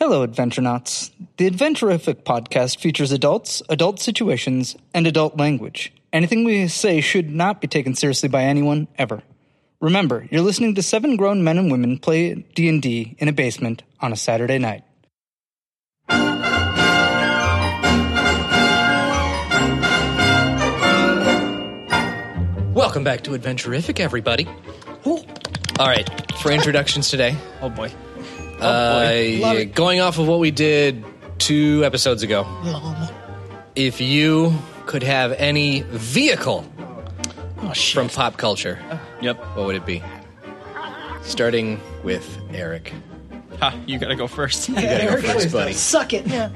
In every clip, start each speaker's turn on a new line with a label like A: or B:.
A: Hello, Adventure Knots. The Adventurific podcast features adults, adult situations, and adult language. Anything we say should not be taken seriously by anyone ever. Remember, you're listening to seven grown men and women play D&D in a basement on a Saturday night.
B: Welcome back to Adventurific, everybody. All right, for introductions today. Oh boy.
A: Love
B: Uh,
A: it.
B: going off of what we did two episodes ago. If you could have any vehicle from pop culture,
C: Yep.
B: what would it be? Starting with Eric.
C: Ha, you gotta go first.
B: Gotta go
D: Eric
B: first,
D: always
B: buddy.
D: does. Suck it. Yeah.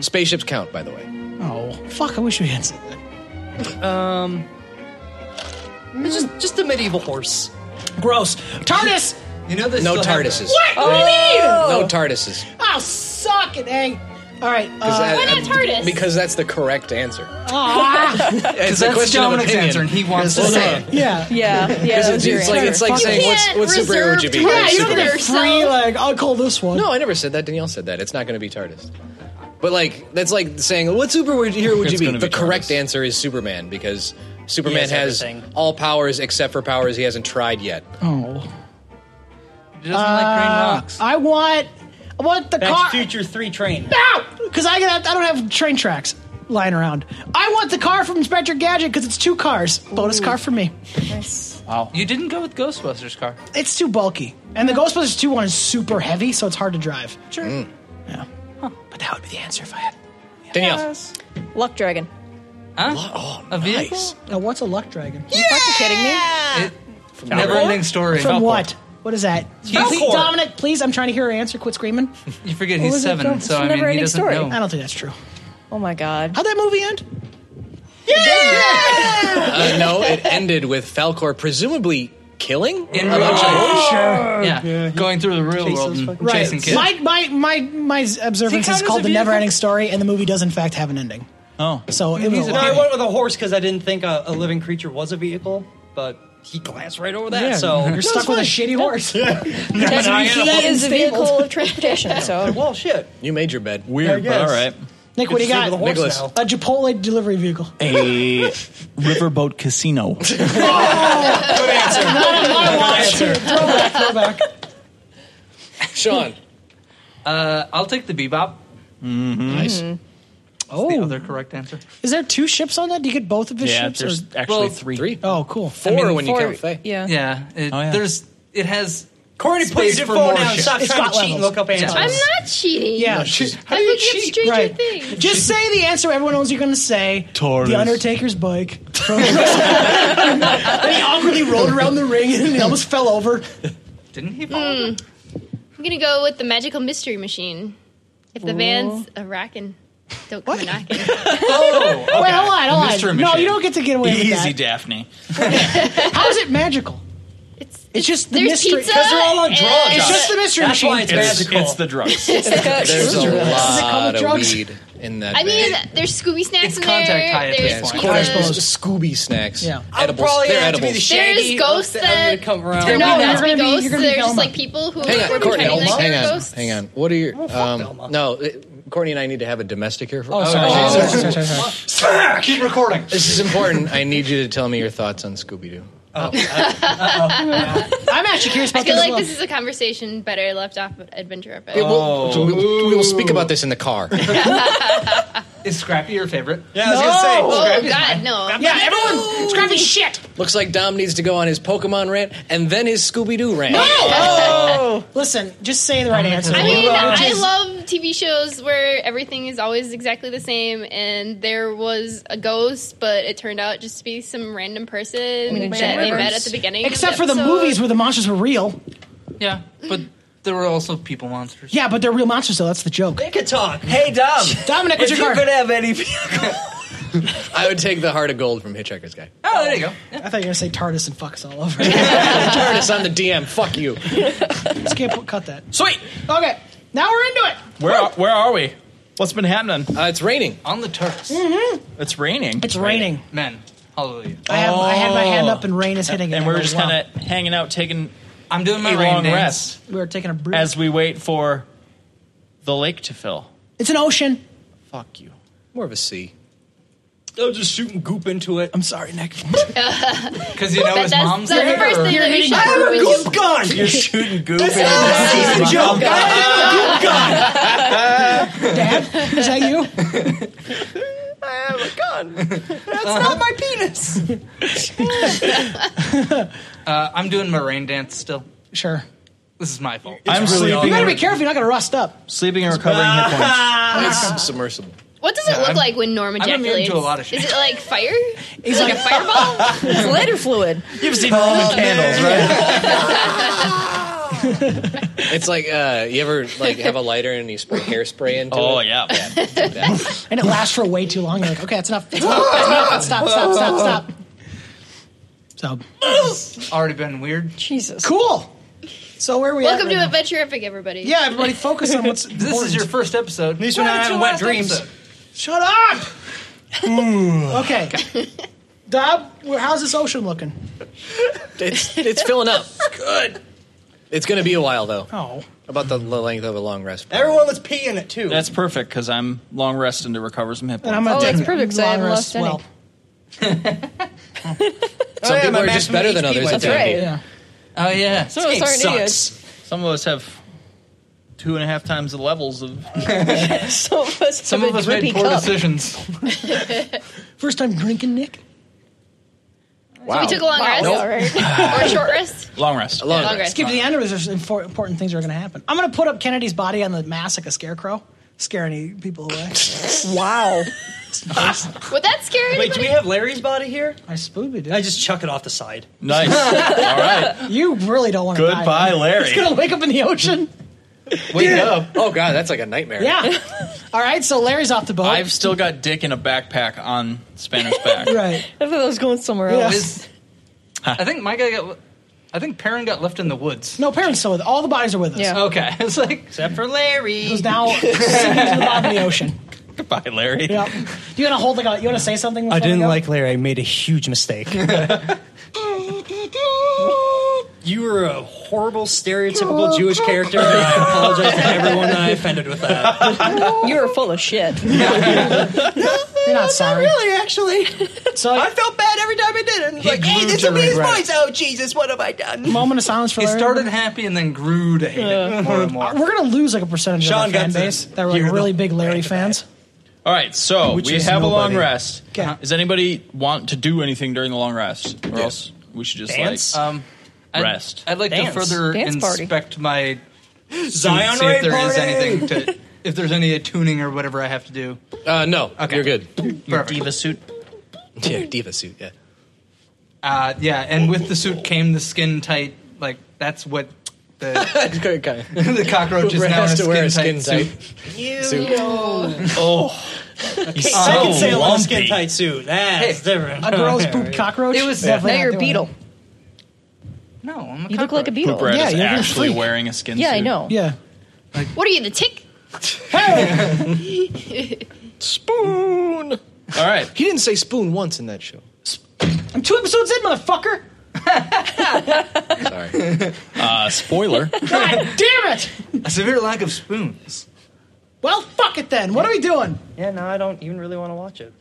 B: Spaceships count, by the way.
D: Oh, fuck. I wish we had something.
B: Um,
E: Just, just a medieval horse.
D: Gross. TARDIS!
E: You know this.
B: No TARDISes.
E: What do you mean?
B: No TARDISes.
D: Oh, suck it, eh? All right. Uh,
B: That-
F: not TARDIS?
B: Because that's the correct answer.
D: Ah.
B: it's a
A: That's
B: question of
A: Dominic's
B: opinion.
A: answer, and he wants
B: Well,
A: to
B: no,
A: say it.
D: yeah.
G: Yeah, yeah. that
B: It's,
G: was your
B: it's like it's
G: answer.
B: like
G: Fuck
B: saying
G: it.
B: what's
F: can't
B: what superhero would you be?
F: reserve
B: Like,
F: TARDIS.
D: you don't
B: superhero.
D: get a free,
F: yourself.
D: like, I'll call this one.
B: No, I never said that. Danielle said that. It's not going to be TARDIS. But like that's like saying what superhero would you
C: It's
B: be?
C: gonna
B: The
C: be
B: correct
C: TARDIS.
B: answer is Superman because Superman
E: has
B: has,
E: everything.
B: all powers except for powers he hasn't tried yet.
C: doesn't like green rocks.
D: Uh, I want. I want the
E: Back
D: car.
E: to Future Three train.
D: Because I, got- I don't have train tracks lying around. I want the car from Inspector Gadget because it's two cars. Bonus car for me.
C: You didn't go with Ghostbusters car.
D: It's too bulky. And the Ghostbusters 2 one is super heavy, so it's hard to drive. Sure.
A: Mm.
D: Yeah. But that would be the answer if I had.
B: Danielle,
G: Luck Dragon.
D: Oh.
C: A vehicle?
D: Now, what's a luck dragon?
G: Are you fucking kidding me?
A: Never ending story.
D: From what? What is that? Please,
E: Falcor.
D: Dominic, please, I'm trying to hear your answer. Quit screaming.
A: You forget
G: What
A: he's
G: was it
A: seven,
G: from?
A: so
G: It's
A: I
G: a
A: mean, he
G: never-ending
A: doesn't
G: story.
A: know.
D: I don't think that's true.
G: Oh my god.
D: How'd that movie end?
B: uh, no, it ended with Falcor presumably killing.
A: In real life.
B: Oh,
A: Yeah. Going through the real world and chasing kids.
D: My my my my observance
A: See, how does
D: is called
A: it
D: the
A: beautiful-
D: never ending story, and the movie does in fact have an ending.
C: Oh.
D: So it was a
E: No, I
D: lie.
E: went with a horse because I didn't think a, a living creature was a vehicle, but he glanced right over that.
D: Yeah,
E: So
D: you're stuck with a shitty horse.
G: Technically, he is a vehicle of transportation, so
E: Well, shit.
B: You made your bed.
C: Weird,
E: Yeah, I
C: but all
E: guess.
C: right.
D: Nick, what do you
E: Just
D: got?
E: with a horse
B: Nicholas.
E: now.
D: A Chipotle delivery vehicle.
C: A riverboat casino.
D: throwback, throwback.
B: Sean,
A: Uh, I'll take the bebop.
C: Mm-hmm.
B: nice.
A: Oh. The other correct answer.
D: Is there two ships on that? Do you get both of Mm-hmm. the
C: yeah,
D: ships?
C: there's
D: or-
C: actually
A: Well,
C: three.
B: Three,
D: Oh, cool.
B: four when you
G: Four-
B: count Faye.
G: Yeah.
A: Yeah, it,
C: Oh, yeah.
A: There's it has
E: Corny, put
A: Space
E: your
A: for
E: phone
A: more
E: down.
A: shit.
E: and Stop
D: It's
E: trying
D: got
E: to cheat and
D: levels.
E: look up answers.
F: I'm not cheating.
D: Yeah,
F: I look up Stranger
D: Right.
F: Things.
D: Just say the answer everyone knows you're going to say.
C: Taurus.
D: The Undertaker's bike. and he awkwardly rolled around the ring and he almost fell over.
A: didn't he fall?
F: Hmm. I'm gonna go with the magical mystery machine. If the van's a rockin', don't come a knockin'.
A: Oh,
D: Wait, hold on, hold on.
A: mystery
D: No,
A: machine.
D: you don't get to get away with
C: Easy,
D: that.
C: Daphne.
D: How is it magical?
F: It's,
D: It's just the
F: there's
D: mystery.
F: pizza.
D: 'cause they're all on
F: and-
D: drugs. It's just the mystery
E: That's
D: machine.
E: why it's
C: It's,
E: magical.
C: it's the drugs.
G: It's the gut-
B: There's
G: Ooh.
B: a
D: called
B: lot
D: with
B: of
D: drugs?
B: weed in that.
F: I mean,
B: bag.
F: there's Scooby snacks
A: It's
F: in
A: contact
F: there.
A: high at this
B: Yeah,
F: there's
B: it's
A: point.
B: cool.
D: I
B: There's
D: suppose.
B: Scooby snacks.
D: Yeah.
E: I'm
B: edibles.
E: probably
B: They're
E: gonna have to be the
B: edibles.
E: shaggy.
F: There's ghosts
E: of the- I'm gonna
F: that-
E: come around.
F: no,
D: You're
F: not
D: gonna be-
F: ghosts.
D: you're gonna be
F: They're just
D: Velma.
F: like people who
B: Hang
F: were
B: on, Courtney.
F: pretending like
B: Hang
F: they're
B: on.
F: ghosts.
B: Hang on. What are your?
E: fuck
B: Um,
E: Velma.
B: no, it- Courtney and I need to have a domestic here. For, oh,
D: Sorry, sorry, sorry, sorry.
C: Ah,
A: keep recording.
B: This is important. I need you to tell me your thoughts on Scooby Doo.
D: I'm actually curious about
F: I feel
D: this.
F: like
D: as well.
F: this is a conversation better left off of Adventure Epic.
B: We'll, we'll speak about this in the car.
A: Is Scrappy your favorite?
E: Yeah, I was gonna say.
F: oh God, no!
D: yeah, everyone, Scrappy shit.
B: Looks like Dom needs to go on his Pokemon rant and then his Scooby Doo rant.
D: Listen, just say the right answer.
F: I mean,
D: Which
F: I
D: is-
F: love TV shows where everything is always exactly the same, and there was a ghost, but it turned out just to be some random person
G: in
F: that they
G: general.
F: met at the beginning. of
D: Except for the movies where the monsters were real.
A: Yeah, but there were also people monsters.
D: Yeah, but they're real monsters, so that's the joke.
E: They could talk. Hey, Dom.
D: Dominic, what's
E: If
D: your
E: you
D: card?
E: could have any
B: I would take the Heart of Gold from Hitchhiker's Guide.
A: Oh, there you go. Yeah.
D: I thought you were going to say TARDIS and fuck us all over.
B: Tardis on the DM. Fuck you.
D: Just can't put, cut that.
C: Sweet.
D: Okay, now we're into it.
C: Where are, where are we? What's been happening?
B: Uh, it's raining.
A: On the Turks,
C: It's raining.
D: Mm-hmm. It's raining.
A: men, hallelujah.
D: I, have, I had my hand up and rain is hitting it.
C: and
D: I'm
C: we were
D: like,
C: just
D: wow.
C: kind of hanging out, taking.
H: I'm
E: Oh.
H: doing my
C: a
H: rain
C: long
H: dance.
C: rest
D: We are taking a break.
C: as we wait for the lake to fill.
D: it's an ocean.
C: Fuck you.
B: More of a C.
E: I'm just shooting goop into it.
C: I'm sorry, Nick.
H: Because you know
F: But
H: his mom's
F: that's, that's the
H: there.
F: first thing
D: You're
F: that you
D: hitting
F: should do when you
E: gun. You're shooting goop. into
D: This is a joke. Dad, is that you?
H: Uh, I'm doing my rain dance still.
D: Sure.
H: This is my fault.
C: I'm
D: You
C: sleeping.
D: gotta be
C: And,
D: careful. You're not gonna rust up.
C: sleeping and recovering hit points.
E: Ah!
B: It's submersible.
F: What does it look
H: I'm-
F: like when Norm
H: immune
F: ejaculates?
H: to a lot of shit.
F: Is it like fire?
D: He's like,
F: Fireball?
G: It's lighter fluid.
C: You've seen Roman candles, right?
B: It's like uh, you ever like have a lighter and you spray hairspray into
C: Oh
B: it.
C: yeah.
D: and it lasts for way too long. You're like, okay, that's enough. That's enough. That's enough. Stop, stop, stop, stop. So
H: Already been weird.
G: Jesus.
D: cool. So where are we?
F: Welcome
D: at right
F: to
D: now?
F: Adventurific, everybody.
D: Yeah, everybody, focus on what's.
H: This is your first episode. These
D: are not having wet dreams. Shut up.
H: Hmm.
D: okay. Dob, wh- how's this ocean looking?
B: It's it's filling up. Good. It's gonna be a while though.
D: Oh,
B: About the l- length of a long rest.
E: Everyone was peeing it too.
C: That's perfect because I'm long resting to recover some hit points.
D: and I'm gonna
G: Oh,
D: take
G: that's
D: a
G: perfect, 'cause I
D: long
G: haven't
D: rest
G: lost
D: as
G: any.
D: well.
B: Some
E: Oh,
G: Oh,
E: yeah,
B: people
E: my
B: are just
E: maximum
B: better than
E: HP
B: others.
E: went
B: at
G: down.
B: D&D.
G: Right.
D: Yeah.
H: Oh yeah.
G: Some of us aren't idiots.
C: Some of us have two and a half times the levels of.
G: Some of us have
H: Some
G: a
H: of us
G: drippy
H: made poor
G: cup.
H: decisions.
D: First time drinking, Nick.
B: Wow.
F: We took a long
G: Wow,
F: rest
G: all right.
F: or a short rest.
C: Long rest.
B: A long
F: Long
B: rest.
F: rest.
D: Skip to the end, or is there some infor- important things that are going to happen? I'm going to put up Kennedy's body on the mass like a scarecrow, scare any people away.
G: Wow.
F: Would that scare
E: Wait,
F: anybody?
E: do we have Larry's body here?
D: I spooked it, dude.
E: I just chuck it off the side.
C: Nice. All right.
D: you really don't want to die.
C: Goodbye,
D: man.
C: Larry.
D: It's going to wake up in the ocean.
B: Wake up. Oh god, that's like a nightmare.
D: Yeah. All right, so Larry's off the boat.
C: I've still got Dick in a backpack on Spanner's back.
D: right.
G: I thought that was going somewhere
D: Yeah.
G: else.
H: Is- I think my guy got. I think Perrin got left in the woods.
D: No, parents still with All the bodies are with us.
G: Yeah.
H: Okay, it's like
E: Except for Larry.
D: Who's now sinking to the bottom of the ocean.
C: Goodbye, Larry.
D: Yep. You want to hold like a, you want to say something?
E: I
D: before we
E: didn't
D: go?
E: like Larry. I made a huge mistake. you were a horrible, stereotypical Jewish character, and I apologize to everyone that I offended with that.
G: You were full of shit.
D: You're not sorry.
E: actually.
D: So
E: felt bad every time I did it. It's
H: like, hey, grew this to will be his regret. voice.
E: Oh, Jesus, what have I done?
D: moment of silence for
H: he
D: Larry.
H: started happy and then grew to hate it more and more.
D: We're going to lose like a percentage
E: Sean
D: of our fan
E: got to
D: base that were
E: hear
D: like,
E: the
D: really big Larry
E: rant about it.
D: fans.
C: All right. So
E: Which
C: we
E: is
C: have a long
E: nobody.
C: rest.
D: Okay.
C: Does anybody want to do anything during the long rest, or else we should just
E: Dance?
C: like
H: Um, I'd,
C: Rest.
H: I'd like
E: Dance.
H: to further
G: Dance party.
H: inspect my
E: Zion
H: see if
E: Ray
H: there is
E: party!
H: anything to if there's any attuning or whatever I have to do.
B: Uh, no. You're good.
H: Perfect.
C: diva suit.
B: Yeah, diva suit. Yeah.
H: Uh, yeah, and with the suit came the skin tight. Like that's what the the cockroach is
B: Whoever
H: now in a
B: has to
H: skin,
B: wear a skin
H: tight suit.
B: tight. Suit.
E: Hey, I can say a lot of
C: lumpy.
E: skin tight suit. That's
H: Hey,
E: different.
D: A girl's
E: Okay,
D: poop
E: right.
D: cockroach.
H: It was-
D: Definitely
G: now
D: not
G: you're a
D: doing
G: beetle.
D: that.
H: No, I'm a
G: You look like a
H: cockroach.
G: beetle.
C: Brad
D: Yeah,
C: is
D: you're gonna
C: actually
D: freak.
C: wearing a skin
G: Yeah,
C: suit.
G: I know.
D: Yeah.
F: What are you, the tick?
B: Spoon.
C: All right.
B: He didn't say spoon once in that show.
D: I'm two episodes in, motherfucker.
B: Sorry.
C: Uh, spoiler.
D: God damn it.
H: A severe lack of spoons.
D: Well, fuck it then. What are we doing?
E: Yeah, no, I don't even really want to watch it.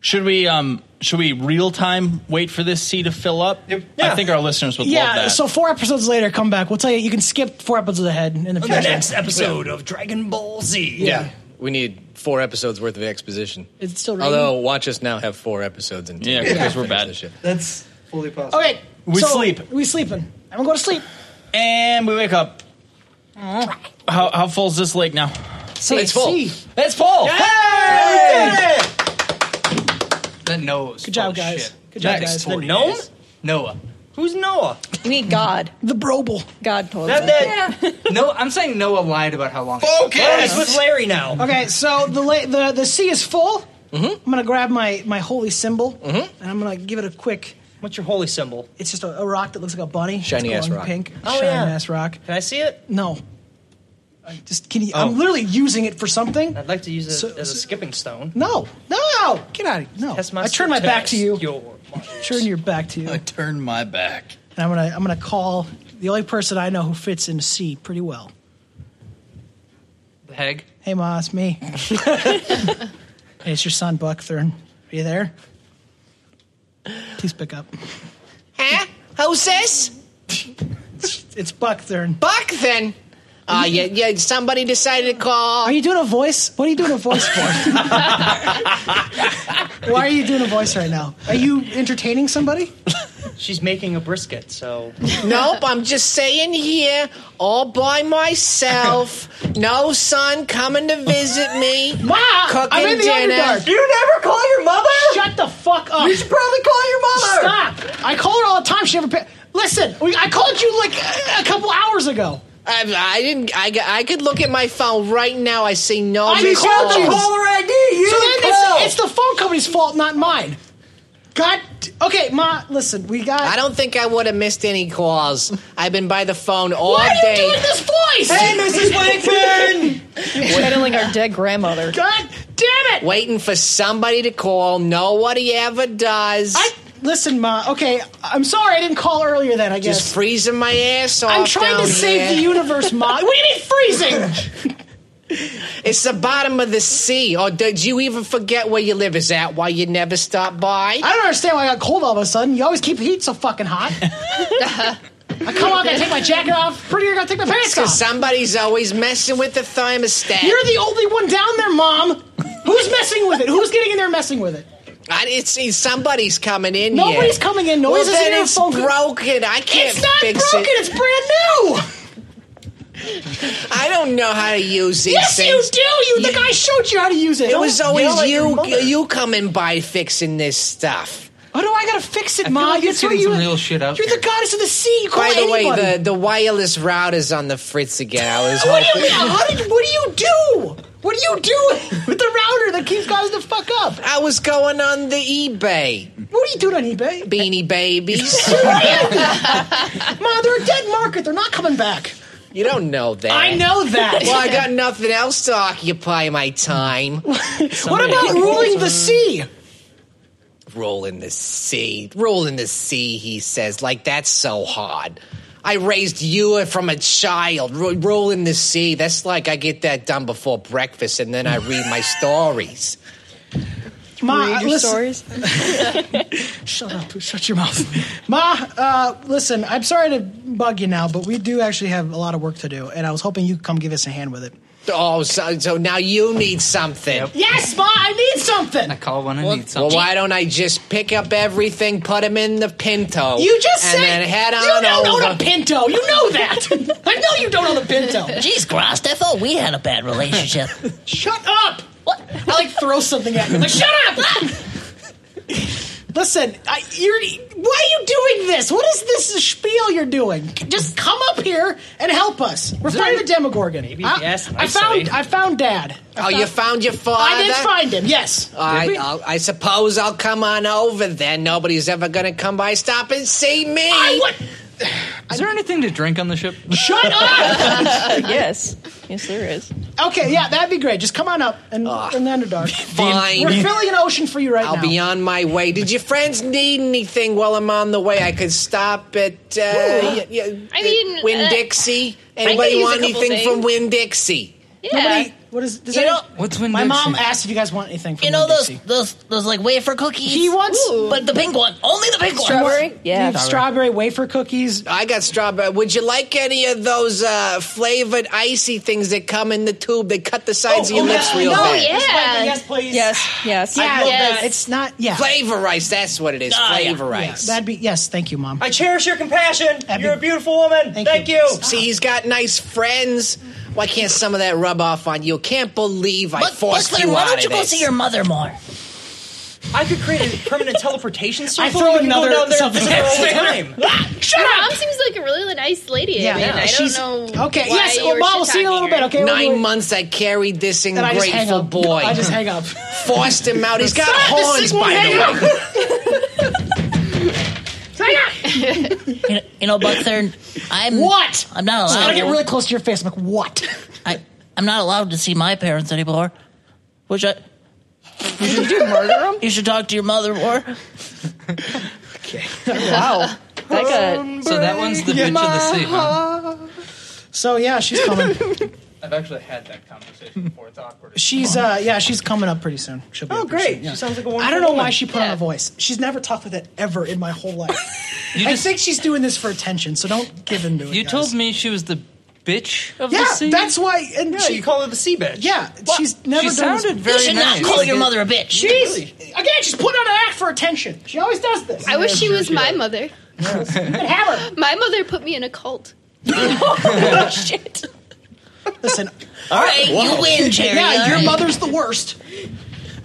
C: should we um should we real time wait for this sea to fill up? I
E: Yeah.
C: think our listeners would love
D: Yeah,
C: that.
D: so four episodes later, come back. We'll tell you, you can skip four episodes ahead in the
E: The
D: future.
E: next episode of Dragon Ball Z.
B: Yeah. We need four episodes worth of exposition.
D: It's still raining.
B: Although, watch us now have four episodes in.
C: Yeah, because we're bad.
H: That's fully possible.
D: Okay.
C: We
D: so
C: sleep.
D: We sleeping. I'm going to sleep.
C: and we wake up. How how full is this lake now?
D: See,
B: It's full.
D: see.
C: It's full.
H: That Noah.
D: Good job, guys. Good job, guys.
E: The gnome?
H: Noah.
E: Who's Noah?
G: You need God.
D: The Brobel.
G: God told
E: That,
G: us.
E: that,
H: No, I'm saying Noah lied about how long. it took.
E: Larry's with Larry now.
D: Okay, so the la- the the sea is full.
E: Mm-hmm.
D: I'm gonna grab my my holy symbol and I'm gonna give it a quick.
E: What's your holy symbol?
D: It's just a, a rock that looks like a bunny. It's
B: Shiny ass
D: glowing
B: rock.
D: Pink.
E: Oh,
D: shiny
E: yeah.
D: ass rock.
E: Can I see it?
D: No. I just can you,
H: Oh.
D: I'm literally using it for something.
E: I'd like to use it
D: So-
E: as a skipping stone.
D: No, no, get out of here. No,
E: Test
D: I turn my back to
E: test
D: you.
E: Your
D: Turn your back to you, and
C: Turn my back.
D: I'm gonna I'm gonna call the only person I know who fits in C pretty well.
H: The Heg.
D: Hey, Ma, it's me. hey, it's your son, Buck Thurn. Are you there? Please pick up.
I: Huh? Who's this?
D: It's Buck Thurn.
I: Buck then. Uh, yeah, yeah, somebody decided to call.
D: Are you doing a voice? What are you doing a voice for? Why are you doing a voice right now? Are you entertaining somebody?
E: She's making a brisket, so
I: Nope, I'm just saying here, all by myself. No son coming to visit me.
D: Ma,
I: Cooking
D: I'm in the
I: dinner.
D: Underdark.
E: you never call your mother.
D: Shut the fuck up.
E: You should probably call your mother.
D: Oh. Stop! I call her all the time. She never. Pa- Listen, we, I called you like a, a couple hours ago.
I: I, I didn't. I, got- I could look at my phone right now. I see no.
D: I
I: missed
D: called
I: calls.
D: you.
E: Caller ID. You
D: So
E: didn't
D: then
E: call.
D: it's, it's the phone company's fault, not mine. God. Okay, ma. Listen, we got.
I: I don't think I would have missed any calls. I've been by the phone all
D: Why are you
I: day.
D: doing this voice?
E: hey, Mrs. Wakeman.
G: Channeling our dead grandmother.
D: God damn it!
I: waiting for somebody to call. Nobody ever does.
D: I listen, ma. Okay, I'm sorry I didn't call earlier. Then I guess.
I: just freezing my ass off.
D: I'm trying
I: down
D: to save
I: here.
D: the universe, ma. What do you mean freezing?
I: It's the bottom of the sea. Or did you even forget where you live? Is that why you never stop by?
D: I don't understand why I got cold all of a sudden. You always keep the heat so fucking hot. I come out, I take my jacket off. Pretty, I gotta take my pants off.
I: Because somebody's always messing with the thermostat.
D: You're the only one down there, Mom. Who's messing with it? Who's getting in there messing with it?
I: I didn't see somebody's coming in.
D: Nobody's
I: yet.
D: coming in.
I: Well,
D: Nobody's listening to
I: then
D: your
I: it's
D: phone.
I: broken. I can't
D: it's not broken.
I: fix
D: It's brand new.
I: it. I don't know how to use these
D: Yes, you
I: things.
D: do. You the guy showed you how to use it.
I: It was
D: Don't
I: always
D: yell at your
I: you.
D: mother.
I: You coming by fixing this stuff.
D: Oh no, I gotta fix it,
H: feel
D: Mom.
H: like he's
D: That's what
H: getting
D: you.
H: some real shit out
D: You're
H: there.
D: the goddess of the sea. You call
I: By the
D: anybody.
I: way, the, the wireless router's on the fritz again. I was
D: What do
I: hoping-
D: you mean? How did, what do you do? What are you doing with the router that keeps guys to fuck up?
I: I was going on the eBay.
D: What are you doing on eBay?
I: Beanie babies.
D: Mom, they're a dead market. They're not coming back.
I: you don't know that.
D: I know that.
I: Well, I got nothing else to occupy my time.
D: what about ruling the sea?
I: Roll in the sea. Roll in the sea, he says. Like, that's so hard. I raised you from a child. Ro- Roll in the sea. That's like I get that done before breakfast and then I read my stories.
D: Ma,
G: Read your
D: listen-
G: stories.
D: Shut up. Shut your mouth. Ma, uh, listen, I'm sorry to bug you now, but we do actually have a lot of work to do, and I was hoping you'd come give us a hand with it.
I: Oh, so, so now you need something.
D: Yes, Ma, I need something.
H: I call when I need
I: Well,
H: something.
I: why don't I just pick up everything, put them in the pinto,
D: You just
I: and
D: said
I: then head on
D: you don't
I: over?
D: own a Pinto. You know that. I know you don't own a Pinto.
J: Jeez, Gross, I thought we had a bad relationship.
D: Shut up! What? I like throw something at you. Like shut up! Listen, I, you're. Why are you doing this? What is this spiel you're doing? Just come up here and help us. We're fighting the Demogorgon. Maybe I,
E: yes,
D: I found. I found Dad.
I: Oh, you found your father?
D: I did find him. Yes.
I: I, I'll- I suppose I'll come on over then. Nobody's ever going to come by, stop and see me.
D: I what?
H: Is there anything to drink on the ship?
D: Shut up!
G: yes. Yes, there is.
D: okay, yeah, that'd be great. Just come on up and in the Underdark. We're
I: Fine.
D: filling an ocean for you right
I: I'll
D: now.
I: be on my way. Did your friends need anything while I'm on the way? I could stop at, uh, y- y-
F: I mean,
I: Win
F: uh,
I: Dixie.
F: could
I: Anybody
F: use a
I: want
F: couple
I: anything from
F: things.
I: Win Dixie?
F: Yeah.
D: Nobody- what is? Does
J: You
D: that-
J: know-
H: What's Win
D: my
H: Dixie?
D: mom asked if you guys want anything. From
J: you know those
D: Winn-Dixie.
J: those those like wafer cookies?
D: He wants.
J: but the pink one, only the pink one.
G: Strawberry?
D: We
G: Yeah.
D: have strawberry wafer cookies.
I: I got strawberry. Would you like any of those uh, flavored icy things that come in the tube? They cut the sides of your lips real
F: no,
I: bad.
F: yeah.
D: Oh, Yes, please. Ah,
G: Yes, yes.
D: Yeah,
F: love
D: yeah,
F: that.
D: it's not. Yeah,
I: Flavor ice. That's what it is.
J: Ah, yeah.
I: flavor
D: Yeah,
I: ice.
D: that'd be yes. Thank you, mom.
E: I cherish your compassion.
D: That'd
E: You're
D: be-
E: a beautiful woman.
D: Thank
E: Thank,
D: you.
E: you.
I: See, he's got nice friends. Why can't some of that rub off on you? Can't believe I
J: But,
I: forced
J: Buckler,
I: you
J: why
I: out
J: don't you
I: of
J: go
I: this.
J: see your mother more?
E: I could create a permanent teleportation circle.
D: I throw
E: We could go
D: another
E: down there
D: something
E: and visit her all
D: at
E: the time.
D: Shut
F: Your
D: up.
F: mom seems like a really nice lady.
D: Yeah,
F: I, mean,
D: yeah,
F: I
D: she's-
F: don't know.
D: Okay.
F: why
D: yes,
F: you
D: well,
F: were
D: mom. We'll see you in a little bit.
F: shit-talking
D: Okay. we'll do
I: Nine
D: it.
I: months I carried this
D: And I just hang
I: ungrateful
D: up.
I: boy.
D: I just hang up.
I: forced him out. He's got
D: Stop, this
I: horns,
D: thing won't
I: by the
D: hang
I: way.
D: Hang up.
J: You know, you know Buckler, I'm
D: What?
J: I'm not
D: I
J: allowed.
D: gotta get really close to your face. I'm like, what?
J: I I'm not allowed to see my parents anymore. Which I
G: Did you murder him?
J: you should talk to your mother more.
G: Wow.
D: That got-
H: so that one's the bitch of the sea. Huh?
D: So yeah, she's coming.
H: I've actually had that conversation before. It's awkward.
D: She's uh yeah, she's coming up pretty soon. She'll be
H: Oh,
D: up pretty
H: great.
D: soon,
H: She
D: yeah.
H: sounds like a
D: I
H: wonderful
D: don't know why
H: woman.
D: she put on a voice. She's never talked with it ever in my whole life.
H: You
D: I think she's doing this for attention, so don't give in to it.
H: You told me she was the bitch of
D: yeah,
H: the sea.
D: that's why. And
H: Yeah,
D: she,
H: you call her the sea bitch.
D: Yeah, she's never.
H: She
D: done this.
H: sounded very You should not nice. call your mother a bitch.
D: She's again. She's putting on an act for attention. She always does this.
F: I wish she was my mother.
D: have her.
F: My mother put me in a cult.
D: Shit. Listen.
F: All right, you win, Jerry,
D: Yeah,
F: all
D: your
F: right.
D: mother's the worst.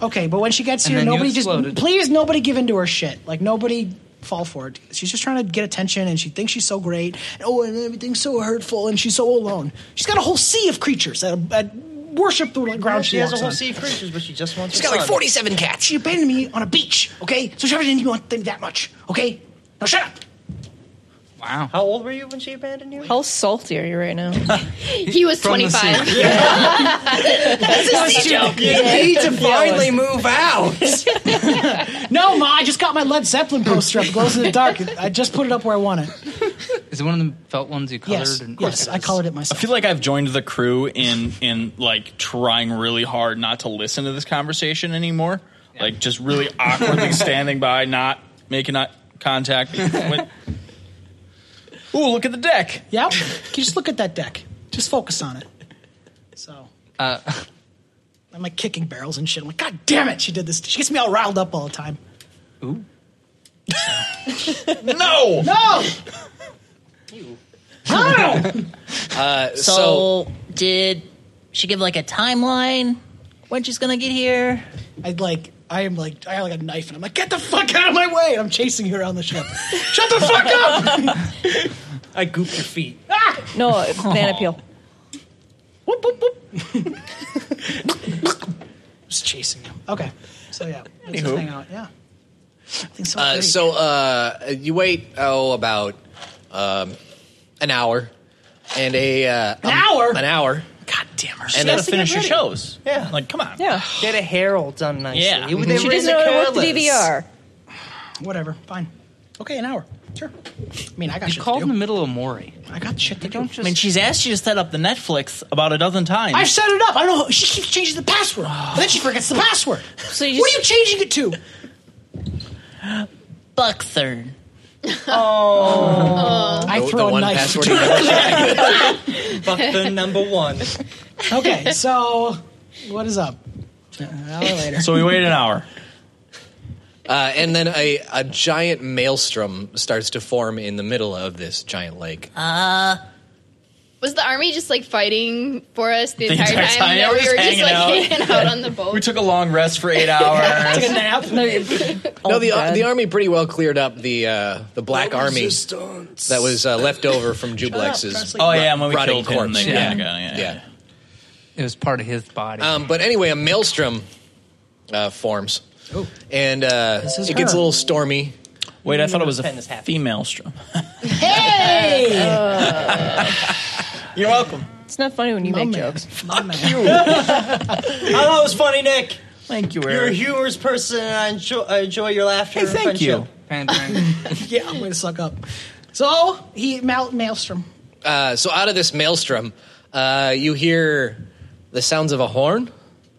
D: Okay, but when she gets
H: And
D: here,
H: then you
D: nobody just
H: exploded.
D: please nobody give into her shit. Like nobody fall for it. She's just trying to get attention, and she thinks she's so great. And, oh, and everything's so hurtful, and she's so alone. She's got a whole sea of creatures that, that worship the ground she,
E: she has a
D: walks
E: whole
D: on.
E: sea of creatures, but she just wants.
D: She's
E: her
D: got like
E: son.
D: 47 cats. She abandoned me on a beach, okay? So she obviously didn't want them that much, okay? Now shut up.
H: Wow.
E: How old were you when she abandoned you?
G: How salty are you right now?
F: he was
G: From the
F: 25.
G: sea.
F: That's a sea joke.
D: You need to finally
I: move out.
D: no, Ma, I just got my Led Zeppelin poster up. It glows in the dark. I just put it up where I want it.
H: Is it one of the felt ones you colored?
D: Yes,
H: and-
D: yes, I colored it
C: I
D: myself.
C: feel like I've joined the crew in in like trying really hard not to listen to this conversation anymore. Like just really awkwardly standing by, not making eye contact.
D: uh,
C: When- Ooh, look at the deck.
D: Yep. Can you just look at that deck? Just focus on it. So
H: Uh,
D: I'm like kicking barrels and shit. I'm like, God damn it, she did this. She gets me all riled up all the time.
H: Ooh.
C: no!
D: No!
B: Uh,
J: so, did she give like a timeline when she's gonna get here?
D: I like I am like I have like a knife and I'm like, get the fuck out of my way! And I'm chasing her around the ship. Shut the fuck up!
E: I gooped your feet.
D: Ah!
G: No, it's banana peel.
D: Just chasing him. Okay. So yeah. Let's
B: Anywho.
D: just hang out. Yeah. so.
B: Uh, so uh, you wait oh about um, an hour and a uh, an
D: hour
B: an hour.
D: God damn her!
E: Oh, She has to get ready.
C: Yeah. Like, come on.
G: Yeah.
E: Get a Harold done nicely.
C: Yeah.
E: You-
G: She
E: were in
G: doesn't know how to work the
E: Cabela's.
G: DVR.
D: Whatever. Fine. Okay, an hour. Sure. I mean, I got
H: You
D: shit
H: called
D: to
H: in
D: do.
H: the middle of Maury.
D: I got shit to do.
C: I mean, she's asked you to set up the Netflix about a dozen times.
D: I've set it up. I don't know. She keeps changing the password. Then she forgets the password.
J: So you
D: what are you
J: just-
D: changing it to?
J: Buckthorn.
D: I
J: Oh.
B: The-
D: throw
B: the
D: a
B: one
D: knife.
B: password you never
E: Fuck the number one.
D: okay, so what is up? An hour later.
C: So we wait an hour.
B: Uh, and then a, a giant maelstrom starts to form in the middle of this giant lake.
F: Uh, was the army just like fighting for us the, entire, time?
C: Yeah,
F: that
C: we're
F: we were just
C: hanging
F: like
C: out.
F: hanging out on the boat.
C: We took a long rest for eight hours.
D: Took a nap.
B: no,
G: Oh,
B: the uh, the army pretty well cleared up the uh, the black army that was uh, left over from Jublex's.
C: Oh yeah, and when we
B: rotting
C: killed him,
B: corpse.
C: they-
B: yeah.
C: yeah, yeah, yeah.
B: yeah.
H: It was part of his body.
B: Um, but anyway, a maelstrom uh, forms, and uh,
D: This
B: it
D: is
B: gets a
D: her.
B: little stormy.
C: Wait, I thought it was a
E: Pen is half.
C: female strum.
D: Hey!
C: You're welcome.
G: It's not funny when you
D: My
G: make
D: man.
G: jokes.
D: My man.
E: I thought it was funny, Nick.
C: Thank you,
E: You're a
C: Eric.
E: humorous person, and I enjoy, I enjoy your laughter.
C: Hey,
E: and
C: thank you.
E: friendship.
H: Pan- pan-
D: Yeah, I'm going to suck up. So he mal- maelstrom.
B: Uh, so out of this maelstrom, uh, you hear the sounds of a horn,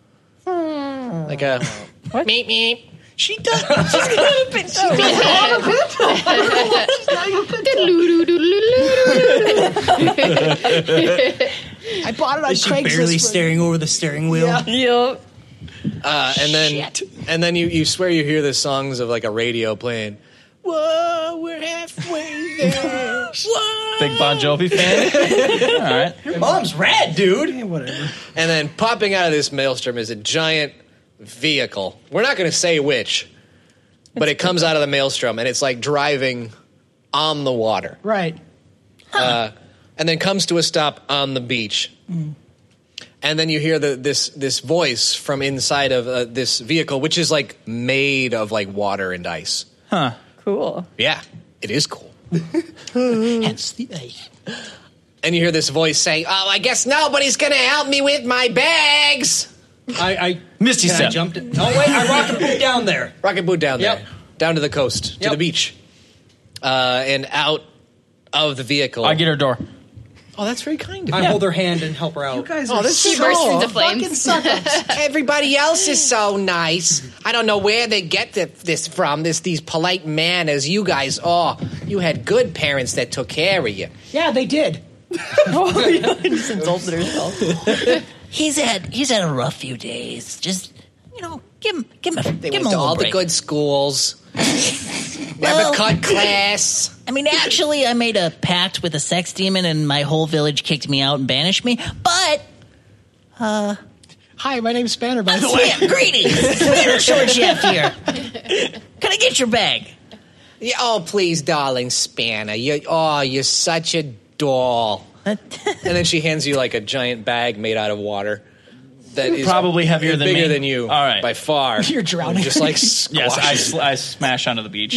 B: like uh, a
I: Oh. Meet me.
D: She does. She's I bought it on
E: Is she
D: Craigslist.
E: barely
D: for-
E: staring over the steering wheel?
D: Yeah.
G: Yep.
B: uh, and then
D: Shit.
B: and then you, you swear you hear the songs of like a radio playing. Whoa, we're halfway there. Whoa.
C: Big Bon Jovi fan. All right.
E: Your mom's rad, dude.
D: Yeah, whatever.
B: And then popping out of this maelstrom is a giant vehicle. We're not going to say which, but it comes out of the maelstrom and it's like driving on the water Uh,
D: Right.
B: and then comes to a stop on the beach.
D: Mm.
B: And then you hear the, this this voice from inside of uh, this vehicle, which is like made of like water and ice.
G: Cool.
B: Yeah, it is cool.
E: Mm-hmm.
D: Hence the A.
B: And you hear this voice saying, "Oh, I guess nobody's going to help me with my bags."
E: I, I
C: Misty
E: Can I
C: step.
E: jumped it. Oh wait, I rock a boot down there.
B: Rocket boot down there,
E: Yep.
B: down to the coast, to
E: Yep.
B: the beach. uh, and out of the vehicle. I get
C: her door.
B: Oh, that's very kind
E: I hold her hand and help her out. You
D: guys
I: Oh, this
B: She
I: is
B: bursts
I: so
B: into
I: fucking
B: flames.
I: suck-ups. Everybody else is so nice. I don't know where they get th- this from. This these polite manners. You guys are. You had good parents that took care of you.
D: Yeah, they did.
I: oh, yeah, just insulted herself.
J: He's had he's had a rough few days. Just you know, give him give him a,
I: They
J: give him
I: went to
J: a little
I: all
J: break.
I: the good schools. Never cut class.
J: I mean, actually, I made a pact with a sex demon, and my whole village kicked me out and banished me. But uh,
D: hi, my name's Spanner. By
J: the way, greetings, Spanner Short Chef here. Can I get your bag?
I: Yeah, oh, please, darling Spanner. You, oh, you're such a doll.
J: and
B: then she hands you like a giant bag made out of water. That is
C: Probably heavier than
B: bigger
C: me.
B: than you. All right, by far.
C: You're
D: drowning.
B: Just like
C: Yes, I,
B: squashes.
C: sl- I smash onto the beach.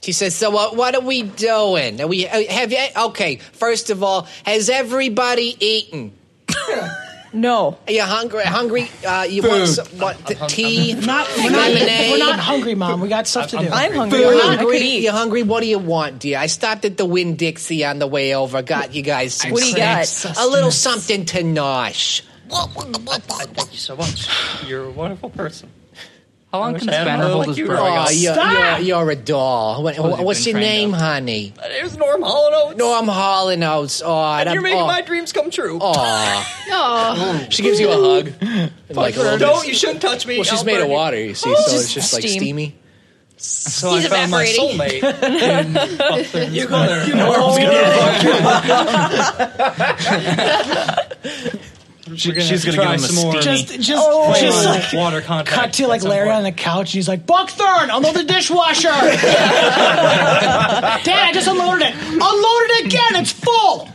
I: She says, "So what? What are we doing? Are we uh, have you? Okay, first of all, has everybody eaten?
K: no.
I: Are you hungry? Hungry? Uh, you want
D: Food.
I: some, what? the tea?
D: Not, we're, not,
I: lemonade?
D: we're not hungry, Mom. We got stuff to do.
I: Food. You're hungry? You hungry? What do you want, dear? I stopped at the Winn Dixie on the way over. Got you guys. Some
K: I'm What do you
I: snacks.
K: got?
I: A little something to nosh.
E: Thank you so much. You're a wonderful person.
H: How
E: long can Spanner hold his breath?
I: Oh, you're,
E: Stop!
I: you're, you're a doll. What-
E: Suppose you've
I: what's
E: been
I: your
E: trained
I: name, honey?
E: There's Norm Hollow.
I: Norm Hall and Oates. Oh,
E: And you're
I: I'm-
E: making
I: oh.
E: my dreams come true.
I: Aw.
F: Oh.
B: She gives you a hug. and,
E: Like,
B: like a little
E: don't
B: bit-
E: you shouldn't touch me.
B: Well, she's
E: I'll
B: made of
E: burn you.
B: water, you see,
E: Oh,
B: so it's just like
E: steam.
B: steamy.
E: So I found my soulmate. in you gonna, you
C: She,
E: gonna
C: she's
E: have
C: going to
E: to try
C: give him a
E: some more. Oh,
C: steamy.
D: Just, just, just like
E: water contact.
D: cut to like Larry on the couch, and he's like, "Buckthorn, unload the dishwasher." Dad, I just unloaded it. Unload it again. It's full.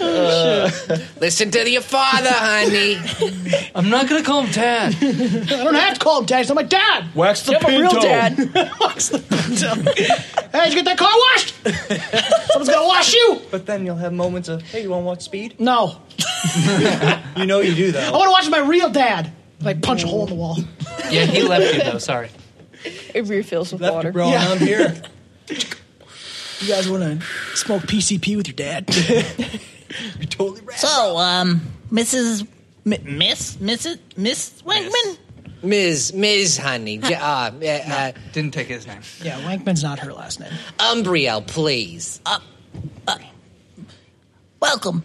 I: Uh, Listen to your father, honey.
H: I'm not gonna call him Dad.
D: I don't have to call him Dad. He's not my dad.
H: Wax the
D: You have a real
H: pinto.
D: dad. Wax the pinto. Hey, did you get that car washed? Someone's gonna wash you.
E: But then you'll have moments of, hey, you want to watch Speed?
D: No,
E: You know you do
D: I
E: though.
D: want to watch my real dad. Like punch a hole in the wall.
H: Yeah, he left you though. Sorry.
K: It refills with water.
E: Bro,
D: Yeah.
E: I'm here.
D: You guys want to smoke PCP with your dad?
J: So, um, Mrs. M- Miss Mrs. Miss Wangman.
I: Ms. Ms. Honey. J- Uh, uh, uh,
H: Didn't take his name.
D: Yeah, Wankman's not her last name.
I: Umbriel, please.
J: Uh, Welcome.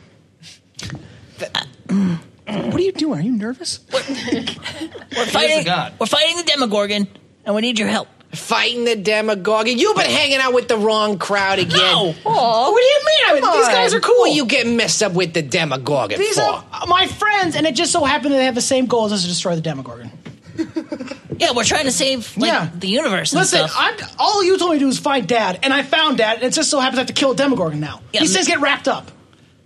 D: What are you doing? Are you nervous?
J: We're fighting. We're fighting the Demogorgon, and we need your help.
I: Fighting the demagogue. You've been hanging out with the wrong crowd again. No.
D: what do you mean? I mean, these guys are cool.
I: What are you getting messed up with the demagogue
D: These
I: for?
D: are my friends, and it just so happened that they have the same goal as us to destroy the Demogorgon.
J: Yeah, we're trying to save like
D: Yeah.
J: the universe. And
D: Listen,
J: stuff.
D: I'm, all you told me to do is find Dad, and I found Dad, and it just so happens I have to kill a Demogorgon now.
J: Yeah,
D: These
J: m-
D: things get wrapped up.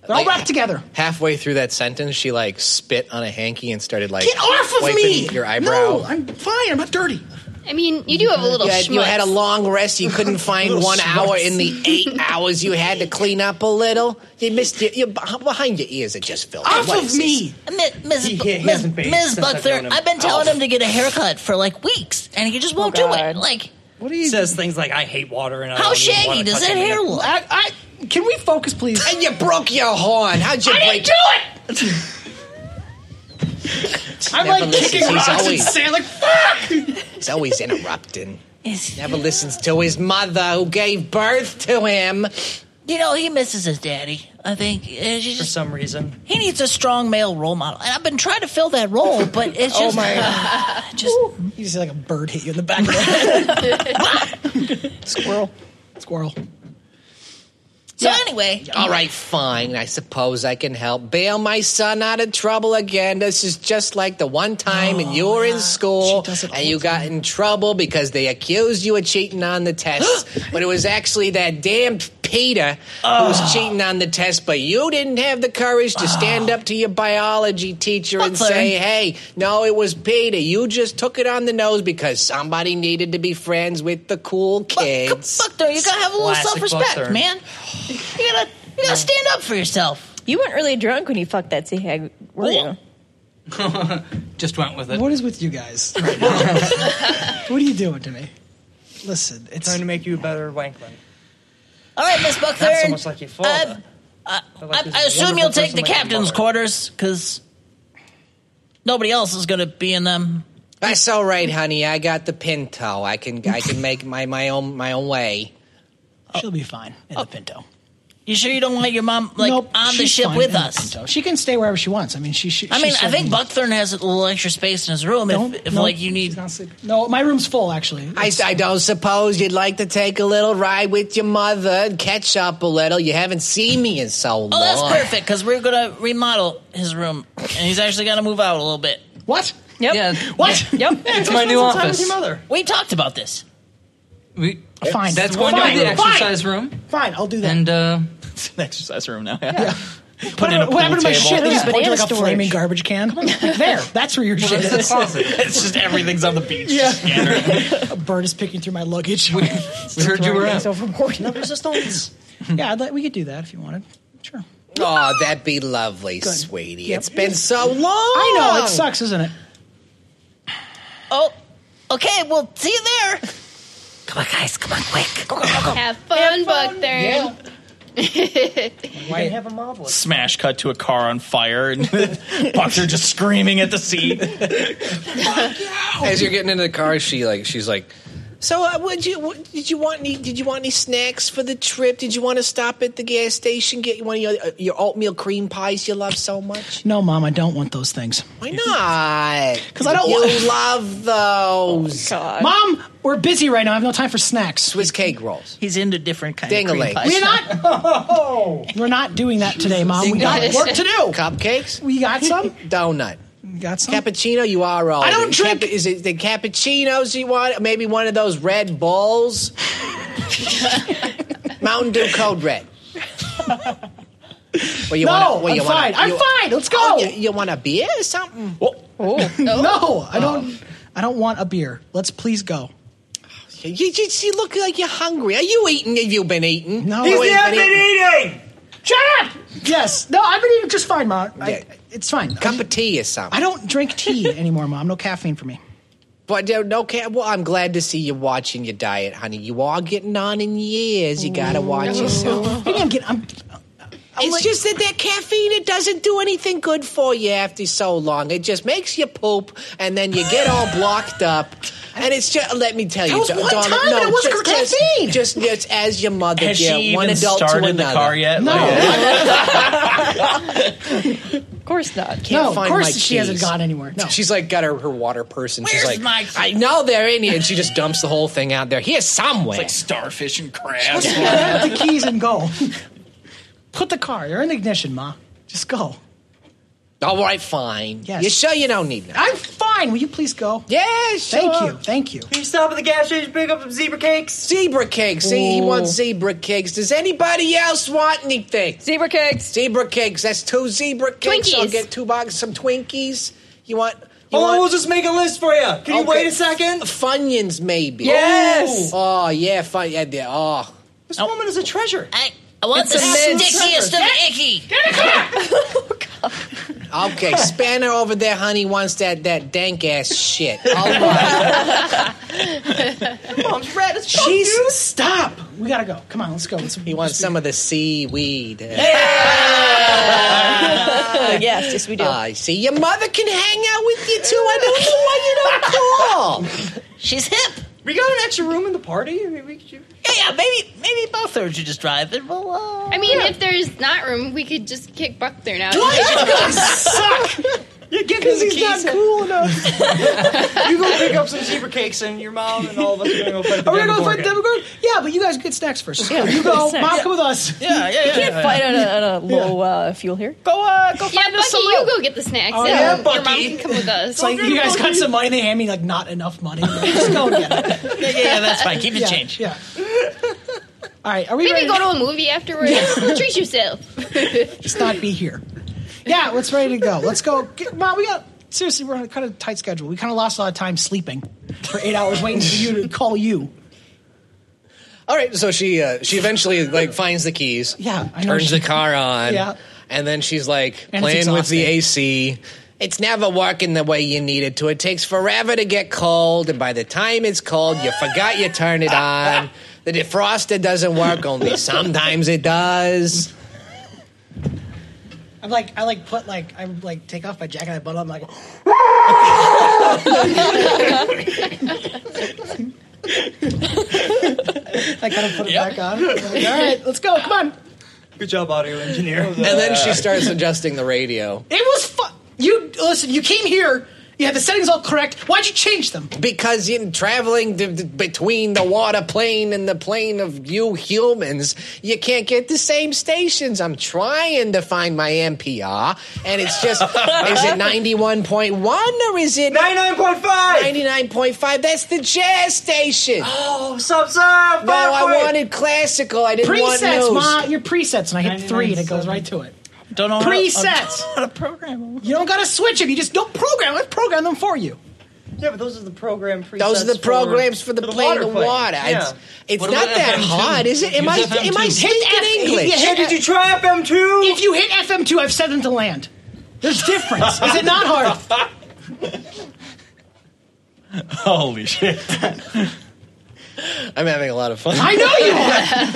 D: They're all
B: Like-
D: wrapped together.
B: Halfway through that sentence, she like spit on a hanky and started like
D: Get off of
B: wiping
D: me!
B: Your eyebrow.
D: No, I'm fine. I'm not dirty.
F: I mean, you do have a little
I: you, had, you
F: schmutz.
I: had a long rest. You couldn't find
D: Little
I: one hour
D: schmutz.
I: in the eight hours you had to clean up a little. You missed your, your behind your ears. It just filled.
D: Off
I: What
D: of
I: is this?
D: me.
J: Mi- Mrs.
E: He-
J: Bu-
E: he
J: Ms.
E: hasn't bathed
J: Ms.
E: since I've known
J: Buckthorn,
E: him.
J: I've been telling
E: Oh.
J: him to get a haircut for like weeks, and he just
D: Oh,
J: won't do it. Like,
E: What are you? Says things like, I hate water and I
J: how
E: don't even wanna
J: shaggy does
E: touch
J: that
E: it.
J: hair look?
D: I, I can we focus, please?
I: And you broke your horn. How'd you break?
D: do it. I'm
I: Never
D: like
I: listens.
D: kicking
I: He's
D: rocks and
I: always-
D: sand. Like fuck.
I: He's always interrupting.
J: Is-
I: Never listens to his mother who gave birth to him.
J: You know, he misses his daddy. I think Uh, she's
E: For
J: just,
E: some reason.
J: he needs a strong male role model, and I've been trying to fill that role, but
E: Oh
J: it's just uh, just
D: You see like a bird hit you in the back of the head. Squirrel. Squirrel.
J: so.
I: Yeah.
J: Anyway,
I: All right, fine. I suppose I can help bail my son out of trouble again. This is just like the one time
J: Oh,
I: and you were in school
D: She does it all
I: and you
D: the
I: got in trouble because they accused you of cheating on the test. but it was actually that damned Peter who was cheating on the test, but you didn't have the courage to stand up to your biology teacher and
J: Buckler.
I: say, hey, no, it was Peter. You just took it on the nose because somebody needed to be friends with the cool
J: Buck,
I: kids.
J: Buck, though, you gotta have a little
E: Classic
J: self respect,
E: Buckthorn.
J: man. You gotta you gotta stand up for yourself.
K: You weren't really drunk when you fucked that sea hag, were
J: Well,
K: you?
H: Just went with it.
D: What is with you guys? Right now? what are you doing to me? Listen, it's
E: trying to make you a better wankman.
J: All right, Miss
E: Not
J: Buckthorn.
E: so much like your
J: uh,
E: father.
J: I,
E: but like
J: I-
E: this
J: I assume
E: wonderful
J: you'll take
E: person
J: the
E: like your
J: captain's
E: mother.
J: quarters because nobody else is going to be in them.
I: That's all right, honey. I got the Pinto. I can I can make my, my own my own way.
D: She'll be fine in the Pinto.
J: You sure you don't want your mom Oh. like
D: Nope,
J: on the
D: she's
J: ship
D: fine
J: with
D: in the
J: us?
D: Pinto. She can stay wherever she wants. I mean, she. she
J: I mean,
D: she's
J: I think
D: certainly-
J: Buckthorn has a little extra space in his room.
D: No,
J: if if
D: no,
J: like you need,
D: No, my room's full actually.
I: I, I don't suppose you'd like to take a little ride with your mother and catch up a little. You haven't seen me in so long.
J: oh, that's perfect because we're going to remodel his room, and he's actually going to move out a little bit.
D: What?
J: Yep.
H: What?
J: Yep.
H: It's my new office.
J: We talked about this.
H: We,
D: Fine.
H: That's going
D: fine,
H: to be the
D: fine.
H: exercise room.
D: Fine, I'll do that.
H: And uh,
C: It's an exercise room now. Yeah.
D: What,
C: Put in a
D: what happened to my
C: pool
D: shit?
C: table.
D: I just put it like a
K: storage.
D: flaming garbage can. there, that's where your shit is.
C: it's just everything's on the beach.
D: Yeah.
C: Scattered.
D: a bird is picking through my luggage. we
H: heard you were out.
D: overboard. No resistance. yeah, I'd let, we could do that if you wanted. Sure.
I: Oh, that'd be lovely, sweetie.
D: Yep.
I: It's been so long. I
D: I know it sucks, isn't it?
J: Oh, okay. Well, see you there. Come on, guys. Come on, quick.
F: Have fun, Buckthorn.
E: Why you have a mob with?
C: Smash cut to a car on fire, and Bucks are just screaming at the sea.
B: As you're getting into the car, she like she's like,
I: So, uh, would you what, did you want any? Did you want any snacks for the trip? Did you want to stop at the gas station get one of your uh, your oatmeal cream pies you love so much?
D: No, Mom, I don't want those things.
I: Why not?
D: 'Cause I don't
I: You
D: want-
I: love those
K: God.
D: Mom, we're busy right now. I have no time for snacks.
I: Swiss cake rolls.
J: He's into different kind of cream
I: Ding-a-ling.
J: pies.
D: We're not. Oh. We're not doing that today, Mom. We got work to do.
I: Cupcakes,
D: We got some.
I: donut,
D: We got some.
I: cappuccino. You are old.
D: I don't
I: And
D: drink-
I: Cap- is it the cappuccinos you want? Maybe one of those Red Bulls. Mountain Dew Code Red. Well, you
D: no,
I: wanna- well, you wanna-
D: I'm fine. I'm
I: you-
D: fine. Let's go.
I: Oh, you, you want a beer or something?
D: No, I don't. I don't want a beer. Let's please go.
I: You, you, you look like you're hungry. Are you eating? Have you been eating?
D: No,
I: you
D: I
I: ain't
D: haven't
I: eating.
D: Shut up. Yes. No, I've been eating just fine, Mom. I-
I: Yeah.
D: it's fine.
I: Cup of tea or something.
D: I don't drink tea anymore, Mom. No caffeine for me.
I: But uh, no, okay. Well, I'm glad to see you watching your diet, honey. You are getting on in years. You gotta watch yourself.
D: Mm. Maybe I'm getting. I'm,
I: It's
D: like-
I: just that that caffeine it doesn't do anything good for you after so long. It just makes you poop, and then you get all blocked up. And it's just let me tell you,
D: was
I: da-
D: one
I: darling,
D: time
I: no,
D: that was
I: just, just-
D: caffeine.
I: Just, just as your mother
C: Has
I: did,
C: she
I: one
C: even
I: adult to
C: started the
I: another.
C: car yet?
D: no,
C: Like,
K: Of course not.
I: Can't
D: no. Of
I: find
D: course,
I: my
D: she hasn't
I: keys.
D: gone anywhere. No.
B: she's like got her, her water purse and she's
J: Where's
B: like,
J: my key?
I: I know they're in here, and she just dumps the whole thing out there. Here's somewhere.
C: like starfish and crabs.
D: Grab the keys and go. Put the car. They're in the ignition, Ma. Just go.
I: All right, fine.
D: Yes.
I: You sure you don't need that?
D: I'm fine. Will you please go?
I: Yeah, sure.
D: Thank you. Thank you.
E: Can you stop at the gas station, pick up some zebra cakes?
I: Zebra cakes. See, he wants zebra cakes. Does anybody else want anything?
K: Zebra cakes.
I: Zebra cakes. That's two zebra cakes. I'll
F: Twinkies.
I: get two boxes, some Twinkies. You want? You
E: Hold on, we'll
I: want
E: just make a list for you. Can you
I: Okay.
E: wait a second?
I: Funyuns, maybe?
E: Yes.
I: Oh yeah, fun. Yeah, yeah, oh.
E: This woman is a treasure.
J: I, I want
E: It's
J: the
E: a men's
J: stickiest of the icky.
I: Okay, Spanner over there, honey, wants that that dank ass shit. All right.
E: Mom's red as fuck,
D: Jeez,
E: dude.
D: stop. We gotta go. Come on, let's go. Let's,
I: He wants some of the seaweed.
K: Uh, yes, yes, we do.
I: I see. Your mother can hang out with you too. I don't know why you don't call.
J: She's hip.
E: We got an extra room in the party. I mean, we could-
J: Yeah, yeah. Maybe maybe both of them should just drive, and we'll. Uh,
F: I mean, if there's not room, we could just kick Buckthorn out.
E: Yeah, give him the
D: he's not
E: keys. cool enough. you go pick up some zebra cakes, and your mom and all of us are gonna go fight the
D: Are we gonna go fight the
E: Demogorgon.
D: Demogorgon? Yeah, but you guys get snacks first. Yeah, you go.
K: Snacks.
D: Mom, come with us.
C: yeah, yeah,
K: You can't fight on a, on a low uh, fuel here. Go, uh, go
F: yeah, Bucky, you go get the snacks.
D: Oh, yeah,
F: yeah, Your mom
D: Bucky.
F: can come with us.
D: It's like you guys got some money. They hand me like not enough money. Just go and get it.
J: yeah, yeah, yeah. That's fine. Keep the
D: Yeah,
J: change.
D: Yeah. All right. Are we
F: Maybe
D: ready?
F: go to a movie afterwards. Treat yourself.
D: Just not be here. Yeah, let's ready to go. Let's go. Get, Mom, we got. Seriously, we're on a kind of tight schedule. We kind of lost a lot of time sleeping for eight hours waiting for you to call you.
B: all right. So she uh, she eventually like finds the keys.
D: Yeah, I know
B: turns
D: she-
B: the car on.
D: Yeah.
B: and then she's like
D: And it's
B: playing with the
D: exhausting.
B: AC.
I: It's never working the way you need it to. It takes forever to get cold, and by the time it's cold, you forgot you turned it on. The defroster doesn't work, only sometimes it does.
D: I'm like, I like put like, I like take off my jacket, I button up, I'm like, I gotta put it back on. I'm like, All right, let's go. Come on.
E: Good job, audio engineer.
B: And then she starts adjusting the radio.
D: It was fun. You listen. You came here. You had the settings all correct. Why'd you change them?
I: Because in traveling d- d- between the water plane and the plane of you humans, you can't get the same stations. I'm trying to find my MPR, and it's just is it 91.1 or is it 99.5? 99.5. That's the jazz station.
E: Oh, sub sub.
I: No, I wanted classical. I didn't want
D: presets,
I: news.
D: Ma. Your presets, and I hit three, and it goes right to uh, it.
C: Don't
I: know how to-
D: presets. You don't gotta switch them. You just don't program. Let's program them for you.
E: Yeah, but those are the program presets.
I: Those are the programs for the, plane of water. It's, it's not that hard, is it? Am I am I speaking English?
D: you try FM two? If you hit FM two, I've set them to land. There's difference. Is it not hard?
C: Holy shit.
B: I'm having a lot of fun.
D: I know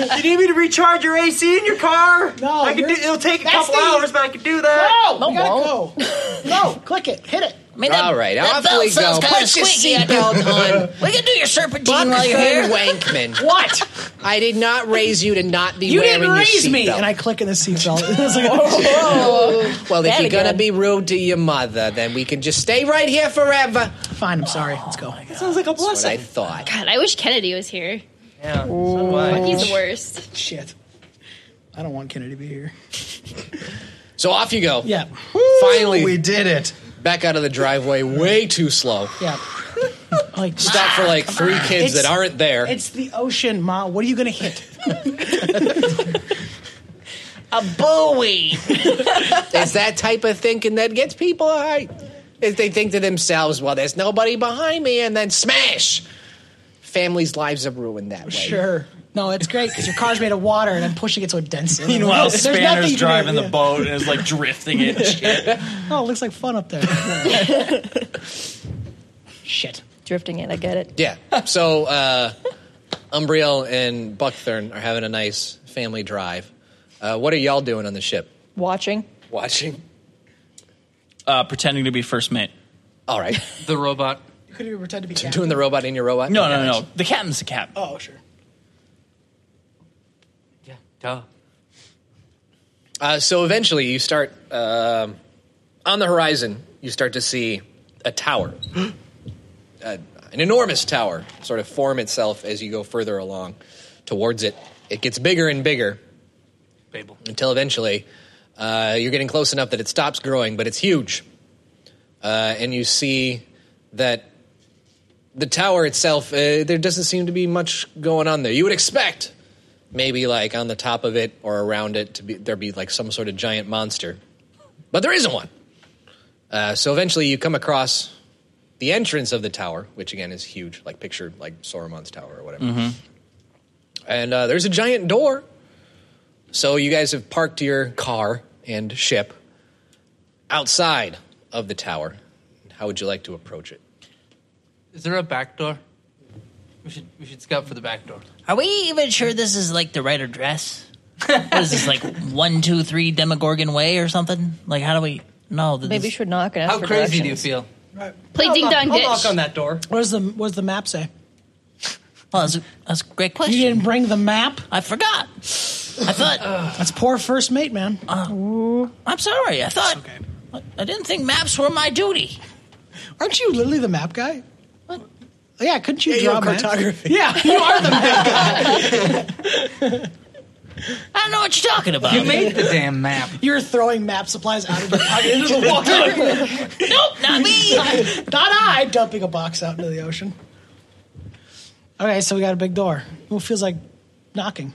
D: you
E: are. you need me to recharge your AC in your car? No, I can do,
D: you're-
E: it'll take a
D: that's
E: couple
D: the-
E: hours, but I can do that.
D: No, we gotta go. No, click it. Hit it.
J: I mean, that,
I: All right,
J: that
I: off
J: belt
I: we
J: sounds
I: go.
J: kinda
I: Put your
J: squeaky. I
I: seatbelt
J: don't-
I: on.
J: We can do your serpentine
I: Buck
J: while you're here.
I: Finn Wankman.
D: what?
I: I did not raise you to not be
D: You
I: wearing
D: didn't
I: your
D: raise me,
I: seatbelt.
D: and I click in the seatbelt. It's like, oh.
I: Well, if
D: That
I: you're gonna
D: again.
I: be rude to your mother, then we can just stay right here forever.
D: Fine, I'm sorry. Let's go. That
E: sounds like a
I: blessing. I thought.
F: God, I wish Kennedy was here.
E: Yeah.
F: Fuck, he's the worst.
D: Shit. I don't want Kennedy to be here.
B: So off you go.
D: Yeah.
B: Finally,
H: we did it.
B: Back out of the driveway, way too slow.
D: Yeah. Like
B: Stop for like three kids
D: It's-
B: that aren't there.
D: It's the ocean, Ma. What are you gonna hit?
I: A buoy. it's that type of thinking that gets people high. Is they think to themselves, "Well, there's nobody behind me," and then smash. Families' lives are ruined that way.
D: Sure. No, it's great because your car's made of water, and I'm pushing it so it dents. in.
C: Meanwhile,
D: There's nothing
C: Spanner's
D: you can do,
C: driving the
D: yeah.
C: boat and is like drifting it. and shit.
D: Oh, it looks like fun up there. Shit.
K: Drifting it, I get it.
B: Yeah. So uh, Umbriel and Buckthorn are having a nice family drive. Uh, what are y'all doing on the ship?
K: Watching.
B: Watching.
C: Uh, pretending to be first mate.
B: All right.
H: The robot.
D: You could even pretend to be
B: Doing the robot in your robot?
C: No, no, no. The captain's the captain.
D: Oh, sure.
H: Duh.
B: Uh, so eventually, you start um on the horizon. You start to see a tower, uh, an enormous tower, sort of form itself as you go further along towards it. It gets bigger and bigger
H: Babel.
B: until eventually uh, you're getting close enough that it stops growing, but it's huge, uh, and you see that the tower itself. Uh, there doesn't seem to be much going on there. You would expect maybe like on the top of it or around it to be there be like some sort of giant monster but there isn't one uh, so eventually you come across the entrance of the tower which again is huge like picture like sauron's tower or whatever and uh, there's a giant door so you guys have parked your car and ship outside of the tower how would you like to approach it
H: Is there a back door? We should we should scout for the back door.
J: Are we even sure this is like the right address? what is this like one two three Demogorgon Way or something? Like how do we know? that
K: Maybe you
J: this-
K: should knock and ask
H: How
K: for
H: crazy do you
K: directions.
H: feel?
F: Play ding dong ditch.
H: that door.
D: What does the What does the map say?
J: Well, that's a, that's a great question.
D: You didn't bring the map.
J: I forgot. I thought. Uh,
D: That's poor first mate, man.
J: I'm sorry. I thought. I didn't think maps were my duty.
D: Aren't you literally the map guy?
J: What?
D: Yeah, couldn't you
B: Yeah,
D: draw
B: you're
D: maps?
B: cartography.
D: Yeah, you are the map guy.
J: I don't know what you're talking about.
H: You made the damn map.
D: You're throwing map supplies out of your pocket into the water.
J: nope, not me.
D: Not I dumping a box out into the ocean. Okay, so we got a big door. Well, it feels like knocking.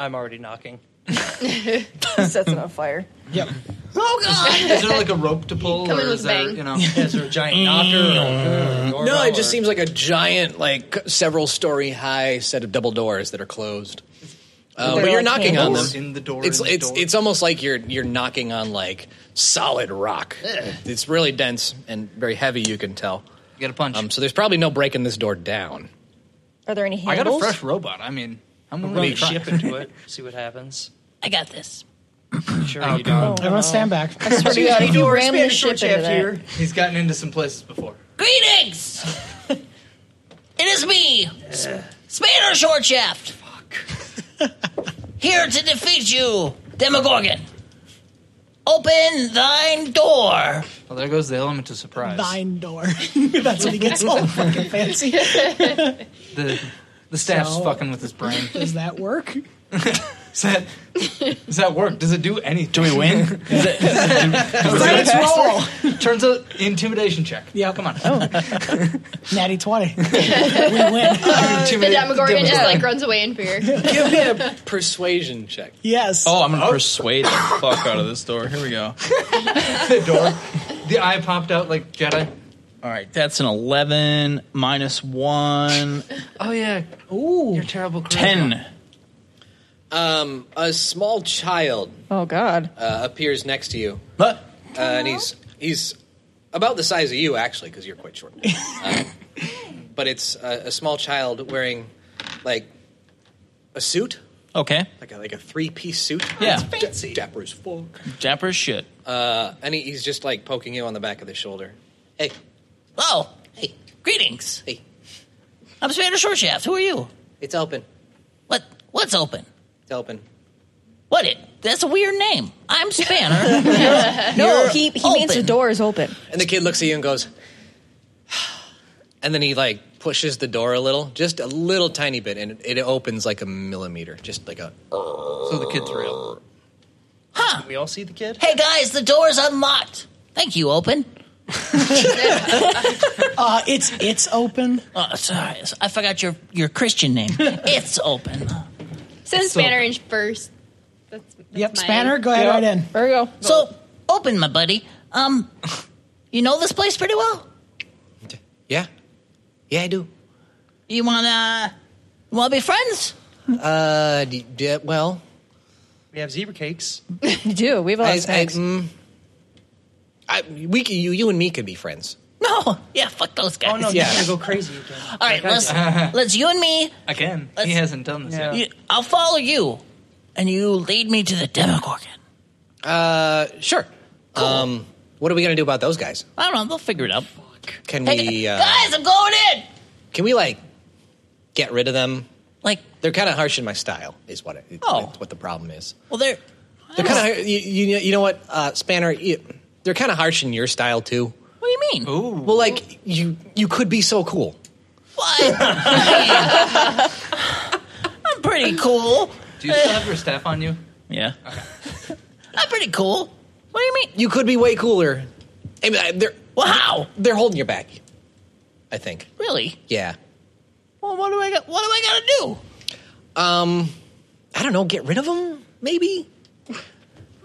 E: I'm already knocking.
K: Sets it on fire.
D: Yep.
J: Oh god.
H: Is there like a rope to pull,
F: Come
H: or
F: in with
H: is there
F: bang.
H: you know?
E: Is there a giant knocker? Or a
B: no
E: doorbell
B: it just
E: or-
B: seems like a giant like several story high set of double doors that are closed Uh,
A: They're
B: but you're
A: like
B: knocking on them.
A: handles. In the door,
B: It's
A: in the
B: it's
A: door.
B: it's almost like you're you're knocking on like solid rock. It's really dense and very heavy. You can tell. You
A: get a punch.
B: Um, so there's probably no breaking this door down.
K: Are there any
A: I got a
K: handles?
A: fresh robot. I mean, I'm
B: We'll
A: willing to
B: run a
A: try.
B: ship into
E: it. See what happens.
J: I got this.
E: Sure,
A: Oh,
E: you
A: God.
E: do.
D: Everyone stand back.
K: I swear to God, if you ram the ship into that.
A: He's gotten into some places before.
J: Greetings! it is me, Spader Short Shaft. Here to defeat you, Demogorgon. Open thine door.
A: Well, there goes the element of surprise.
D: Thine door. That's when he gets all fucking fancy. Does
A: The the staff's
D: So-
A: fucking with his brain.
D: that work?
A: Does that does that work? Does it do anything? Do
C: we win?
D: Let's roll.
A: Turns out intimidation check. Oh. Yeah, come on.
D: Natty 20. we win.
F: Uh, the Demogorgon
D: Demogorgon.
F: just like runs away in fear.
B: Give me a persuasion check.
D: Yes.
C: Oh, I'm gonna persuade the fuck out of this door. Here we go.
A: the door. The eye popped out like Jedi.
C: All right, that's an eleven minus one.
A: Oh yeah.
D: Ooh.
A: You're terrible.
C: Ten.
B: Um, a small child
K: Oh God.
B: uh, appears next to you.
C: What?
B: Uh, and he's he's about the size of you actually, because you're quite short. Um, but it's a, a small child wearing like a suit,
C: Okay,
B: like a, like a three piece suit.
C: Yeah.
B: It's fancy. Dapper as fuck.
C: dapper as shit.
B: Uh, and he, he's just like poking you on the back of the shoulder. Hey,
J: Oh, hey, greetings.
B: Hey.
J: I'm Spader Short Shaft. Who are you?
B: it's open.
J: What? What's open?
B: It's open.
J: What it? That's a weird name. I'm Spanner.
K: No,
J: You're
K: he he means the
J: open.
K: door is open.
B: And the kid looks at you and goes, and then he like pushes the door a little, just a little tiny bit, and it, it opens like a millimeter, just like a.
A: So the kid's real.
J: huh?
E: We all see the kid.
J: Hey guys, the door's unlocked. Thank you, open.
D: Uh, it's it's open.
J: Oh, sorry, I forgot your your Christian name. it's open.
F: Send Spanner in first. That's, that's
D: Yep,
F: my-
D: Spanner, go ahead right in.
K: There we go.
J: So open, my buddy. Um, you know this place pretty well.
B: Yeah, yeah, I do.
J: You wanna you wanna be friends?
B: Uh, d- d- well,
E: We have zebra cakes.
K: You do. We have a lot
B: I,
K: of
B: I,
K: snacks.
B: mm, I, we, c- you, you and me could be friends.
J: No. Yeah, fuck those guys.
E: Oh no,
B: Yeah.
E: you're gonna go crazy again.
J: All right, let's let's you and me.
A: Again, he
J: Let's-
A: hasn't done this
E: Yeah.
A: yet.
J: You, I'll follow you, and you lead me to the Demogorgon.
B: Uh, sure. Um, what are we gonna do about those guys?
J: I don't know. They'll figure it out.
B: Can
J: Hey,
B: we, uh,
J: guys, I'm going in.
B: can we like get rid of them?
J: Like,
B: They're kind of harsh in my style, is what it,
J: Oh.
B: it's what the problem is.
J: well, they're
B: They're kind of you, you, you know what, uh, Spanner. You, they're kind of harsh in your style too.
J: What do you mean?
B: Well, like you, you could be so cool.
J: What? I mean, I'm pretty cool.
A: Do you still have your staff on you?
C: Yeah.
J: I'm Uh, pretty cool. What do you mean?
B: You could be way cooler. I mean, I- they're
J: Well, how?
B: they're holding you back. I think.
J: Really?
B: Yeah.
J: Well, what do I got? What do I got to do?
B: Um, I don't know. Get rid of them, maybe.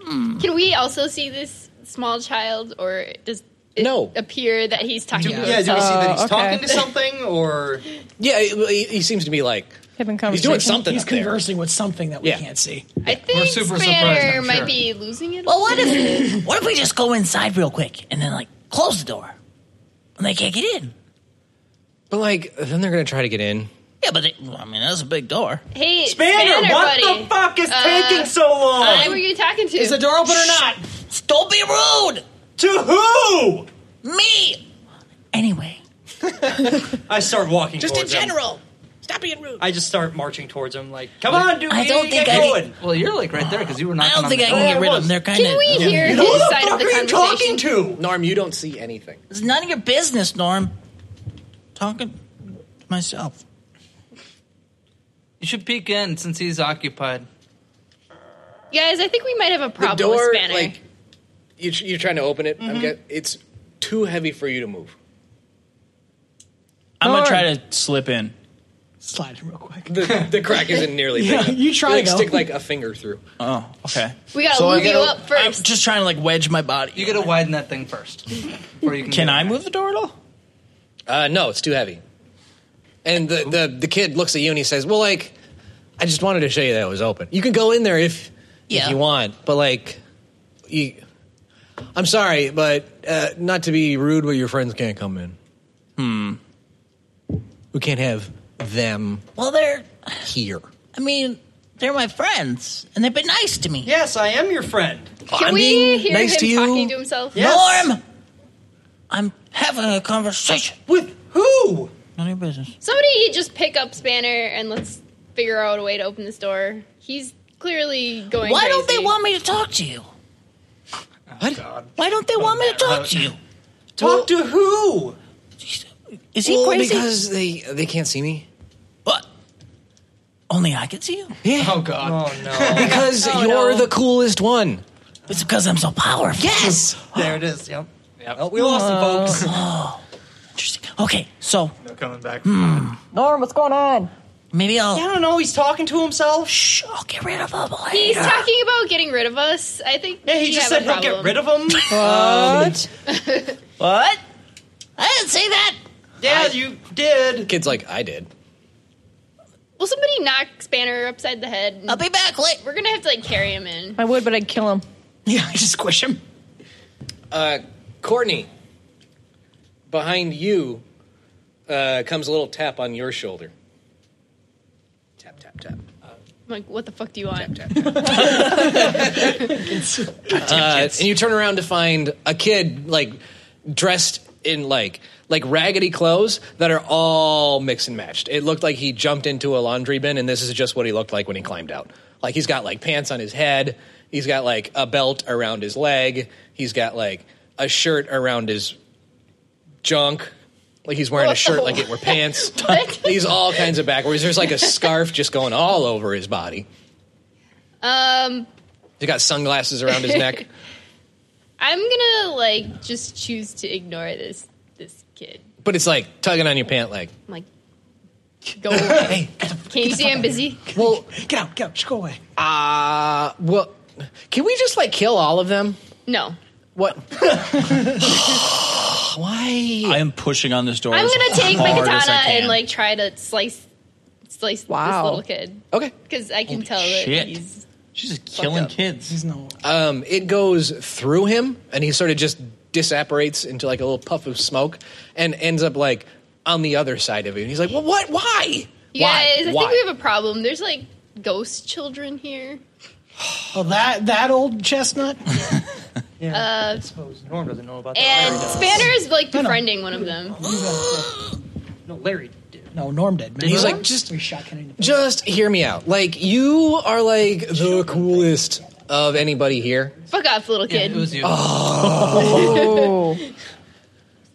J: Hmm.
F: Can we also see this small child, or does it
B: No.
F: appear that he's talking to
E: yeah,
F: us?
E: do we see that
J: Oh,
B: Oh,
E: he's
K: Uh, okay.
E: talking
K: to
E: to something or
B: Yeah, he, he seems to be like he's doing
K: Having conversation.
B: something.
D: He's
B: up there.
D: conversing with something that we
B: Yeah.
D: can't see.
F: I think
A: super surprised,
F: Spanner
A: I'm
F: might
A: sure.
F: be losing it. a
J: Well, what
F: little bit.
J: if what if we just go inside real quick and then like close the door and they can't get in?
B: But like, then they're gonna try to get in.
J: Yeah, but it, I mean that's a big door.
F: Hey,
E: Banner?
F: Spanner,
E: what
F: buddy.
E: the fuck is
F: Uh,
E: taking so long?
F: Who were you talking to?
E: is the door open or not?
J: Don't be rude.
E: To who?
J: Me. Anyway,
E: I start walking.
J: just in
E: towards him.
J: general. Stop being rude.
E: I just start marching towards him, like, "Come on, dude!
J: I
E: we
J: don't
E: need to
J: think
E: get
J: I can-
E: going."
A: Well, you're like right there because you were
J: I
A: knocking
J: don't
A: on
J: think
A: the
J: I
A: door.
J: can get rid of them.
E: was.
J: They're kind
F: Can
J: of.
F: we hear
E: Who
F: his
E: the
F: side of
E: fuck
F: the
E: are you talking to?
F: conversation?
B: Norm, you don't see anything.
J: It's none of your business, Norm. Talking to myself.
A: You should peek in since he's occupied.
F: Guys, I think we might have a problem
B: the door,
F: with Spanner.
B: like you, tr- you're trying to open it.
F: Mm-hmm.
B: I'm get, it's too heavy for you to move.
C: I'm
A: Norm.
C: gonna try to slip in.
D: Slide him real quick.
B: The, the crack isn't nearly
D: Yeah,
B: big. enough.
D: you try
B: like,
D: to go.
B: stick like a finger through.
C: Oh, okay.
F: we gotta
C: So I
F: move you
C: gotta-
F: up
C: I'm
F: 1st
C: just trying to like wedge my body.
A: You gotta widen that thing first. Before you can
C: Can
A: get
C: I
A: in.
C: move the door at all?
B: Uh, no, it's too heavy. And the, the the kid looks at you and he says, "Well, like, I just wanted to show you that it was open. You can go in there if, if
J: Yeah.
B: you want, but like, you, I'm sorry, but uh, not to be rude, but your friends can't come in. Hmm. We can't have them
J: Well, they're.
B: here.
J: I mean, they're my friends, and they've been nice to me.
E: Yes, I am your friend.
F: Can we hear him talking to himself?
J: Norm, I'm having a conversation
E: with who?
J: None of your business.
F: Somebody just pick up Spanner and let's figure out a way to open this door. He's clearly going.
J: Why don't
F: crazy.
J: they want me to talk to you?
E: Oh,
B: What?
J: Why don't they want me to talk to you?
E: Talk to who?
J: Is he
B: Well,
J: crazy?
B: Because they they can't see me.
J: Only I can see you.
B: Yeah.
J: Oh God.
E: Oh no.
B: Because
J: Oh,
B: you're
J: no.
B: the coolest one.
J: It's because I'm so powerful.
B: Yes.
H: There it is. Yep. Yep.
E: we lost him, folks.
J: Oh, interesting. Okay, so
H: No coming back.
J: Norm, what's going on? Maybe I'll.
E: I don't know. He's talking to himself.
J: Shh. I'll get rid of him. later.
F: He's talking about getting rid of us. I think.
E: Yeah, he
F: we
E: just
F: have
E: said
F: a
E: he'll get
F: problem.
E: rid of him. Um,
J: What? what? I didn't say that.
E: Yeah, you did.
B: Kid's like, I did.
F: Will somebody knock Spanner upside the head? I'll
J: be back. Wait,
F: we're gonna have to like carry him in.
K: I would, but I'd kill him.
E: Yeah, I just squish him.
B: Uh, Courtney, behind you uh, comes a little tap on your shoulder. Tap, tap, tap.
F: I'm like, what the fuck do you want?
B: Uh, and you turn around to find a kid like dressed in like like raggedy clothes that are all mixed and matched. It looked like he jumped into a laundry bin, and this is just what he looked like when he climbed out. Like he's got like pants on his head, he's got like a belt around his leg, he's got like a shirt around his junk. Like he's wearing a shirt like it were pants. he's all kinds of backwards. There's like a scarf just going all over his body.
F: Um,
B: He's got sunglasses around his neck.
F: I'm gonna like just choose to ignore this this kid.
B: But it's like tugging on your pant leg.
F: I'm like, go away. Can you see I'm busy?
B: Well,
E: get out, get out, just go away.
B: Uh well, can we just like kill all of them?
F: No.
B: What? Why?
C: I am pushing on this door.
F: I'm
C: as
F: gonna take my
C: hard as I
F: katana
C: can.
F: and like try to slice slice
B: Wow.
F: this little kid.
B: Okay.
F: Because I can tell that he's
C: She's just
F: killing up.
C: kids.
E: He's no.
B: Um, it goes through him, and he sort of just disapparates into like a little puff of smoke, and ends up like on the other side of you. And he's like, "Well, what? Why?
F: You guys,
B: Why?
F: I
B: Why?"
F: think we have a problem. There's like ghost children here.
D: Oh, that that old chestnut.
F: Uh,
H: Norm doesn't know about
F: and
H: that.
F: Spanner is like befriending one of them.
H: No, Larry.
D: No, Norm did.
B: And he's like, just just hear me out. Like you are like the coolest of anybody here.
F: Fuck off, little kid. Uh,
B: Oh.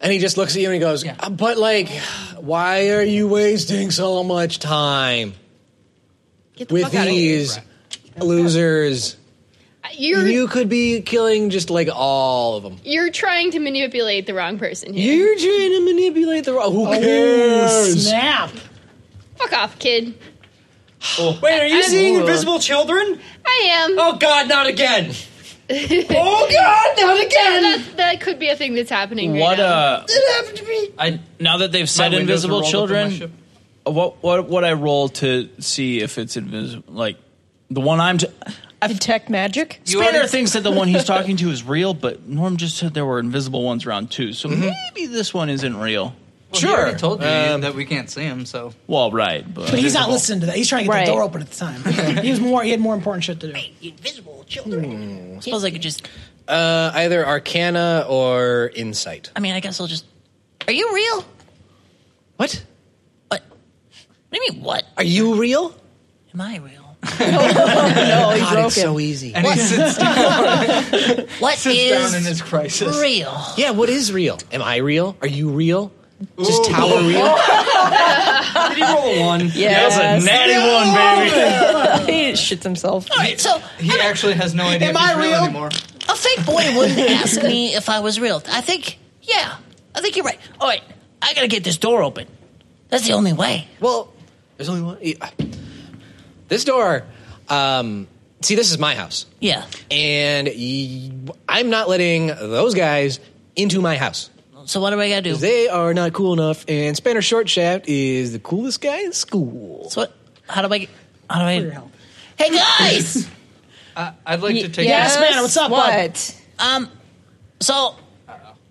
B: And he just looks at you and he goes, "Uh, "But like, why are you wasting so much time
F: the
B: with
F: fuck outta here.
B: these losers?
F: You're
B: you could be killing just like all of them.
F: you're trying to manipulate the wrong person here.
B: You're trying to manipulate the wrong. Who
F: Oh,
B: cares?
D: snap.
F: Fuck off, kid.
E: Wait, are you
F: I-
E: seeing invisible children?
F: I am.
E: Oh God, not again! oh God, not again!
F: that, that could be a thing that's happening.
C: What
F: right now.
C: a! I now that they've said
H: windows are
C: invisible
H: rolled up on my
C: children,
H: ship.
C: what what what I roll to see if it's invisible? Like the one I'm. T-
K: Detect magic.
C: Spanner thinks that the one he's talking to is real, but Norm just said there were invisible ones around too. So maybe this one isn't real. Um,
H: Well, He already told you that we can't see him, so
C: Well, right, but,
D: But he's not listening to that. He's trying to get
H: Right.
D: the door open at the time. he was more. He had more important shit to do. Hmm.
J: Invisible children. suppose I could just.
B: Uh, either Arcana or Insight.
J: I mean, I guess I'll just. Are you real? What? What? What do you mean? What?
B: Are you real?
J: Am I real?
B: Oh,
K: no, he
B: God,
K: broke
B: it's
K: him.
B: so easy.
K: And he sits down.
J: What
K: Sits
J: is
K: down in his
H: crisis.
J: real?
B: Yeah, what is real? Am I real? Are you real? Just tower real?
E: Did he roll a one?
K: Yes.
H: That's a natty one,
K: he shits himself.
J: All right, so
H: he actually has no idea.
K: Am
H: if he's
K: I real?
H: anymore.
J: a fake boy wouldn't ask me if I was real. I think, yeah, I think you're right. All right, I gotta get this door open. That's the only way.
B: Well, there's only one. yeah. This door. Um, see, this is my house.
J: Yeah.
B: And y- I'm not letting those guys into my house.
J: So what do I gotta do?
B: They are not cool enough, and Spanner Short Shaft is the coolest guy in school.
J: So what, how do I? get- All right. Hey guys.
H: I'd like to take.
J: Yes, man, what's up, bud?
K: What?
J: Um, so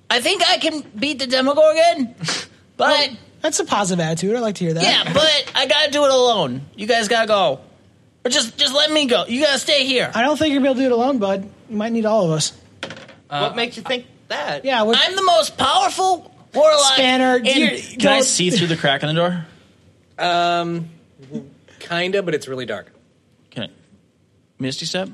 J: I think I can beat the Demogorgon, but
D: That's a positive attitude. I like to hear that.
J: yeah, but I gotta do it alone. You guys gotta go, or just just let me go. You gotta stay here.
D: I don't think you'll be able to do it alone, bud. You might need all of us.
J: what makes you think that?
D: Yeah, what-
J: I'm the most powerful warlock.
D: Spanner,
J: in-
D: you're-
C: Can I see through the crack in the door?
B: Um, kinda, but it's really dark.
C: Can I Misty Step?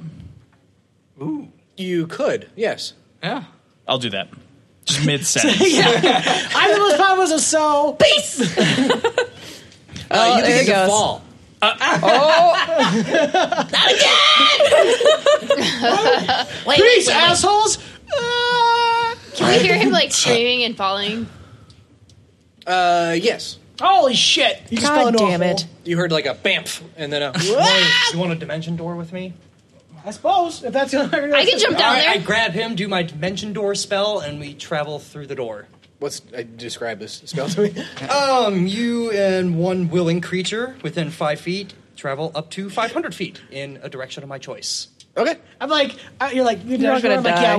B: Ooh, you could. Yes.
H: Yeah.
C: I'll do that. Just mid sentence.
D: I'm the most powerful, so- so
J: peace.
B: Uh, you
K: Oh, there
B: begin
K: it
B: to
K: goes.
B: fall.
D: Oh.
J: Wait,
D: Peace,
J: wait, wait, wait.
D: assholes.
F: Can we hear him like screaming and falling?
B: Uh, yes.
D: Holy shit! You just fell
K: God
D: into a
K: damn
D: hole.
K: it.
B: You heard like a bamf, and then a.
E: You want a dimension door with me?
D: I suppose if that's the only.
F: I can jump down
E: All right,
F: there.
E: I grab him, do my dimension door spell, and we travel through the door.
B: What's I describe this spell to me?
E: Um, you and one willing creature within five feet travel up to 500 feet in a direction of my choice.
B: Okay.
D: I'm like, uh, you're like, you're,
K: You're not
D: gonna
K: gonna
D: I'm like,
K: die.
D: yeah,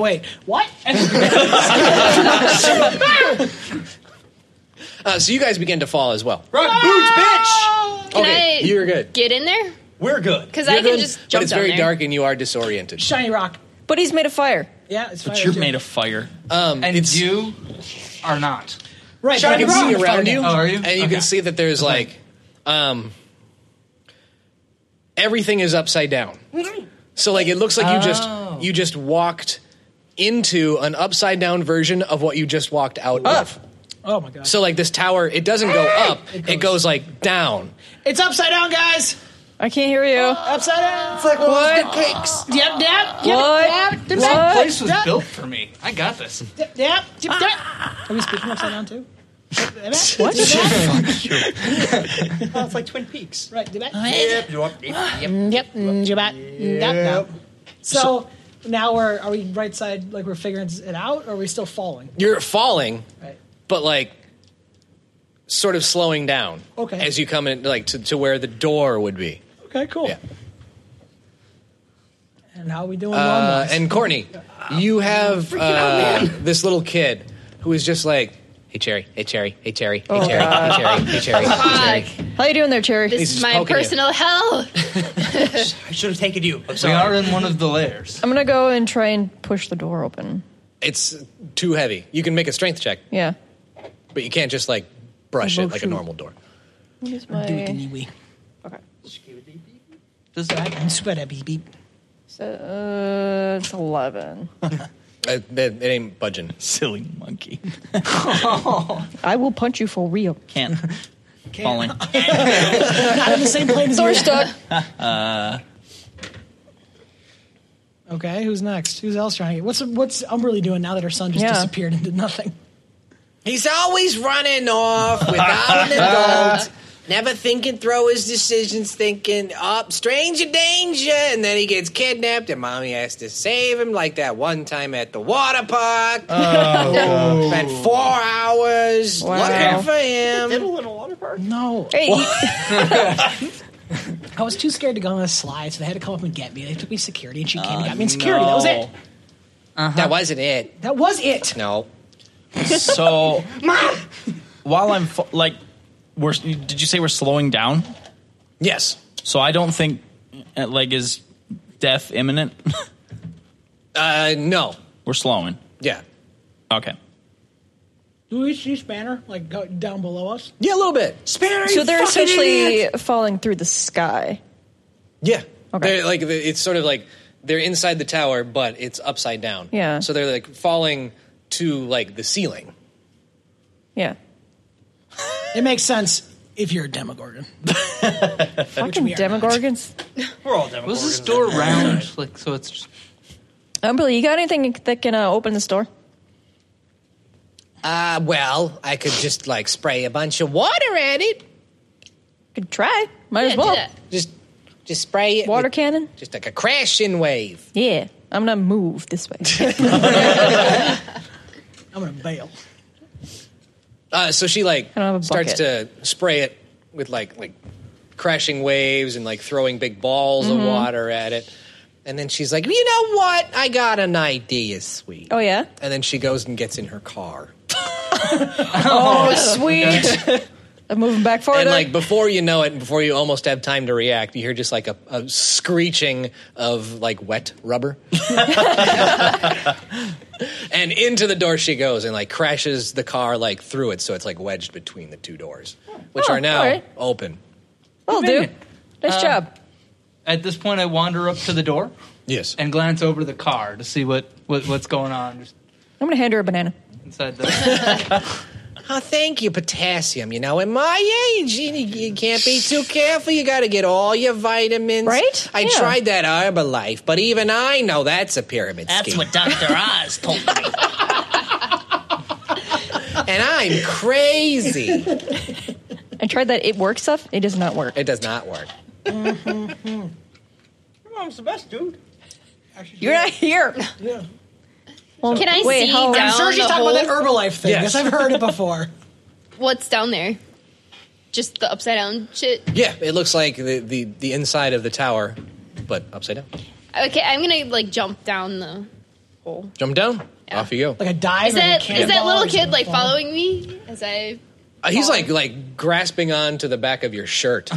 D: wait, what?
B: Uh, so you guys begin to fall as well.
E: Rock boots, bitch!
F: Can
B: okay,
F: I
B: you're good.
F: get in there?
E: We're good.
F: Because I can
B: Good,
F: just jump
B: but it's
F: down
B: very
F: there.
B: dark, and you are disoriented.
D: Shiny rock.
K: But he's made of fire.
D: Yeah, it's fine.
C: But you're made of fire.
B: Um,
H: And
B: it's
H: you are not.
D: right.
B: you
D: Shiny
B: can see
D: rock.
B: around you,
H: Oh, are you?
B: and you
H: Okay.
B: can see that there's like, um, everything is upside down. So like, it looks like you
H: Oh.
B: just you just walked into an upside down version of what you just walked out of.
D: Oh my god.
B: So like, this tower, it doesn't go up; it goes, like down.
D: it's upside down, guys.
K: I can't hear you.
D: Upside down. It's
K: What?
D: Yep, dab. Yep,
K: What?
D: dab.
K: What?
D: Dab.
H: Place was
D: Dab.
H: built for me. I got this.
D: Dab. Dab. Dab. Are we speaking upside down too? What?
E: Oh, it's like Twin Peaks.
D: Right. Dab.
E: Yep, yep, yep.
D: Yep. Jabat. Yep. So now we're are we right side like we're figuring it out or are we still falling?
B: You're falling,
D: Right.
B: but like, sort of slowing down.
D: Okay.
B: As you come in, like to, to where the door would be.
D: Okay, cool.
B: Yeah.
D: And how are we doing
B: Uh,
D: lawn-wise?
B: and Courtney, you have uh, this little kid who is just like, hey Cherry, hey Cherry, hey Cherry, hey
H: Oh,
B: Cherry, hey Cherry, hey Cherry, hey Cherry.
K: How you doing there, Cherry?
F: This
B: He's
F: is
B: just
F: my
B: poking you.
F: personal hell.
E: I should have taken you. I'm
H: We
E: sorry.
H: are in one of the layers.
K: I'm gonna go and try and push the door open.
B: It's too heavy. You can make a strength check,
K: Yeah.
B: but you can't just like brush it like a normal door.
K: Use my. Okay.
H: Does that?
D: And sweater beep beep.
K: So uh, it's eleven.
B: Uh, It, it ain't budging.
C: Silly monkey.
K: I will punch you for real.
C: Can't. Falling.
D: Not in the same plane as
K: So
D: you.
K: we're stuck.
C: Uh,
D: Okay, who's next? Who's else trying to get? What's what's Umberly doing now that her son just
K: Yeah.
D: disappeared and did nothing?
I: He's always running off without an adult. Never thinking, throw his decisions, thinking up, stranger danger, and then he gets kidnapped, and mommy has to save him, like that one time at the water park. Spent four hours
K: Wow.
I: looking for him.
E: in a water park.
D: No,
K: Hey,
D: I was too scared to go on a slide, so they had to come up and get me. They took me to security, and she
H: Uh,
D: came and got me in security. That was it.
I: That wasn't it.
D: Uh-huh. That was it.
I: No.
C: So while I'm fa- like, we're did you say we're slowing down?
B: Yes.
C: So I don't think uh, like is death imminent.
B: Uh, no.
C: we're slowing.
B: Yeah.
C: Okay.
D: Do we see Spanner like go down below us?
B: Yeah, a little bit.
I: Sparrow,
K: so they're essentially falling through the sky.
B: Yeah.
K: Okay.
B: They're like the- it's sort of like they're inside the tower, but it's upside down.
K: Yeah.
B: So they're like falling to like the ceiling.
K: Yeah.
D: It makes sense if you're a Demogorgon.
K: Fucking
D: we are not.
K: demogorgons.
E: We're all Demogorgons.
H: Was this door round? Like so, it's just,
K: Umberly, you got anything that can uh, open this door?
I: Uh, well, I could just like spray a bunch of water at it.
K: Could try. Might
F: Yeah,
K: as
F: do
K: well.
F: that.
I: Just, just spray it.
K: Water
I: with-
K: cannon.
I: Just like a crashing wave.
K: Yeah. I'm gonna move this way.
D: I'm gonna bail.
B: Uh, so she like
K: I don't have a
B: starts
K: bucket.
B: to spray it with like like crashing waves and like throwing big balls
K: Mhm.
B: of water at it. And then she's like, you know what? I got an idea, sweet.
K: Oh yeah.
B: And then she goes and gets in her car.
K: Oh, sweet. I'm moving back forward.
B: and like before you know it, and before you almost have time to react, you hear just like a, a screeching of like wet rubber, and into the door she goes and like crashes the car like through it, so it's like wedged between the two doors, which
H: Oh,
B: are now
H: all right.
B: open.
K: Well, dude. Nice
B: Uh,
K: job.
H: At this point, I wander up to the door.
B: Yes.
H: And glance over the car to see what, what what's going on just
K: I'm gonna hand her a banana.
H: inside the.
I: Oh, thank you, potassium. You know, at my age, you, you can't be too careful. You got to get all your vitamins. Right? I
J: Yeah.
I: tried that Herbalife, but even I know that's a pyramid
J: That's
I: scheme.
J: what Dr. Oz told me.
I: and I'm crazy.
K: I tried that it works stuff. It does not work.
B: It does not work.
L: Your mom's the best, dude.
K: You're not here.
L: Yeah.
K: Well,
F: Can I
K: wait,
F: see
K: how-
F: down
D: I'm sure she's
F: the
D: talking
F: hole?
D: about that Herbalife thing. Yes,
F: Yes.
D: I've heard it before.
F: What's down there? Just the upside down shit.
B: Yeah, it looks like the the, the inside of the tower, but upside down.
F: Okay, I'm gonna like jump down the hole.
B: Jump down. Off you go.
D: Like a dive.
F: Is that is that little kid like
D: following?
F: following me as I?
B: Uh, he's like like grasping onto the back of your shirt,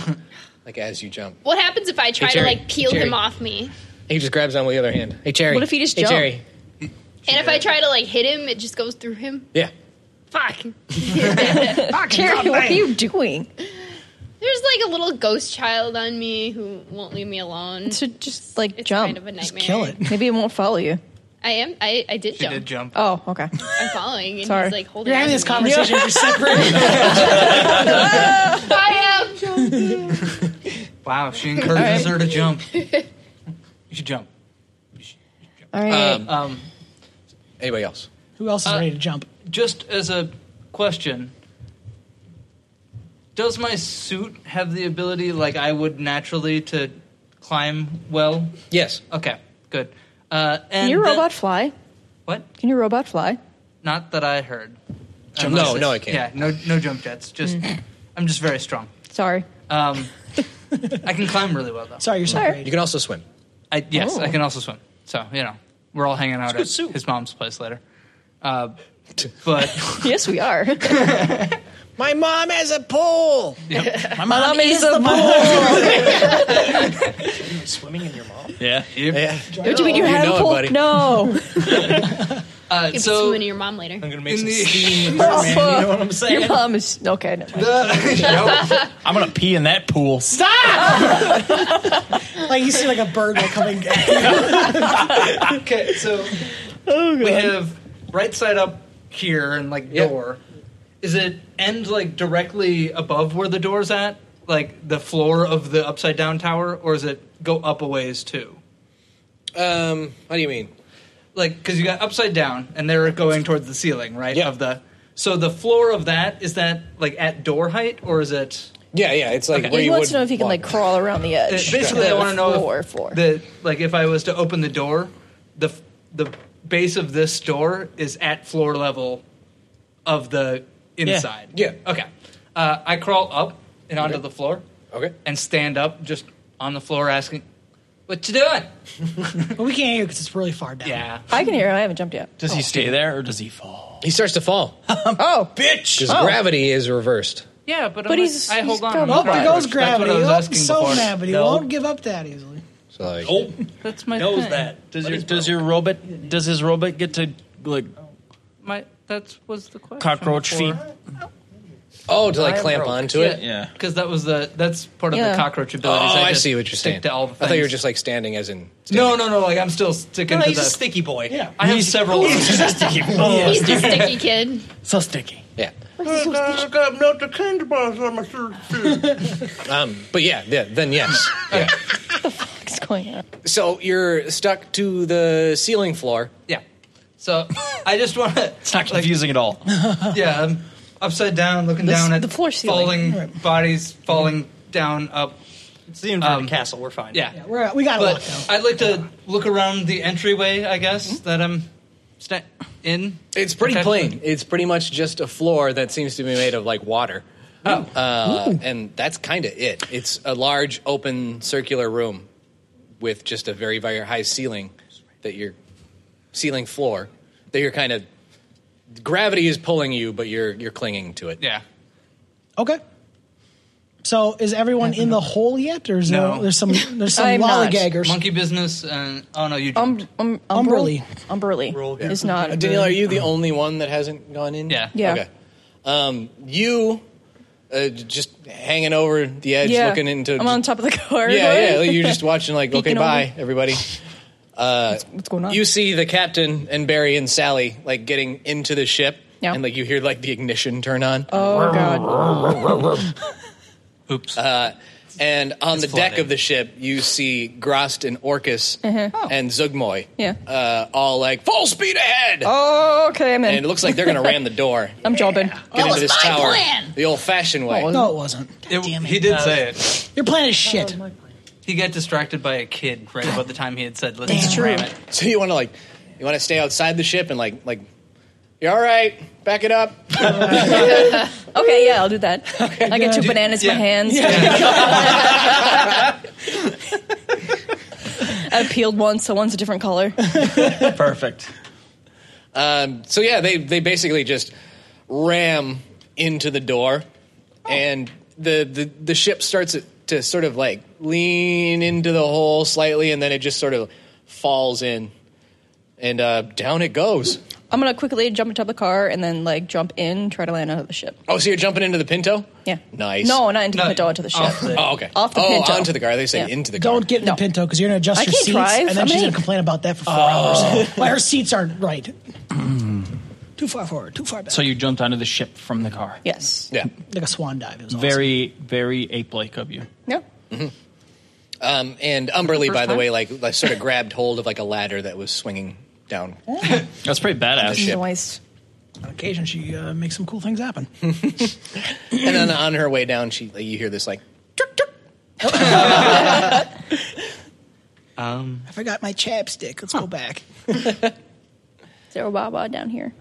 B: like as you jump.
F: What happens if I try to
B: Jerry.
F: like peel
B: Jerry.
F: him off me?
B: He just grabs on with the other hand. Hey Cherry.
F: What if he just
B: hey,
F: jumped?
B: Jerry.
F: And if I try to like hit him, it just goes through him.
B: Yeah.
F: Fuck.
K: Jerry, what are you doing?
F: There's like a little ghost child on me who won't leave me alone.
K: To just like jump.
F: kind of a Just nightmare. kill it.
K: Maybe it won't follow you.
F: I am. I, I did jump.
H: jump.
K: Oh, okay.
F: I'm following, and
K: Sorry.
F: he's like holding.
K: You're having
F: on
K: this
F: to me.
K: conversation, you're separate.
F: I am.
H: wow, she encourages her to jump. You should jump.
K: All
B: right. Um,
H: um,
B: Anybody else?
D: Who else is
H: Uh,
D: ready to jump?
H: Just as a question, does my suit have the ability, like I would naturally, to climb well?
B: Yes.
H: Okay. Good. Uh, and
K: Can your
H: that-
K: robot fly?
H: What?
K: Can your robot fly?
H: Not that I heard.
K: Jump
H: Unless
K: jets.
H: it's-
K: No, I can't.
H: Yeah, no, no jump jets. Just,
K: Mm.
H: I'm just very strong.
K: Sorry.
H: Um, I can climb really well though.
D: Sorry, you're
K: sorry. Alright.
B: You can also swim.
H: I, yes,
K: Oh.
H: I can also swim. So you know, we're all hanging out
K: good
H: at his mom's place later. Uh, but
K: yes, we are.
I: My mom has a pool.
K: My mom is
I: the
L: Swimming in your mom?
C: Yeah.
B: yeah.
K: Don't you mean you had a pool? No.
H: Uh,
F: Give
H: so-
F: so, to your mom later. I'm
L: gonna
H: make some steam.
K: Oh,
L: what I'm
K: Your mom is okay. never mind.
C: I'm gonna pee in that pool.
D: Stop! like you see like a bird like coming.
H: okay, so
B: Oh,
H: we have right side up here and like door. Is it end like directly above where the door's at, like the floor of the upside down tower, or is it go up a ways too?
B: Um, how do you mean?
H: Like, because you got upside down, and they're going towards the ceiling, right? Yeah. Of the so the floor of that is that like at door height, or is it?
B: Yeah, yeah. It's like
K: He wants to know if he can like crawl around the edge.
H: Uh, basically, I
K: The
H: want to know
K: floor,
H: if
K: floor.
H: the like if I was to open the door, the f- the base of this door is at floor level of the
B: Yeah.
H: inside.
B: Yeah.
H: Okay. Uh, I crawl up and onto
B: Okay.
H: the floor.
B: Okay.
H: And stand up just on the floor, asking, "What you doing?"
D: but we can't hear because it's really far down.
H: Yeah.
K: I can hear him. I haven't jumped yet.
C: Does he stay there or does he fall?
B: Oh. He starts to fall.
K: oh,
B: bitch! Because
K: Oh.
B: gravity is reversed.
H: Yeah, but,
K: But
H: I'm
K: he's-
H: like, I
K: he's
H: hold on.
K: got
H: I'm
K: up.
H: trying
D: There
H: to
D: goes
H: push. That's what
D: gravity.
H: I was
D: Oh,
H: asking
D: so
H: before.
D: mad, but he
C: No.
D: won't give up that easily.
B: So like,
C: Oh,
H: that's my
C: knows
H: thing.
C: that. Does your does your robot does his robot get to like
H: My that was the question.
C: cockroach feet?
B: Oh, to like clamp onto it.
C: Yeah,
H: because that was the that's part of
B: Yeah.
H: the cockroach
B: Oh,
H: abilities.
B: I,
H: just
B: see what you're
H: stick
B: saying.
H: To all the
B: I thought you were
H: things.
B: just like standing, as in
H: No, no, no. Like I'm still sticking
B: No,
H: to
B: he's
H: the
B: a sticky boy. Yeah.
H: I have several.
B: He's a sticky boy.
H: Oh.
F: He's the sticky kid.
C: so sticky.
B: Yeah.
E: Uh,
L: I got not the candy bars on my shirt.
B: Um, but yeah, yeah, then yes. Yeah.
K: What's going on?
B: so you're stuck to the ceiling floor.
H: Yeah. So I just want to.
C: It's not confusing at all.
H: yeah, I'm upside down, looking
C: This-
H: down at
C: the
H: floor falling bodies falling down up. It's
L: the inverted castle. We're fine.
H: Yeah,
D: We're, we got a
H: but
D: lot though.
H: I'd like to look around the entryway. I guess that I'm sta- in.
B: It's pretty
H: Okay.
B: plain. It's pretty much just a floor that seems to be made of like water. Uh, and that's kind of it. It's a large, open, circular room with just a very, very high ceiling that you're ceiling floor that you're kind of gravity is pulling you, but you're you're clinging to it. Yeah.
D: Okay. So is everyone in the hole yet, or is
A: No.
D: there, there's some there's some
K: I'm not.
D: lollygaggers?
A: Monkey business and oh no, you.
K: Um, um, Umberly. Umberly is not.
B: Uh, Danielle,
K: good.
B: are you the only one that hasn't gone in? Yeah.
K: Yeah.
B: Okay. Um, you uh, j- just hanging over the edge,
K: Yeah.
B: looking into.
K: I'm on top of the car.
B: Yeah, yeah. You're just watching, like, okay,
K: Peeking
B: bye,
K: over.
B: everybody. Uh, what's,
K: going on?
B: You see the captain and Barry and Sally like getting into the ship,
K: Yeah.
B: and like you hear like the ignition turn on.
K: Oh god.
B: Oops. Uh, and on the deck of the ship, you see Grost and Orcus
K: Uh-huh. Oh.
B: and Zugmoy,
K: yeah.
B: uh, all like full speed ahead.
K: Oh, okay, I'm in.
B: And it looks like they're going to ram the door.
K: I'm jumping.
B: Get into this tower the
K: Oh,
B: old-fashioned way. Uh,
D: No, it wasn't.
A: He did say it.
D: Your plan is shit.
A: He got distracted by a kid right about the time he had said, "Let's
B: Damn.
A: ram it."
B: So you want to like, you want to stay outside the ship and like, like, you're all right. Back it up.
K: okay, yeah, I'll do that. I get two bananas in my hands. I peeled one, so one's a different color.
B: Perfect. Um, so yeah, they they basically just ram into the door, and the, the the ship starts to sort of like lean into the hole slightly, and then it just sort of falls in, and uh, down it goes.
K: I'm gonna quickly jump on top of the car and then like jump in, try to land out of the ship.
B: Oh, so you're jumping into the Pinto?
K: Yeah.
B: Nice.
K: No, not into the Pinto, into the ship.
B: oh, okay.
K: Off the
B: oh,
K: Pinto.
B: onto the car. They say into the car.
D: Don't get in the Pinto because you're gonna adjust
K: I
D: your
K: can't
D: seats,
K: drive.
D: and then
K: I'm
D: she's
K: eight.
D: gonna complain about that for four
C: Oh.
D: hours. Why her seats aren't right? too far forward, too far back.
C: So you jumped onto the ship from the car.
K: Yes.
B: Yeah.
D: Like a swan dive. It was
C: Very, very ape-like of you.
K: No.
B: Um, and Umberly,
C: First
B: by the
C: time?
B: way, like, like sort of grabbed hold of like a ladder that was swinging down.
C: That's pretty badass.
B: ship.
K: Nice.
D: On occasion, she uh, makes some cool things happen.
B: And then on her way down, she you hear this like
A: Um,
D: I forgot my chapstick. Let's go back.
K: Zero Baba down here.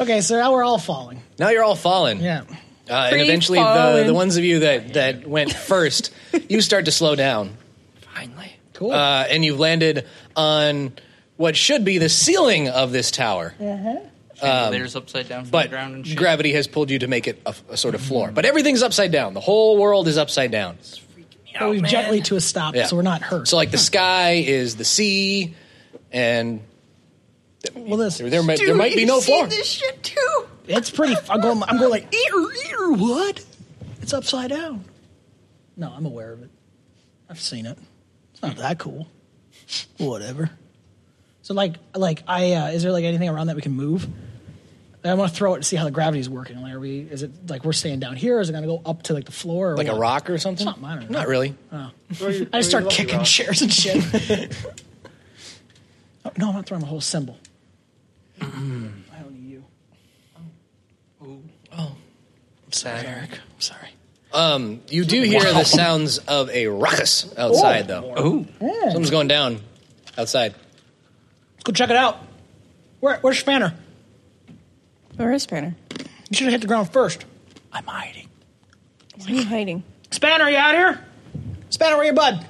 D: Okay, so now we're all falling.
B: now you're all fallen.
D: Yeah.
B: Uh, and
D: Free
B: eventually, the,
D: fallen.
B: the ones of you that, that went first, you start to slow down. Finally. Cool. Uh, and you've landed on what should be the ceiling of this tower.
A: Layers upside down from the
B: Um, but
A: ground and shit.
B: gravity has pulled you to make it a, a sort of floor. But everything's upside down. The whole world is upside down.
D: But we've gently to a stop,
B: Yeah.
D: so we're not hurt.
B: So like the sky is the sea, and
D: well, this
B: there, there, might, there might be no floor.
D: shit too. It's pretty. I'm going. I'm going like ear ear. What? It's upside down. No, I'm aware of it. I've seen it. It's not that cool. Whatever. So like like I uh, is there like anything around that we can move? I want to throw it to see how the gravity's working. Like, are we? Is it like we're staying down here? Or is it going to go up to like the floor? Or
B: Like a
D: what?
B: rock or something?
D: It's not mine.
B: Not really.
D: Oh.
L: Throw your-
D: I just
L: throw
D: start
L: your lucky
D: kicking
L: rock.
D: chairs and shit. oh, no, I'm not throwing a whole symbol. Mm-hmm. I own you. I'm sorry, Eric. I'm sorry.
B: Um, you do hear
D: Wow.
B: the sounds of a ruckus outside, though.
D: Oh. Yeah.
B: something's going down outside.
D: Let's go check it out. Where, where's Spanner?
K: Where is Spanner?
D: You should have hit the ground first.
K: Why are you hiding?
D: Spanner, you out here? Spanner, where you bud?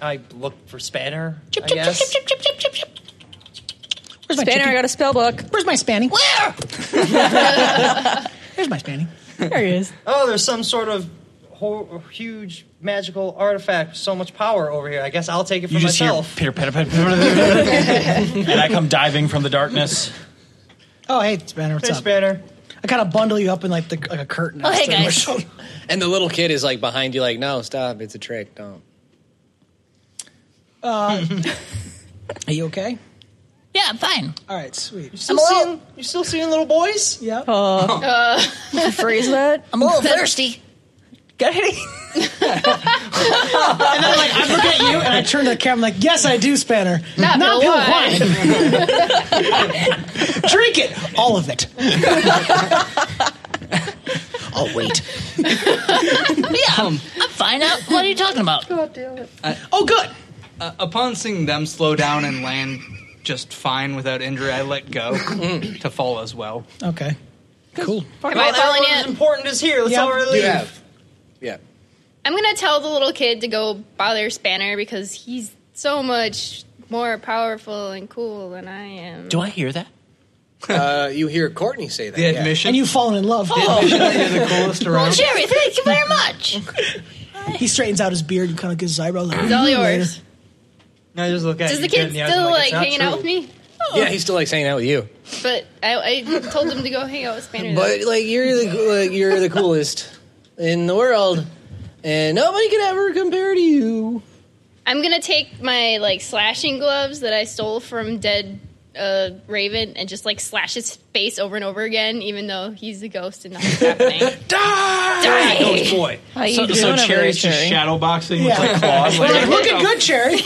E: I looked for Spanner.
D: Chip,
E: I
D: chip,
E: guess.
D: chip, chip, chip, chip, chip, chip. Where's my
K: Spanner,
D: chippy?
K: I got a spell book.
D: Where's my spanning? Where? There's my spanning.
K: There he is.
E: Oh, there's some sort of whole, huge magical artifact. with So much power over here. I guess I'll take it for
C: You just hear
E: myself.
C: pitter patter patter, patter, patter, patter, and I come diving from the darkness.
D: Oh, hey, Spanner, what's
E: Hey,
D: up?
E: Spanner.
D: I kind of bundle you up in like the like a
K: Oh,
D: curtain. I just throw my shoulder-
B: Oh, And the little kid is like behind you, like, no, stop, it's a trick, don't.
D: Uh, are you okay?
J: Yeah, I'm fine.
D: All right, sweet. You
E: still seeing? You still seeing little boys?
D: Yeah.
K: Oh.
J: Uh,
K: phrase that.
J: I'm a little thirsty.
K: Got it?
D: and then like I look at you and I turn to the camera. I'm like, yes, I do, Spanner.
J: Not
D: Not
J: Bill
D: Bill
J: Wine.
D: Drink it, all of it. oh wait.
J: yeah, I'm fine. Uh, What are you talking about?
D: oh, good.
A: Uh, upon seeing them slow down and land just fine without injury, I let go to fall as well.
D: Okay.
B: Cool.
F: Am I falling
E: Everyone
F: yet?
E: as important is here. Let's
F: Yeah.
E: all leave.
B: Yeah.
F: I'm gonna tell the little kid to go bother Spanner because he's so much more powerful and cool than I am.
B: Do I
J: hear that?
B: uh, you hear Courtney say that.
H: The admission.
D: And you've fallen in love. Oh.
H: The admission that you're the coolest
D: Well,
H: around.
D: Jerry,
J: thank you very much.
D: He straightens out his beard and kind of gives his eyebrows. Like,
F: It's all
D: "Mm,
F: yours.
E: No, just look at
F: Does
E: you
F: the
E: dead
F: kid
E: in eyes
F: still
E: and
F: like,
E: "It's not
F: hanging out
E: true."
F: with me?
B: Yeah, he still likes hanging out with you.
F: But I, I told him to go hang out with Spanner.
B: But like you're the like, you're the coolest in the world, and nobody can ever compare to you.
F: I'm gonna take my like slashing gloves that I stole from dead uh, Raven and just like slash his face over and over again, even though he's a ghost and nothing's happening. Die!
C: oh,
H: Ghost boy.
F: How you
H: so
F: doing
H: so
F: over
H: Cherry's
F: there,
H: just
F: Cherry?
H: shadow boxing
D: Yeah.
H: with like claws.
D: We're like, looking good, Cherry.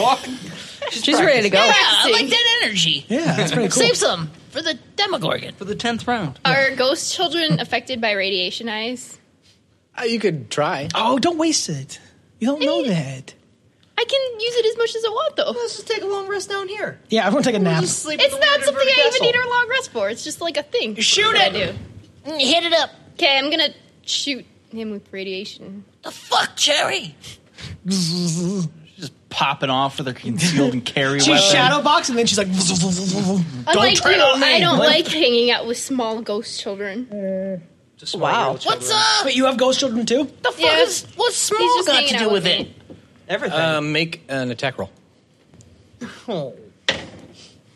K: She's ready to go.
J: Yeah, I like that energy.
D: Yeah, that's pretty cool.
J: Save some for the Demogorgon.
A: For the 10th round.
F: Are ghost children affected by radiation eyes?
B: Uh, you could try.
D: Oh, don't waste it. You don't know that.
F: I can use it as much as I want, though. Let's
E: just take a long rest down here.
D: Yeah, everyone take a nap.
F: It's not something I even need a long rest for. It's just like a thing.
J: shoot
F: What I
J: it.
F: do.
J: Hit it up.
F: Okay, I'm gonna shoot him with radiation.
J: The fuck, Cherry?
C: Just popping off with her concealed and carry
D: She
C: weapon.
D: shadow box and then she's like, don't
F: Unlike
D: turn
F: you,
D: on me.
F: I don't like hanging out with small ghost children.
D: Wow.
J: What's
B: Ah,
J: up?
D: Wait, you have ghost children too?
J: The fuck is what's
F: He's
J: small
F: just
J: got
F: hanging
J: to
F: out
J: do
F: with
J: with it?
E: Everything.
B: Um, make an attack roll.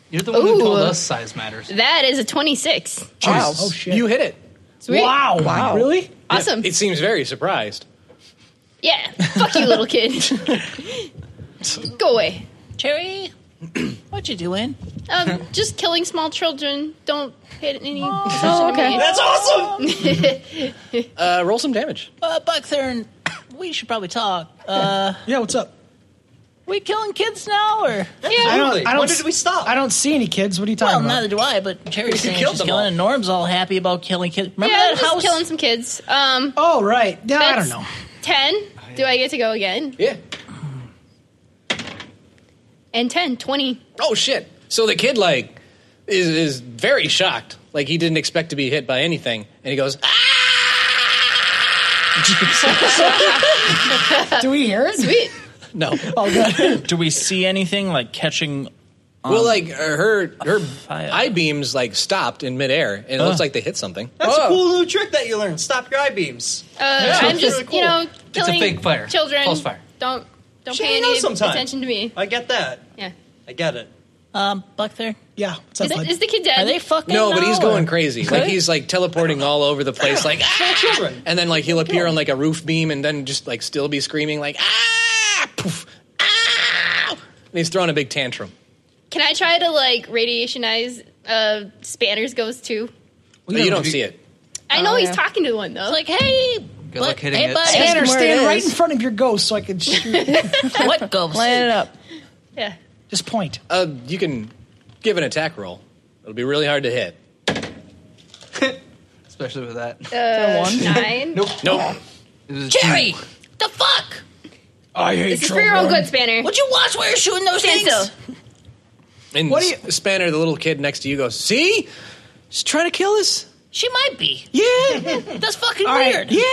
H: You're the one who told
F: Ooh.
H: us size matters.
F: That is a 26.
J: Oh,
B: Jesus. You hit it.
F: Oh, Sweet. Wow.
H: Wow. Really?
F: Awesome.
B: Yeah, it seems very surprised.
F: Yeah. Fuck you, little kid. Go away.
J: Cherry, what you doing?
F: Um, just killing small children. Don't hit any.
J: Oh, okay. That's
F: awesome.
B: Uh, roll some damage.
J: Uh, Buckthorn, we should probably talk. Uh,
D: yeah, what's up?
J: we killing kids now, or
D: I don't, I don't, s-
J: we stop?
D: I don't see any kids. What are you talking
J: Well,
D: about?
J: neither do I. But
D: You
J: Cherry's saying
D: killed
J: she's
D: them
J: killing,
D: all.
J: and Norm's all happy about killing kids. Remember
F: yeah,
J: that
F: just
J: house?
F: killing some kids. Um.
D: Oh right. Yeah, I
F: that's
D: don't know.
F: Ten. Do I get to go again?
B: Yeah.
F: And 10, 20.
B: Oh shit! So the kid like is is very shocked. Like he didn't expect to be hit by anything, and he goes, "Ah!"
D: Do we hear it?
F: Sweet.
B: No.
C: Do we see anything like catching? on-
B: well, like uh, her her eye beams like stopped in midair, and it
C: Huh.
B: looks like they hit something.
E: That's a cool new trick that you learned. Stop your eye beams.
F: Uh, I'm just you know
E: It's a
F: killing
E: fake fire.
F: Children.
E: False fire.
F: Don't don't
E: Shit,
F: pay
E: you know
F: any
E: sometimes.
F: attention to me.
E: I get that.
F: Yeah.
E: I get it.
J: Um, Buckthorn.
D: Yeah.
F: Is, it, is the kid dead?
J: Are they fucking?
B: No, but he's
J: now, or-
B: going crazy. Like he's like teleporting all over the place, like ah! children. And then like he'll appear on like a roof beam, and then just like still be screaming like ah, poof, ah. And he's throwing a big tantrum.
F: Can I try to like radiationize uh, Spanner's ghost too?
B: No, you don't see it.
F: I know
D: Oh,
F: he's
D: yeah.
F: talking to one though.
J: Like, hey,
B: Good luck hitting
J: hey,
B: it.
J: buddy,
D: Spanner,
J: where
D: stand
J: it
D: right
J: is.
D: in front of your ghost so I can shoot.
J: what ghost?
K: Line it up.
F: Yeah.
D: Just point.
B: Uh, you can give an attack roll. It'll be really hard to hit.
H: Especially with that.
F: Uh, Nine.
H: Nope.
B: Nope.
H: It was a
J: Jerry,
H: two.
J: the fuck?
H: I hate
F: This is for your own good, Spanner.
J: Would you watch where you're shooting those
F: Stand
J: things?
F: still.
B: And
J: What do
B: S- Spanner, the little kid next to you, goes, "See, she's trying to kill us."
J: She might be.
B: Yeah,
J: that's fucking
B: All right,
J: weird.
B: yeah.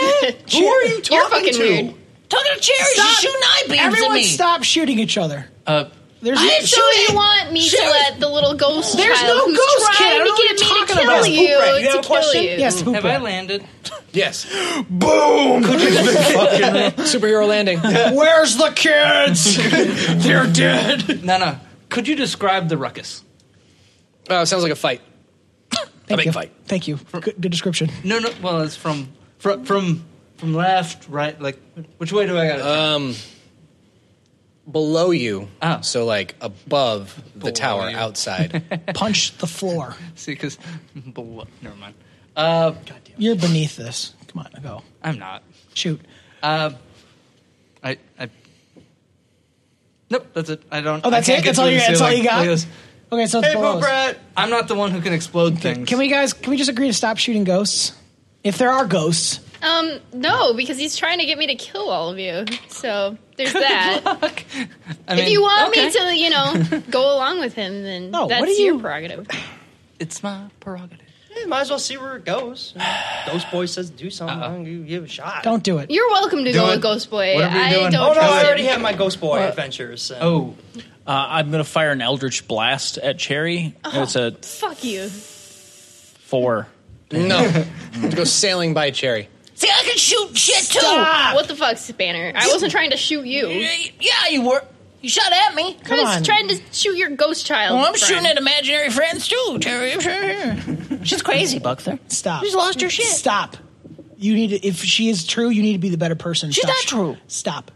B: Who are you
J: You're
B: talking
J: fucking
B: to?
J: Weird. Talking to Cherry, she's shooting eye beams at
D: Everyone
J: me.
D: stop shooting each other.
H: Uh,
D: There's
F: I so you want me to let the little ghost
D: There's
F: child
D: no
F: who's
D: ghost kid. I don't
F: trying
D: know
F: to
D: what
F: get
D: you're
F: me to
D: talking
F: kill
D: about.
F: you,
D: Hoop rat. You
F: to
D: have a
F: kill
D: question?
F: you.
D: Yes, hoop
H: Have I
D: rat.
H: landed?
B: Yes.
D: Boom!
B: Superhero landing.
D: Where's the kids?
H: They're dead. No, no. Could you describe the ruckus?
B: Uh, sounds like a fight. a
D: Thank
B: big
D: you.
B: fight.
D: Thank you. Good, good description.
H: No, no. Well, it's from from from, from left, right. Like, which way do I got to
B: Um, below you.
D: Ah.
B: So like above the tower, outside.
D: Punch the floor.
H: see? Because never mind. Uh,
D: You're beneath this. Come on, go.
H: I'm not.
D: Oh. Shoot.
A: Um,
H: Uh, I I. Nope, that's it. I don't.
D: Oh, that's
H: I can't
D: it?
H: get
D: That's all
H: through
D: you-
H: this.
D: that's
H: They're
D: all you got?
H: look at this.
D: Okay, so it's
H: hey,
D: below
H: Boop
D: us.
H: Rat! I'm not the one who can explode things.
D: Can we guys? Can we just agree to stop shooting ghosts? If there are ghosts,
F: Um, no, because he's trying to get me to kill all of you. So there's that.
H: I mean,
F: if you want
H: okay.
F: me to, you know, go along with him, then
H: No, what
F: that's
H: do
F: your
H: you-
F: prerogative.
H: it's my prerogative.
E: eh, might as well see where it goes. Ghost Boy says do something. You give it a shot.
D: Don't do it.
F: You're welcome to
E: Do
F: go
E: it.
F: with Ghost Boy.
E: What are we
F: I
E: doing?
F: don't
E: Oh, no, I
F: trust
E: already
F: him.
E: have my Ghost Boy
F: What?
E: adventures. and-
C: Oh. Uh, I'm going to fire an Eldritch Blast at Cherry.
F: Oh.
C: It's a
F: Fuck you.
C: four.
B: No. to go sailing by Cherry.
F: See, I can shoot shit
J: too. Stop.
F: What the fuck, Spanner? I wasn't trying to shoot you.
J: Yeah, you were. You shot at me.
F: I was trying to shoot your ghost child.
J: Well, I'm
F: friend.
J: shooting at imaginary friends too, Terry. She's crazy, Buckler.
D: Stop.
J: She's lost her shit.
D: Stop. You need to, if she is true, you need to be the better person.
J: She's
D: Stop.
J: not true.
D: Stop.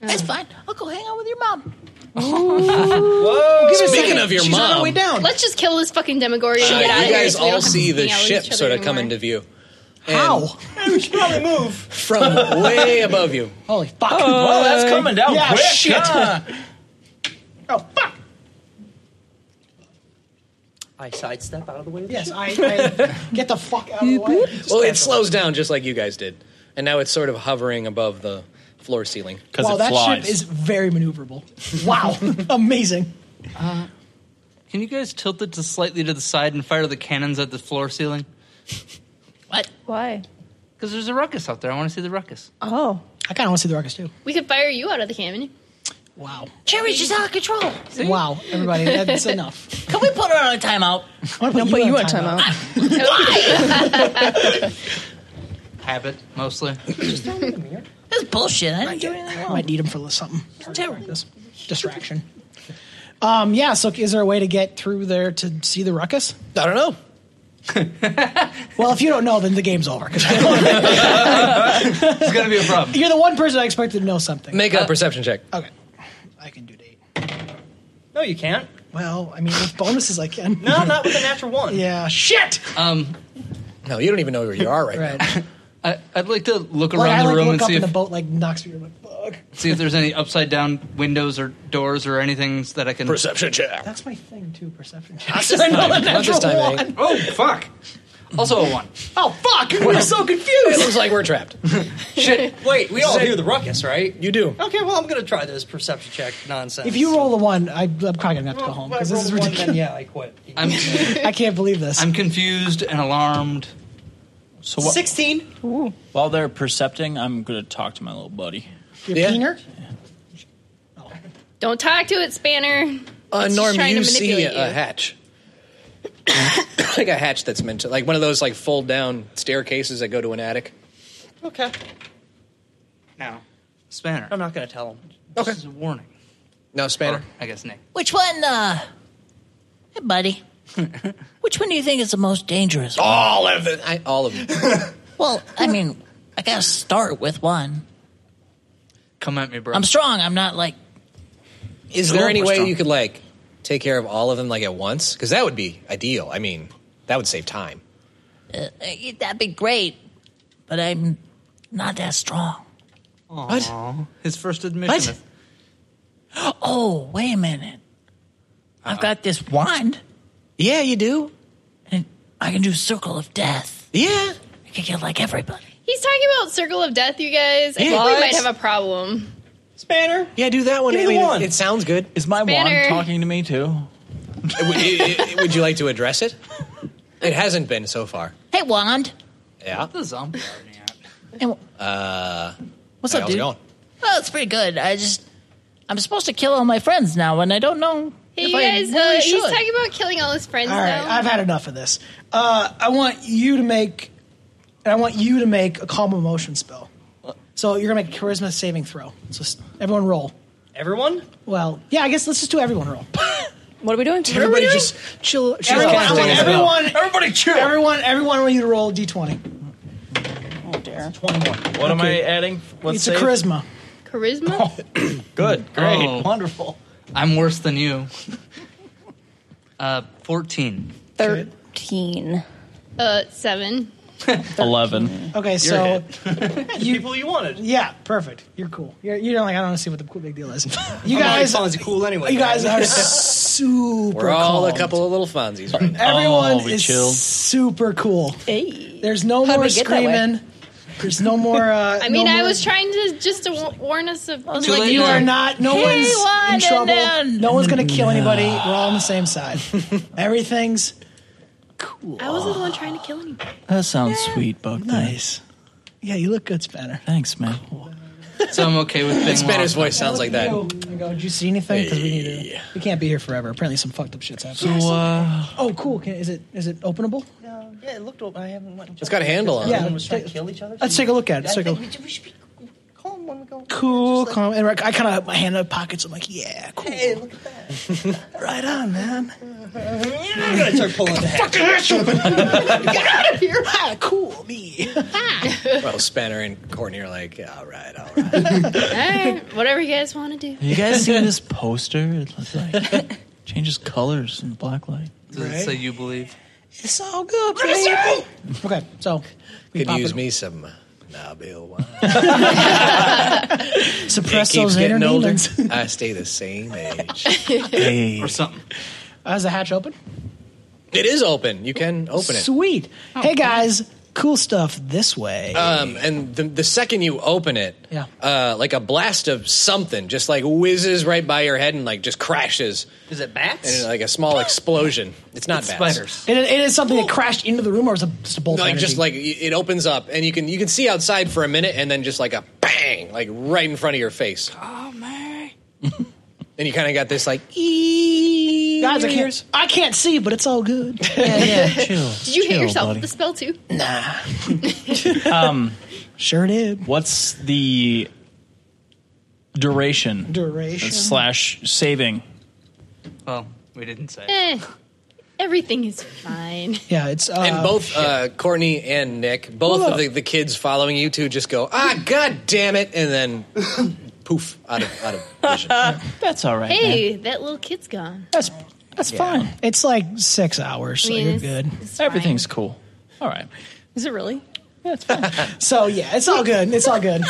J: That's fine. I'll go hang out with your mom.
B: Whoa.
F: Give me a
B: Speaking
F: second.
B: of your
F: She's
B: mom,
F: on her way Let's just kill this fucking Demogorgon
B: uh,
F: and
B: you
F: get out of here.
B: guys
F: so we don't
B: all
F: have to
B: see the
F: hang out with
B: ship
F: each other
B: sort of
F: anymore.
B: come into view
D: How?
L: we should probably move.
B: from way above you.
D: Holy fuck.
J: Uh,
C: Oh, that's coming down
D: yeah,
C: quick,
D: Shit.
C: huh?
E: I sidestep out of the way. Of the
D: Yes,
E: ship.
D: I, I get the fuck out of the way.
B: Well, it slows down just like you guys did, and now it's sort of hovering above the floor ceiling.
D: Wow, that ship is very maneuverable. Wow, amazing.
A: Can you guys tilt it to slightly to the side and fire the cannons at the floor ceiling?
J: What?
K: Why?
A: Because there's a ruckus out there. I want to see the ruckus.
K: Oh.
D: I kind of want to see the ruckus too.
F: We could fire you out of the cannon.
D: Wow.
J: Cherry's just out of control.
D: Wow, everybody, that's enough.
J: Can we put her on a timeout? Ah,
D: I want to
K: Don't put you on timeout.
A: Habit, mostly.
J: That's bullshit. I didn't do anything
D: I
J: wrong.
D: might need him for li- something.
J: It's terrible.
D: Distraction. Um, yeah, so is there a way to get through there to see the ruckus?
B: I don't know.
D: Well, if you don't know, then the game's over. 'cause
A: It's going to be a problem.
D: You're the one person I expected to know something.
B: Make a perception check.
D: Uh, Okay. I can do date.
E: No, you can't.
D: Well, I mean, with bonuses I can.
E: No, not with a natural one.
D: Yeah, shit!
A: Um,
B: No, you don't even know where you are right,
D: Right.
B: now.
A: I, I'd like to look
D: Like, I
A: around
D: like
A: the room
D: look
A: and
D: up
A: see
D: in
A: if,
D: the boat, like, knocks me over, like, fuck.
A: see if there's any upside down windows or doors or anything that I can.
B: Perception check.
D: That's my thing, too, perception.
B: this time. Not this time, eh? I think.
A: Oh, fuck. Also a one.
D: Oh, fuck! We're so
B: It
D: confused!
B: looks like we're trapped.
A: Shit.
E: Wait, we all hear the ruckus, right?
B: You do.
E: Okay, well, I'm gonna try this perception check nonsense.
D: If you roll a one, I, I'm probably going to have to go home,
E: Well, if
D: because
E: I
D: this is
E: roll one, then
D: ridiculous.
E: yeah, I quit.
A: I'm,
D: I can't believe this.
A: I'm confused and alarmed.
C: So wh-
E: Sixteen.
C: while they're percepting, I'm going to talk to my little buddy.
D: Your
B: Yeah.
D: peener?
F: Don't talk to it, Spanner.
B: Uh,
F: It's just
B: Norm,
F: trying
B: you
F: to
B: see uh,
F: manipulate
B: a
F: you.
B: hatch. like a hatch that's meant to, like one of those like fold down staircases that go to an attic.
E: Okay,
A: Now, Spanner.
D: Um,
E: I'm not gonna tell him.
A: This is a warning.
B: No, Spanner.
A: Or, I guess Nick.
J: Which one, uh. Hey, buddy. Which one do you think is the most dangerous? one?
B: All of it. I, all of them.
J: Well, I mean, I gotta start with one.
A: Come at me, bro.
J: I'm strong. I'm not like.
B: Is there any way
C: Strong.
B: you could like take care of all of them like at once? Because that would be ideal. I mean, that would save time.
J: Uh, uh, that'd be great, but I'm not that strong.
A: What? His first admission.
J: What?
A: of-
J: Oh, wait a minute. I've got this wand,
B: Uh-huh. Yeah, you do.
J: and I can do circle of death.
B: Yeah.
J: I can kill like everybody.
F: He's talking about Circle of Death, you guys. I think
B: What?
F: we might have a problem.
E: Spanner.
B: Yeah, do that one.
E: Give
B: I
E: me
B: mean,
E: the
B: it-
E: one.
B: It, sounds good.
C: Is my
F: Banner.
C: wand talking to me too?
B: would, i- i- would you like to address it? It hasn't been so far.
J: Hey, wand.
B: Yeah. Uh,
A: The zombie army out.
J: Hey, wa- what's
B: Hey, how's
J: up,
B: it
J: dude?
B: going?
J: Well, Oh, it's pretty good. I just I'm supposed to kill all my friends now, and I don't know.
F: Hey,
J: if
F: you
J: I
F: guys,
J: really
F: uh,
J: should.
F: he's talking about killing all his friends
D: All right,
F: now.
D: I've had enough of this. Uh, I want you to make, I want you to make a calm emotion spell. So you're gonna make a charisma saving throw. So s- everyone roll.
E: Everyone.
D: Well, yeah, I guess let's just do everyone roll.
K: What are we doing?
B: Everybody just
D: Chill, chill. Everyone, I want everyone, everybody, chill. Everyone, everyone, I want you to roll a d20.
K: Oh, dear.
E: Twenty-one.
C: What am I adding? What's
D: it's a charisma.
F: Charisma?
D: Oh.
C: Good, great,
A: Oh.
C: wonderful.
A: I'm worse than you. Uh, 14.
K: 13.
F: Uh, seven.
C: Eleven.
D: Okay, so
E: You, people you wanted.
D: yeah, perfect. You're cool. You're, you're like I don't see what the cool big deal is. You
E: I'm already
D: guys,
E: Fonzie cool anyway.
D: you guys
E: man.
D: are super.
B: We're all a
D: calm.
B: couple of little Fonzies right now.
D: Everyone
C: Oh, we
D: is
C: chilled.
D: super cool. There's no
K: How'd
D: more
K: we get that way?
D: screaming. There's no more. Uh,
F: I mean,
D: no
F: I
D: more-
F: was trying to just to wa- warn us of.
A: Too late
D: You
A: now.
D: are not. No
J: Hey,
D: one's in
J: one
D: trouble.
J: and then-
D: No one's gonna kill anybody. We're all on the same side. Everything's cool.
F: I wasn't the one trying to kill anybody.
C: That sounds sweet, Bug. Nice.
D: Yeah, you look good, Spanner.
C: Thanks, man.
A: So I'm okay with being
B: Spanner's
A: lost.
B: voice sounds like that.
D: Oh my god, did you see anything? Because we need to. We can't be here forever. Apparently, some fucked up shit's
C: So,
D: happening.
C: uh,
D: oh, cool. Can, is it is it openable?
L: No, yeah, it looked. Open. I haven't. Went and
B: It's got a handle on
L: Yeah,
B: it.
D: Yeah,
L: everyone was trying to
D: take-
L: kill each other.
D: Let's take a look at it.
L: I
D: Let's take a
L: think
D: look.
L: We, we should be calm when we go.
D: Cool, calm. And I kind of have my hand in my pockets. I'm like, yeah, cool.
L: Hey, look at
D: that. right on, man.
L: I'm gonna start pulling the
D: fucking ass open. Get out of here. Ah, cool, me.
F: Ah.
B: well, Spanner and Courtney are like, all right, all right.
F: All right, whatever you guys want to do.
C: you guys seen this poster? It looks like changes colors in the black light.
A: Does it say you believe?
D: It's all good,
L: baby.
D: Okay, so
B: Could you use me some uh, Nabil wine.
D: Suppress
B: It keeps
D: those
B: getting
D: inner
B: older.
D: demons.
B: I stay the same age.
C: Or
A: something.
D: Uh, is the hatch open?
B: It is open. You can open it.
D: Sweet.
B: Oh,
D: hey guys, cool stuff this way.
B: Um, and the, the second you open it,
D: Yeah.
B: uh, like a blast of something just like whizzes right by your head and like just crashes. Is it bats? And like a small explosion. It's not bats.
D: It, it is something that crashed into the room, or was it just a bolt? of
B: Like
D: energy?
B: just like y- it opens up and you can you can see outside for a minute and then just like a bang like right in front of your face. Oh man! and you kind of got this like
D: guys, I can't, I can't see, but it's all good. Yeah, yeah.
F: Did you hit
C: Chill,
F: yourself
C: buddy.
F: with the spell too?
D: Nah.
C: Um,
D: sure did.
C: What's the duration?
D: Duration.
C: slash saving.
A: Well, we didn't say.
F: Eh, everything is fine.
D: Yeah, it's uh,
B: and both uh, Courtney and Nick, both
F: Hold
B: of
F: up.
B: the, the kids following you two, just go ah, god damn it, and then poof out of out of vision.
C: That's all
F: hey, that little kid's gone.
D: That's that's fine. It's like six hours, so
F: I mean,
D: you're
F: it's-
D: good.
C: Everything's cool. All right.
F: Is it really?
D: So yeah, it's all good. It's all good.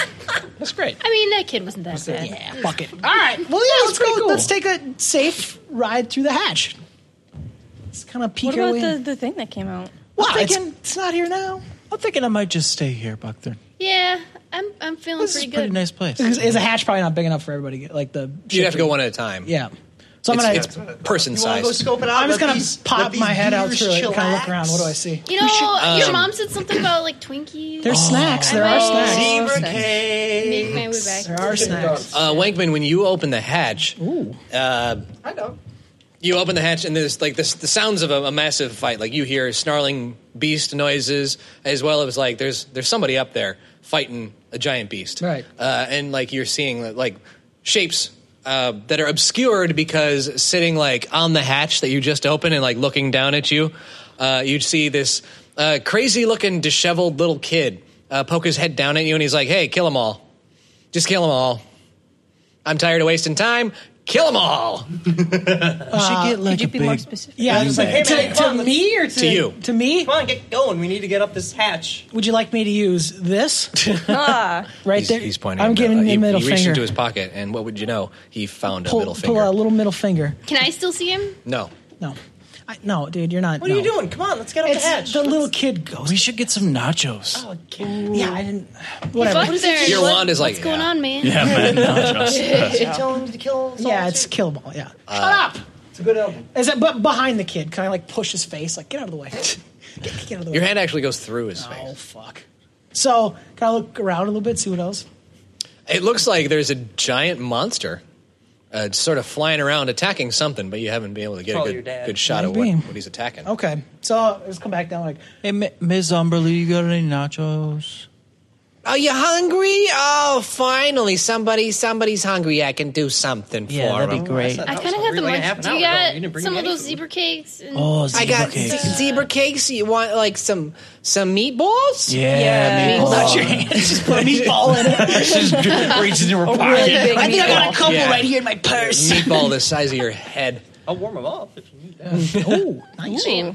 C: That's great.
F: I mean, that kid wasn't that bad.
D: Yeah, fuck it. All right. Well, yeah, let's go. Let's take a safe ride through the hatch. Let's kind of peek
K: What
D: our
K: about
D: way.
K: the,
D: in.
K: the thing that came out?
D: Well,
K: I'm
D: it's,
K: thinking-
D: it's not here now.
C: I'm thinking I might just stay here, Buckthorn.
F: Yeah, I'm I'm feeling
C: This is
F: pretty
C: a
F: good.
C: pretty nice place.
D: Is, is a hatch probably not big enough for everybody? to get- Like the
B: You'd have to go one at a time.
D: Yeah. So I'm
B: It's-
D: gonna
B: it's person sized.
D: I'm just
L: Let
D: gonna
L: these-
D: pop
L: let these
D: my head out
L: beers
D: through it and kind of
L: chillax.
D: look around. What do I see?
F: You know,
B: should-
F: your
B: um,
F: mom said something about like Twinkies.
D: There's snacks. There
F: I
D: are
F: might
D: snacks.
F: Zebra Make my way back.
D: There are snacks.
B: Uh, Wankman, when you open the hatch, Uh,
L: I know.
B: you open the hatch and there's like this, the sounds of a, a massive fight. Like you hear snarling beast noises, as well as like there's there's somebody up there fighting a giant beast,
D: Right.
B: Uh, and like you're seeing like shapes uh, that are obscured because sitting like on the hatch that you just opened and like looking down at you, uh, you'd see this uh, crazy looking disheveled little kid uh, poke his head down at you and he's like, "Hey, kill them all, just kill them all. I'm tired of wasting time." Kill them all.
D: Uh,
L: Could you be more specific?
D: Yeah, I was like,
L: Hey,
D: to,
L: man,
D: to
L: come on,
D: me or
L: let's-
D: to,
L: To you.
D: To me?
L: Come on, get going. We need to get up this hatch.
D: Would you like me to use this? right there.
B: He's pointing.
D: Ah. I'm
B: at-
D: giving
B: uh,
D: you
B: he,
D: a middle
B: he reached
D: finger.
B: into his pocket, and what would you know? He found
D: pull,
B: a middle
D: pull
B: finger.
D: a little middle finger.
F: Can I still see him?
B: No,
D: No. I, no, dude, you're not.
L: What are you
D: no.
L: doing? Come on, let's get up
D: It's
L: the hatch.
D: the little kid ghost.
C: We should get some nachos.
L: Oh, kid.
D: Yeah, I didn't. Whatever.
F: Fuck there.
B: Your
F: What-
B: wand is like,
F: what's going
B: yeah.
F: on, man?
C: Yeah, man.
L: Did you
C: Nachos.
L: tell him to kill us all?
D: Yeah, it's killable. Yeah.
B: Uh,
D: Shut up.
L: It's a good album.
D: Is that but behind the kid? Can I like push his face? Like get out of the way. get, get out of the way.
B: your hand actually goes through his face.
D: Oh fuck. So can I look around a little bit, see what else?
B: It looks like there's a giant monster, uh, sort of flying around attacking something, but you haven't been able to get
L: Probably
B: a
L: your
B: good,
L: dad.
B: good shot at
D: Maybe.
B: what, what he's attacking.
D: Okay. So I'll just come back down. Like
C: Hey, M- Ms. Umberly, you got any nachos?
I: Are you hungry? Oh, finally, somebody, somebody's hungry. I can do something for
C: Yeah, that'd be
I: him.
C: great.
F: I kind of had the munch. Do you got some of those zebra cakes? And
C: Oh,
I: I got
C: zebra
I: z- zebra cakes. You want like some some meatballs?
C: Yeah, Yeah. meatballs.
I: Hold out your
C: hand.
I: Just put a meatball in it.
C: Just reaches into her pocket.
D: I think I got a couple
B: Yeah.
D: right here in my purse.
B: Meatball the size of your head.
L: I'll warm them up if you need that.
D: oh, nice.
F: Ooh.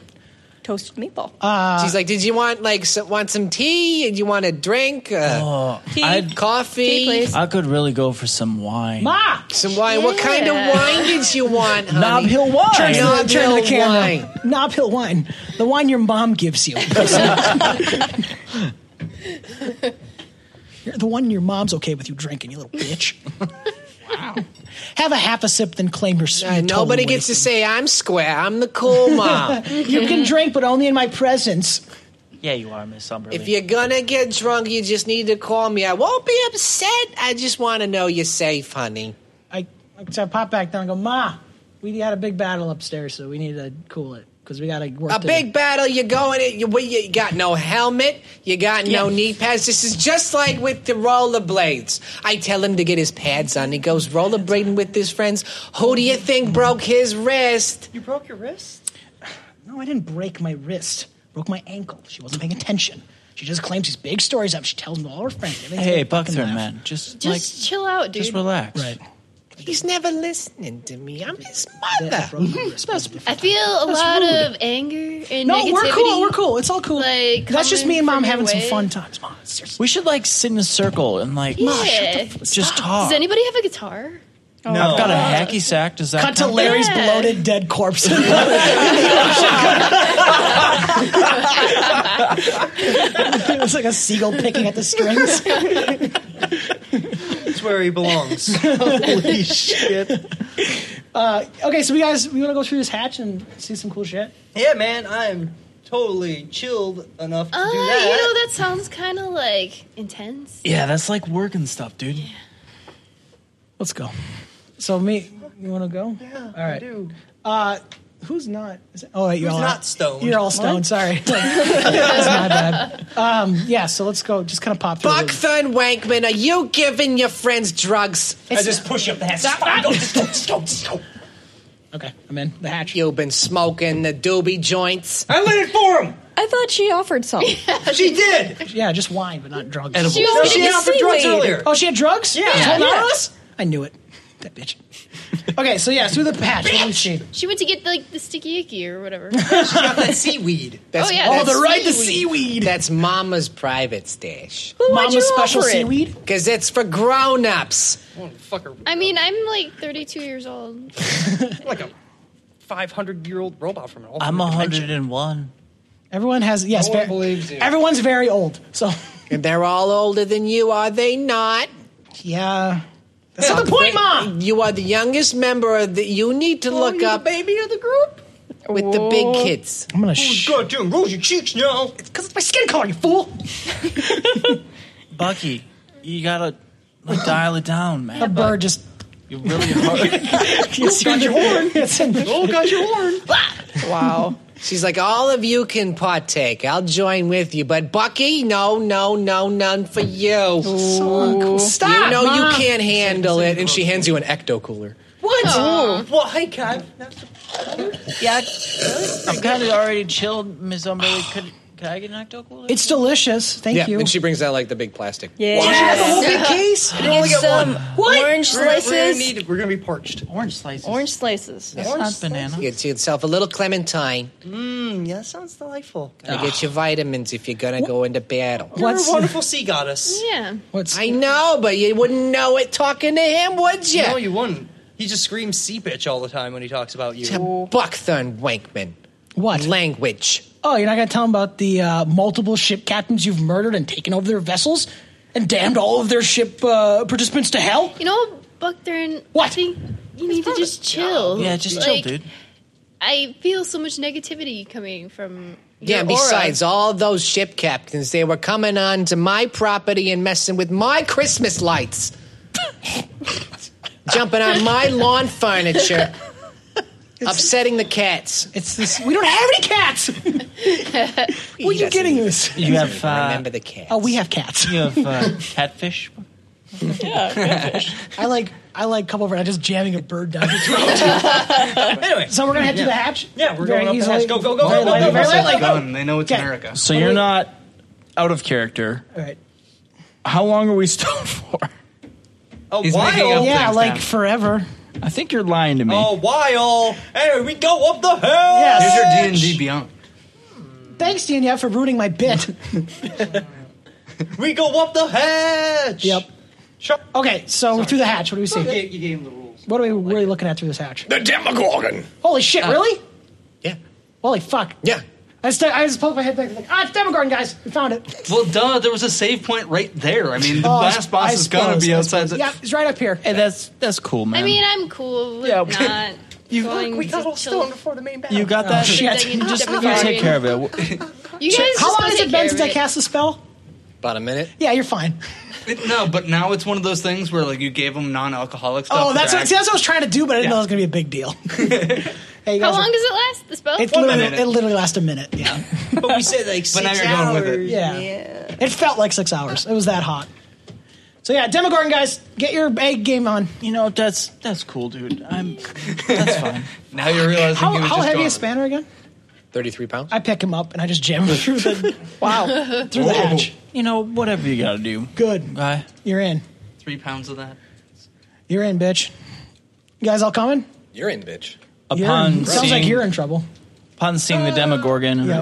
K: Toasted meatball.
D: Ah.
I: She's like, did you want like some, want some tea? Do you want a drink? Uh,
C: Oh,
K: Tea.
C: I'd,
I: coffee?
C: I could really go for some wine.
D: Ma.
I: Some wine. What kind of
F: Yeah.
I: wine did you want, Uh, honey?
D: Knob Hill wine. Turn to the,
I: Knob
D: turn to
I: Hill
D: the camera.
I: wine.
D: Knob Hill wine. The wine your mom gives you. You're the one your mom's okay with you drinking, you little bitch. Have a half a sip, then claim your. your total
I: Nobody
D: weight.
I: gets to say I'm square. I'm the cool mom.
D: you can drink, but only in my presence.
J: Yeah, you are, Miss Umberly.
I: If you're gonna get drunk, you just need to call me. I won't be upset. I just want to know you're safe, honey.
D: I, so I pop back down and go, Ma, we had a big battle upstairs, so we need to cool it because we got to work.
I: A
D: to-
I: big battle. You're going. It. You, well, you got no helmet. You got no
D: Yeah.
I: knee pads. This is just like with the rollerblades. I tell him to get his pads on. He goes rollerblading with his friends. Who do you think broke his wrist?
D: You broke your wrist? No, I didn't break my wrist. Broke my ankle. She wasn't paying attention. She just claims these big stories up. She tells them to all her friends. Everything's
C: Hey,
D: big fucking
C: Buckthorn,
D: laugh.
C: man, just,
F: Just chill out, Oh, dude.
C: just relax. Right.
I: He's never listening to me. I'm his mother.
F: I feel a
I: That's
F: lot
I: rude.
F: of anger and
D: No,
F: negativity.
D: we're cool. We're cool. It's all cool.
F: Like
D: Oh. That's just
F: coming
D: me and mom
F: from your
D: having some
F: way.
D: fun times. Mom, seriously.
C: We should like sit in a circle and like
F: Yeah.
C: just talk.
F: Does anybody have a guitar?
C: No. I've got a hacky sack. Does that
D: Cut to
C: count?
D: Larry's
F: Yeah.
D: bloated dead corpse. in the in the ocean. it's like a seagull picking at the strings.
E: It's where he belongs.
D: Holy shit. Uh, okay, so we guys, we want to go through this hatch and see some cool shit.
L: Yeah, man, I'm totally chilled enough to
F: Uh,
L: do
D: Oh,
F: you
L: that.
F: know that sounds kind of like intense.
C: Yeah, that's like work and stuff, dude.
D: Let's go. So me, you want to go? Yeah, all right. I do. Uh, who's not? Is it, oh, wait, you're
L: Who's
D: all
L: not stoned?
D: You're all stoned.
L: What?
D: Sorry, that's my bad. Um, yeah, so let's go. Just kind of pop through. the-
I: Buckthorn Wankman, are you giving your friends drugs?
D: I just push up the hat. Okay, I'm in the hatch.
I: You've been smoking the doobie joints.
L: I laid it for him.
K: I thought she offered some.
L: She did.
D: Yeah, just wine, but not drugs.
L: Edibles. She was No, she had offered drugs seaweed. earlier.
D: Oh, she had drugs?
L: Yeah.
D: She told
L: Yeah.
D: all of us? I knew it. That bitch. Okay, so yeah, through the patch. What did she?
F: She went to get like the sticky icky or whatever.
I: that seaweed.
F: Oh, yeah, Oh, that's the right to
I: seaweed. That's Mama's private stash.
F: Who would Mama's you special offer it?
D: seaweed?
I: Because it's for grown-ups.
F: I mean, I'm like 32 years old.
E: like a 500 year old robot from an old.
C: I'm 101.
D: Everyone has yes.
E: No one
D: ver-
E: believes you.
D: Everyone's very old. So
I: And they're all older than you, are they not?
D: yeah, that's not the point, Mom.
I: You are the youngest member of the. You need to look
L: you
I: up
L: the baby of the group.
I: with the big kids.
D: I'm
L: Oh,
D: gonna sh-
L: goddamn, rose your cheeks now.
D: It's because it's my skin color, you fool.
C: Bucky, you gotta like, dial it down, man.
D: A bird just.
C: You're really hard.
D: It's got your horn. It's in.
L: Oh, got your horn.
K: Wow.
I: She's like, all of you can partake. I'll join with you, but Bucky, no, no, no, none for you. Oh,
D: Stop.
I: you know
D: Mom.
I: you can't handle it, and she hands you an ecto cooler.
L: What?
E: Ah.
F: Aw.
L: Why, God?
J: Yeah,
C: I'm kind of already chilled, Miss Umberly. Could could I get an octo cooler?
D: It's delicious. Thank
I: yeah,
D: you.
I: and she brings out like the big plastic.
K: Yeah.
D: The whole big case.
L: You only got
K: Some
L: one.
K: orange
L: We're, we're, gonna
K: slices.
L: need, we're gonna be parched.
C: Orange slices.
K: Orange slices.
C: That's
L: orange
C: not banana.
I: You Get yourself a little clementine.
L: Mm, yeah, that sounds delightful.
I: Gotta get your vitamins if you're gonna go into battle.
E: Ah.
L: You're
D: What's-
L: a wonderful sea goddess.
F: Yeah.
D: What's
I: I know, but you wouldn't know it talking to him, would you?
E: No, you wouldn't. He just screams sea bitch all the time when he talks about you.
I: to Buckthorn Wankman.
D: what?
I: Language.
D: Oh, you're not going to tell them about the uh, multiple ship captains you've murdered and taken over their vessels and damned all of their ship uh, participants to hell?
F: You know, Buckthorn. I
D: What?
F: think you need to just chill.
C: Yeah, just
F: Like,
C: chill, dude.
F: I feel so much negativity coming from.
I: Yeah,
F: your
I: and
F: aura.
I: besides all those ship captains, they were coming on to my property and messing with my Christmas lights. Jumping on my lawn furniture. upsetting the cats.
D: It's this. We don't have any cats. Where are you getting this?
C: You have uh,
I: Remember the cats.
D: Oh, we have cats.
C: you have uh, catfish.
D: I like I like come over and I'm just jamming a bird down your throat. anyway, so we're gonna head to the hatch.
L: Yeah, we're
D: Very
L: going up the
D: easily.
L: hatch. Go, go, go,
D: Very
L: go, go,
D: lightly,
L: go,
D: very
L: go,
D: lightly, go.
H: Gun. They know it's
D: Okay.
H: America.
C: So you're not out of character.
D: All right.
C: How long are we stoned for?
L: A
H: He's
L: while.
H: making up
D: Yeah,
H: things
D: like
H: now. Oh,
D: forever.
C: I think you're lying to me.
L: A while. Anyway, we go up the hill.
D: Yes.
H: Here's your D and D Beyond.
D: Thanks, Danielle, for ruining my bit.
L: We go up the hatch.
D: Yep.
L: Sure.
D: Okay, so we're through the hatch. What do we see?
L: You gave, you gave him the rules.
D: What are we really looking at through this hatch?
L: Uh,
I: the Demogorgon.
D: Holy shit! Really?
I: Yeah.
D: Holy fuck!
I: Yeah.
D: I just, I just poked my head back. Like, ah, it's Demogorgon, guys. We found it.
H: Well, duh, there was a save point right there. I mean, the
D: Oh, I
H: last
D: s-
H: boss
D: I
H: is gonna
D: suppose,
H: be
D: I
H: outside. The,
D: suppose. Yeah, he's right up here. Hey,
C: that's that's cool, man.
F: I mean, I'm cool with
C: Yeah, but-
F: not.
D: You-
F: going
D: Look, we got
F: to
D: all
F: chill.
D: stoned before the main
C: You got
F: Oh,
C: that?
F: shit.
C: You just you
F: Demogorgon.
C: take care of it.
F: You guys
D: How
F: just
D: long
F: go
D: has
F: take
D: it
F: care
D: been
F: of
D: since I
F: it.
D: cast the spell?
B: About a minute.
D: Yeah, you're fine.
H: It- no, but now it's one of those things where like you gave them non-alcoholic stuff.
D: Oh, that's what,
H: back.
D: see, that's what I was trying to do, but I didn't know it was going to be a big deal. hey, you
F: How
D: guys are-
F: long does it last? The spell?
D: It literally, it literally lasts a minute. Yeah,
L: but we said like
D: But now
L: six
D: you're going
L: hours.
D: with it. Yeah. it felt like six hours. It was that hot. So yeah, Demogorgon guys, get your egg game on.
C: You know that's that's cool, dude. I'm
H: Now you're realizing
D: How,
H: he was
D: how
H: just
D: heavy
H: gone.
D: is Spanner again?
B: Thirty-three pounds.
D: I pick him up and I just jam him through the wow through the hatch.
C: You know whatever you gotta do.
D: Good.
C: Bye.
D: You're in.
H: Three pounds of that.
D: You're in, bitch. You guys all coming?
B: You're in, bitch.
D: You're
C: Upon
D: in. Sounds like
C: seeing-
D: you're in trouble.
C: Upon seeing the Demogorgon,
D: Yeah.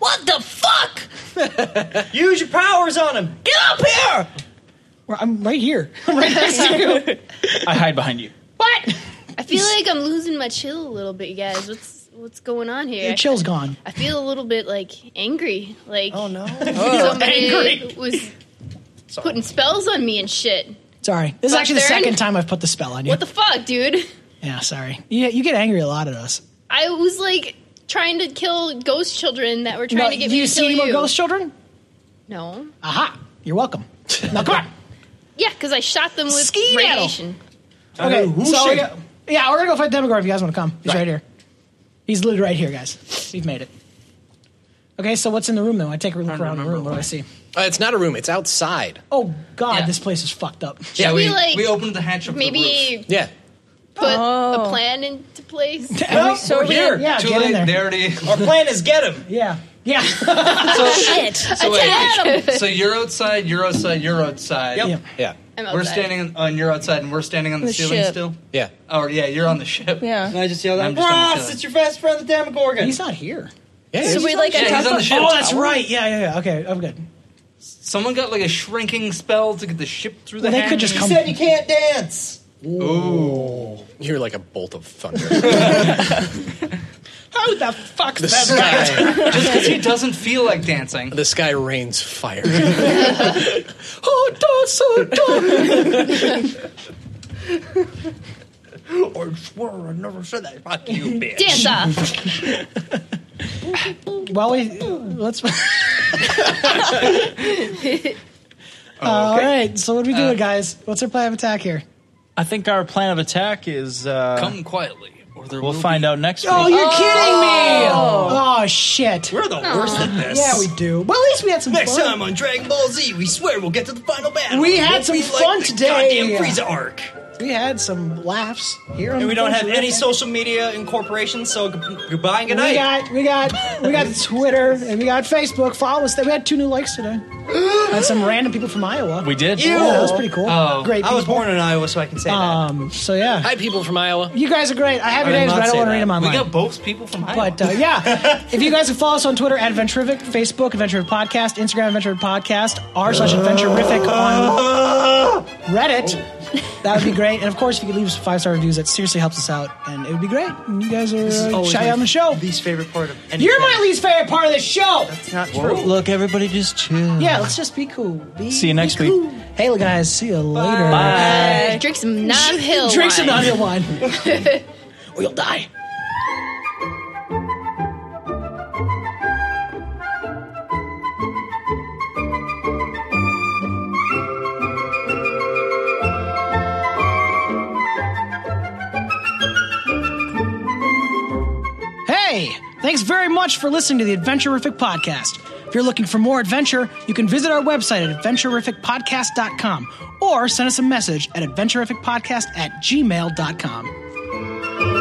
J: What the fuck?
L: Use your powers on him.
J: Get up here!
D: Well, I'm right here. I'm right next to you.
C: I hide behind you.
F: What? I feel like I'm losing my chill a little bit, you guys. What's what's going on here?
D: Your chill's gone.
F: I feel a little bit like angry. Like oh no,
D: Oh.
F: somebody
D: Angry.
F: was putting spells on me and shit.
D: Sorry. This is
F: Fuck,
D: actually the
F: Theron.
D: second time I've put the spell on you.
F: What the fuck, dude?
D: yeah, sorry. Yeah, you get angry a lot at us.
F: I was like trying to kill ghost children that were trying
D: No,
F: to get
D: do
F: me
D: you
F: to
D: see
F: kill
D: any more
F: you.
D: ghost Ah. children?
F: No.
D: Aha! You're welcome. Now come on.
F: Yeah, because I shot them with
D: Skedaddle.
F: radiation.
D: Okay,
L: who
D: so
L: should-
D: we go- yeah, we're gonna go fight Demogorgon if you guys want to come. He's right. here. He's literally right here, guys. We've made it. Okay, so what's in the room though? I take a look around the room. What do I see?
B: Uh, it's not a room. It's outside.
D: Oh God, this place is fucked up.
H: Yeah,
F: Should
H: we,
F: we, like,
H: we opened the hatch. Up the
F: Maybe
H: roof.
B: Yeah.
F: put
K: Oh.
F: a plan into place.
D: Oh, so
H: Here,
D: Yeah,
H: too
D: get in
H: late.
D: there.
H: They already.
L: Our plan is get him.
D: Yeah, yeah.
F: Oh, Shit.
H: So, wait,
F: Attack him.
H: so you're outside. You're outside. You're outside.
D: Yep.
B: Yeah.
F: I'm
H: We're
F: outside.
H: standing on. You're outside, and we're standing on the,
K: The
H: ceiling
K: ship.
H: still.
B: Yeah.
H: Oh yeah, you're on the ship.
K: Yeah.
E: I just yelled out,
H: I'm just on the
E: Ross,
H: ship.
E: it's your best friend, the Demogorgon.
D: He's not here.
B: Yeah.
K: So we like
H: Yeah, he's
K: attack
H: on the
K: the-
H: ship.
D: Oh, that's right. Yeah, yeah, yeah. Okay, I'm good.
H: Someone got like a shrinking spell to get the ship through the
D: Well, they
H: hatch.
D: could just
L: He
D: come-
L: said you can't dance.
B: You're like a bolt of thunder.
D: How the fuck?
B: the sky.
H: just because he doesn't feel like dancing.
B: The sky rains fire. oh, dance, oh, dance.
L: Or swear I never said that. Fuck you, bitch.
F: Dance off.
D: Well, we let's. All right. So what are we doing, guys? What's our plan of attack here?
C: I think our plan of attack is uh,
H: Come quietly, or there
C: we'll
H: will
C: find out next
D: Oh,
C: week.
D: you're kidding me! Oh shit!
L: We're the worst at this.
D: Yeah, we do. Well, at least we had some
L: Next
D: fun.
L: time on Dragon Ball Z, we swear we'll get to the final battle.
D: We had
L: Won't
D: some
L: be
D: fun
L: like the
D: today.
L: Goddamn Frieza arc.
D: We had some laughs here, on
L: And we don't have
D: Adventure
L: any
D: Island.
L: social media incorporation, so g- goodbye and good
D: We
L: night.
D: got, we got, we got Twitter and we got Facebook. Follow us. We had two new likes today. and some random people from Iowa.
C: We did.
D: Yeah, that was pretty cool.
H: Oh.
D: great.
L: I was
D: people.
L: born in Iowa, so I can say
D: Um. So yeah,
B: Hi, people from Iowa.
D: you guys are great. I have your
L: I did
D: names,
L: not
D: but I don't
L: say
D: want to
L: that.
D: read them
L: We
D: online.
H: We got both people from Iowa.
D: But uh, yeah, if you guys can follow us on Twitter at Adventurific, Facebook Adventurific Podcast, Instagram Adventurific Podcast, r slash Adventurific on Reddit.
L: Oh.
D: That would be great. And of course, if you could leave us five star reviews, that seriously helps us out, and it would be great. And you guys
L: that.
D: are uh, shy on the show.
L: Least favorite part of anything.
D: You're my least favorite part of the show.
L: It's not true.
C: Look, everybody, just chill.
D: Yeah, let's just be cool. Be,
C: See you next
D: be
C: week.
D: cool. Hey, guys. See you later.
F: Uh, drink some non hill.
D: Drink some non wine, or you'll die. Hey, thanks very much for listening to the Adventurific Podcast. If you're looking for more adventure, you can visit our website at adventurificpodcast.com or send us a message at adventurificpodcast at gmail.com.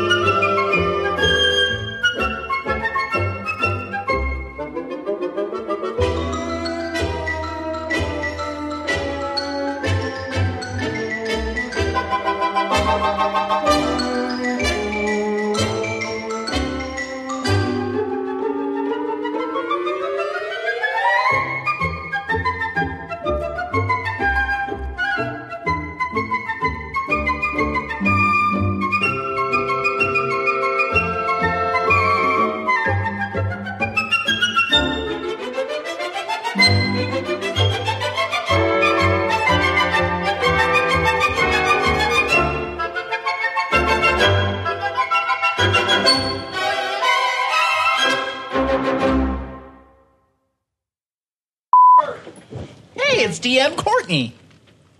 J: It's DM Courtney.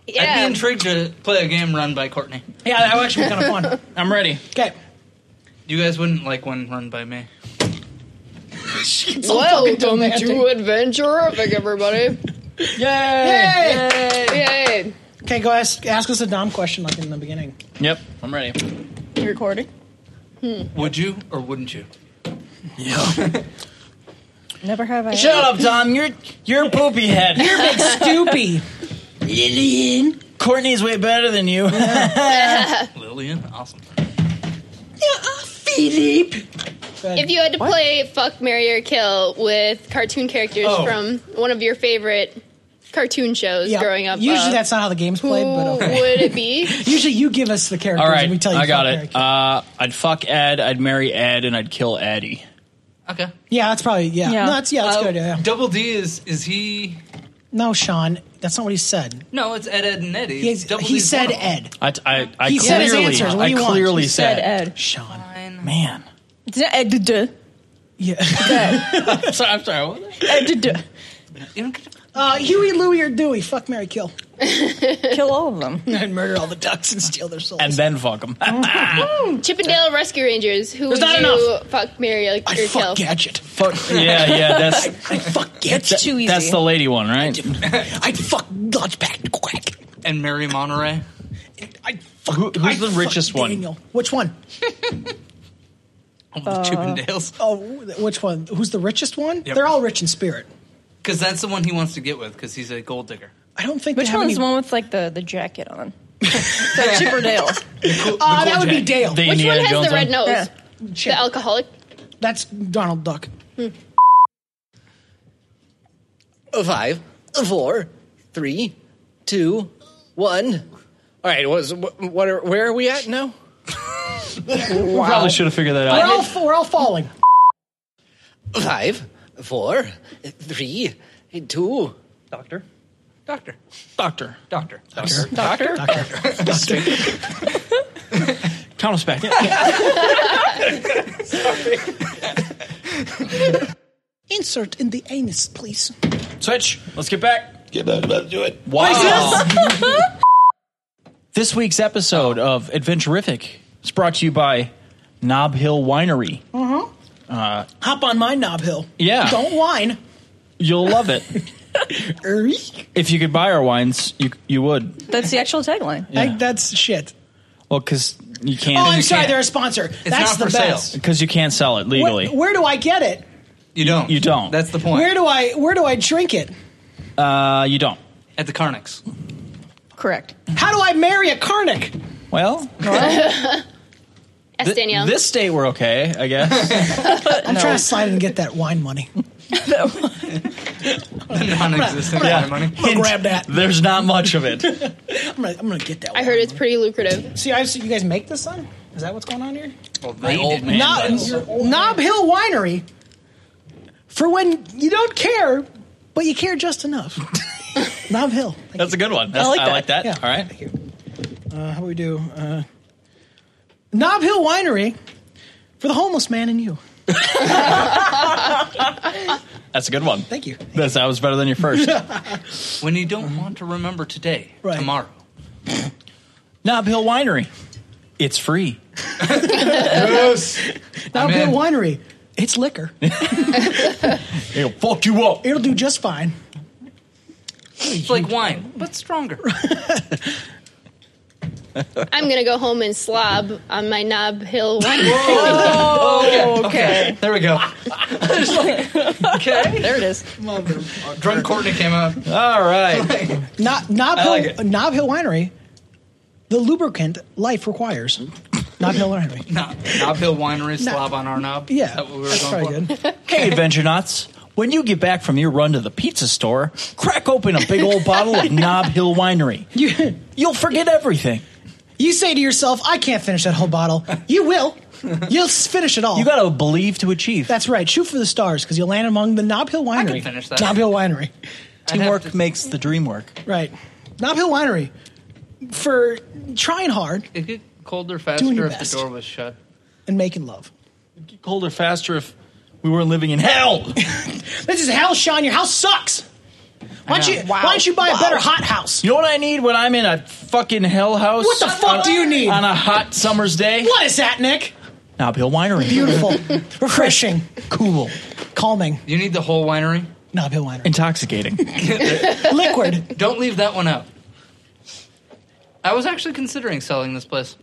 A: I'd be intrigued to play a game run by Courtney.
D: Yeah, that would actually be kind of fun.
C: I'm ready.
D: Okay.
A: You guys wouldn't like one run by me.
F: Welcome to Adventurific, everybody.
D: Yay!
F: Yay!
D: Okay, go ask ask us a Dom question like in the beginning.
C: Yep, I'm ready.
F: You recording? Hmm.
A: Would you or wouldn't you?
K: Never have I.
J: Shut up, Tom. You're you're poopy head.
K: You're big
J: stoopy. Lillian. Courtney's way better than you.
A: Lillian, awesome.
J: Philippe.
F: If you had to play Fuck, Marry, or Kill with cartoon characters
D: Oh.
F: from one of your favorite cartoon shows
D: Yeah,
F: growing up,
D: Usually
F: uh,
D: that's not how the game's played, but
F: who
D: okay.
F: would it be?
D: Usually you give us the characters
C: All right,
D: and we tell you.
C: I got
D: fuck,
C: it. Uh, I'd fuck Ed. I'd marry Ed, and I'd kill Eddie.
A: Okay.
D: Yeah, that's probably yeah. No, that's yeah, that's
A: Uh,
D: good. Yeah.
A: Double D is is he?
D: No, Sean, that's not what he said.
A: No, it's Ed, Ed, and Eddie.
D: He's-
A: Double
D: he
A: D's
D: said
A: one of them.
D: Ed.
C: I, I, I clearly,
D: He said his answers. What do
C: I
D: you want?
C: clearly
D: He
C: said,
D: said
K: Ed.
D: Sean.
C: Man.
K: Ed.
C: I'm sorry. I'm sorry. What?
K: Ed.
D: Uh, Huey, Louie, or Dewey? Fuck, Mary, kill.
K: kill all of them.
D: And murder all the ducks and steal their souls.
C: And then fuck him. Ah.
F: Hmm, Chippendale Rescue Rangers. Who
D: There's
F: would
D: not
F: you
D: enough.
F: fuck, marry, or kill?
D: Gadget.
C: Fuck. Yeah, yeah. That's
D: fuck.
C: It's too easy. That's the lady one, right?
D: I'd fuck Dodgeback Quack.
A: And Mary Monterey.
C: Who, who's the richest one?
D: Daniel. Which one?
A: the Chippendales.
D: Oh, which one? Who's the richest one?
A: Yep.
D: They're all rich in spirit.
A: Because that's the one he wants to get with. Because he's a gold digger.
D: I don't think.
K: Which
D: they have
K: one's
D: any-
K: the one with like the, the jacket on? that Chipperdale.
D: Uh,
A: cool
D: that would be
A: jack.
D: Dale.
C: The Which Indiana one has Jones the red one?
F: nose?
D: The
F: alcoholic.
D: That's Donald Duck.
I: A five, a four, three, two, one.
B: All right, what, is, what, what are, where are we at now?
C: We probably should have figured that
D: We're
C: out.
D: all we're all falling.
I: Five, four, three, two.
E: Doctor.
A: Doctor.
C: Doctor.
A: Doctor.
C: Doctor.
A: Doctor.
C: Count us back.
D: Insert in the anus, please.
C: Switch. Let's get back. Get back. Let's do it. Wow.
D: Wow.
C: This week's episode of Adventurific is brought to you by Knob Hill Winery.
D: uh-huh.
C: Uh,
D: Hop on my knob hill.
C: Yeah.
D: Don't whine.
C: you'll love it. if you could buy our wines, you you would.
K: That's the actual tagline.
C: Yeah.
D: that's shit.
C: Well, because you can't.
D: oh, I'm sorry. They're a sponsor. that's the best.
C: Because you can't sell it legally.
D: Where, where do I get it?
A: You don't.
C: You don't.
A: That's the
D: Where do I where do I drink it?
C: Uh, you don't.
A: At the Carnix.
K: Correct.
D: How do I marry a Karnak?
C: Well,
F: Ask
C: th-
F: Danielle.
C: this state we're okay, I guess.
D: I'm trying to slide in and get that wine money.
A: Non-existent
C: Yeah.
A: kind of money.
D: I'm gonna grab that.
C: There's not much of it.
D: I'm gonna, I'm gonna get that.
F: I heard it's pretty lucrative.
D: See, I see you guys make this son. Is that what's going on here?
A: My old man.
D: Knob,
A: does.
D: Knob Hill Winery for when you don't care, but you care just enough. Knob Hill.
C: That's a good one. That's, I
D: I
C: like
D: like
C: that.
D: that.
C: All right.
D: Uh, how do we do? Uh, Knob Hill Winery for the homeless man and you.
C: That's a good one.
D: Thank you.
C: That's, that was better than your first.
A: When you don't want to remember today,
D: Mm-hmm. Right.
A: tomorrow.
C: Knob Hill Winery. It's free.
D: Knob Hill
A: in.
D: Winery. It's liquor.
C: It'll fuck you up.
D: It'll do just fine.
A: It's like wine, but stronger.
F: I'm gonna go home and slob on my knob hill wine.
K: Oh, okay.
A: There we go.
K: There it is.
A: Drunk Courtney came out.
C: All right.
D: Knob, Knob,
A: I
D: Hill,
A: like it.
D: Knob Hill Winery. The lubricant life requires. Knob Hill Winery.
A: Knob, knob Hill Winery, slob on our knob.
D: Yeah,
A: Is that what we were
D: that's
A: going
D: probably
A: for?
D: good.
C: hey, Adventure Nuts. When you get back from your run to the pizza store, crack open a big old bottle of Knob Hill Winery.
D: You,
C: You'll forget everything.
D: you say to yourself, "I can't finish that whole bottle." You will. You'll s- finish it all.
C: You gotta believe to achieve.
D: That's right. Shoot for the stars because you'll land among the Knob Hill Winery. I
A: can finish that.
D: Knob Hill Winery.
C: Teamwork makes the dream work.
D: Right. Knob Hill Winery for trying hard
A: It'd get colder
D: Doing
A: faster
D: your
A: if
D: best.
A: the door was shut.
D: and making love.
C: Get colder faster if we weren't living in hell.
D: This is hell, Sean. Your house sucks. Why don't you Why don't you buy a better hot house?
C: You know what I need when I'm in a fucking hell house?
D: What the fuck
C: on-
D: do you need?
C: on a hot summer's day?
D: What is that, Nick?
C: Knob Hill Winery.
D: Beautiful, refreshing, cool, calming.
H: You need the whole winery?
D: Knob Hill Winery.
C: Intoxicating.
D: Liquid.
H: Don't leave that one out. I was actually considering selling this place.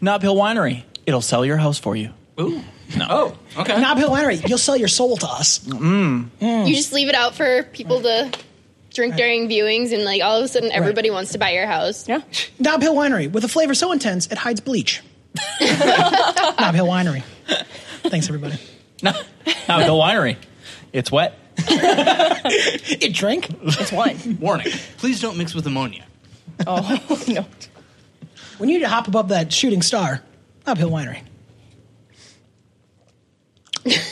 C: Knob Hill Winery. It'll sell your house for you.
H: Ooh.
C: No.
H: Oh, okay.
D: Knob Hill Winery, you'll sell your soul to us.
C: Mm.
F: You just leave it out for people to drink during viewings, and like all of a sudden, everybody wants to buy your house. Yeah.
D: Knob Hill Winery, with a flavor so intense it hides bleach. Knob Hill Winery. Thanks, everybody.
C: Knob Hill Winery. It's wet.
D: It drank.
K: It's wine.
H: Warning. Please don't mix with ammonia.
K: Oh no.
D: When you hop above that shooting star, Knob Hill Winery.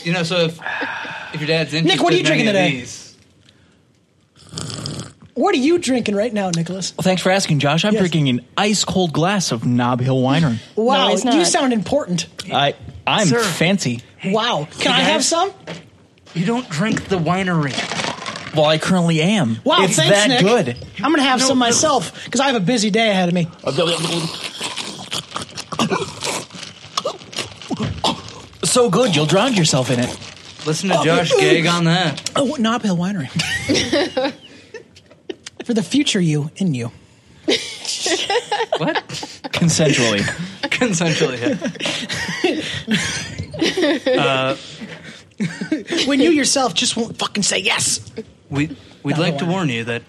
H: You know, so if, if your dad's interested
D: Nick, what are you
H: in any
D: drinking
H: of
D: today?
H: these-
D: What are you drinking right now, Nicholas?
C: Well, thanks for asking, Josh. I'm
D: Yes.
C: drinking an ice cold glass of Knob Hill Winery.
D: Wow,
K: he's not.
D: you sound important.
C: I I'm
H: Sir.
C: fancy.
D: Wow, can I
H: guys.
D: have some?
H: You don't drink the winery.
C: Well, I currently am.
D: Wow,
C: it's
D: thanks,
C: that
D: Nick.
C: good.
D: I'm gonna have some myself because I have a busy day ahead of me.
C: So good, you'll drown yourself in it.
H: Listen to Josh Gag on that.
D: Oh, what Knob Hill Winery. For the future you in you.
H: What?
C: Consensually.
H: Consensually. yeah. Uh,
D: When you yourself just won't fucking say yes.
H: we, we'd
D: Not
H: like
D: the
H: to
D: winery.
H: warn you that.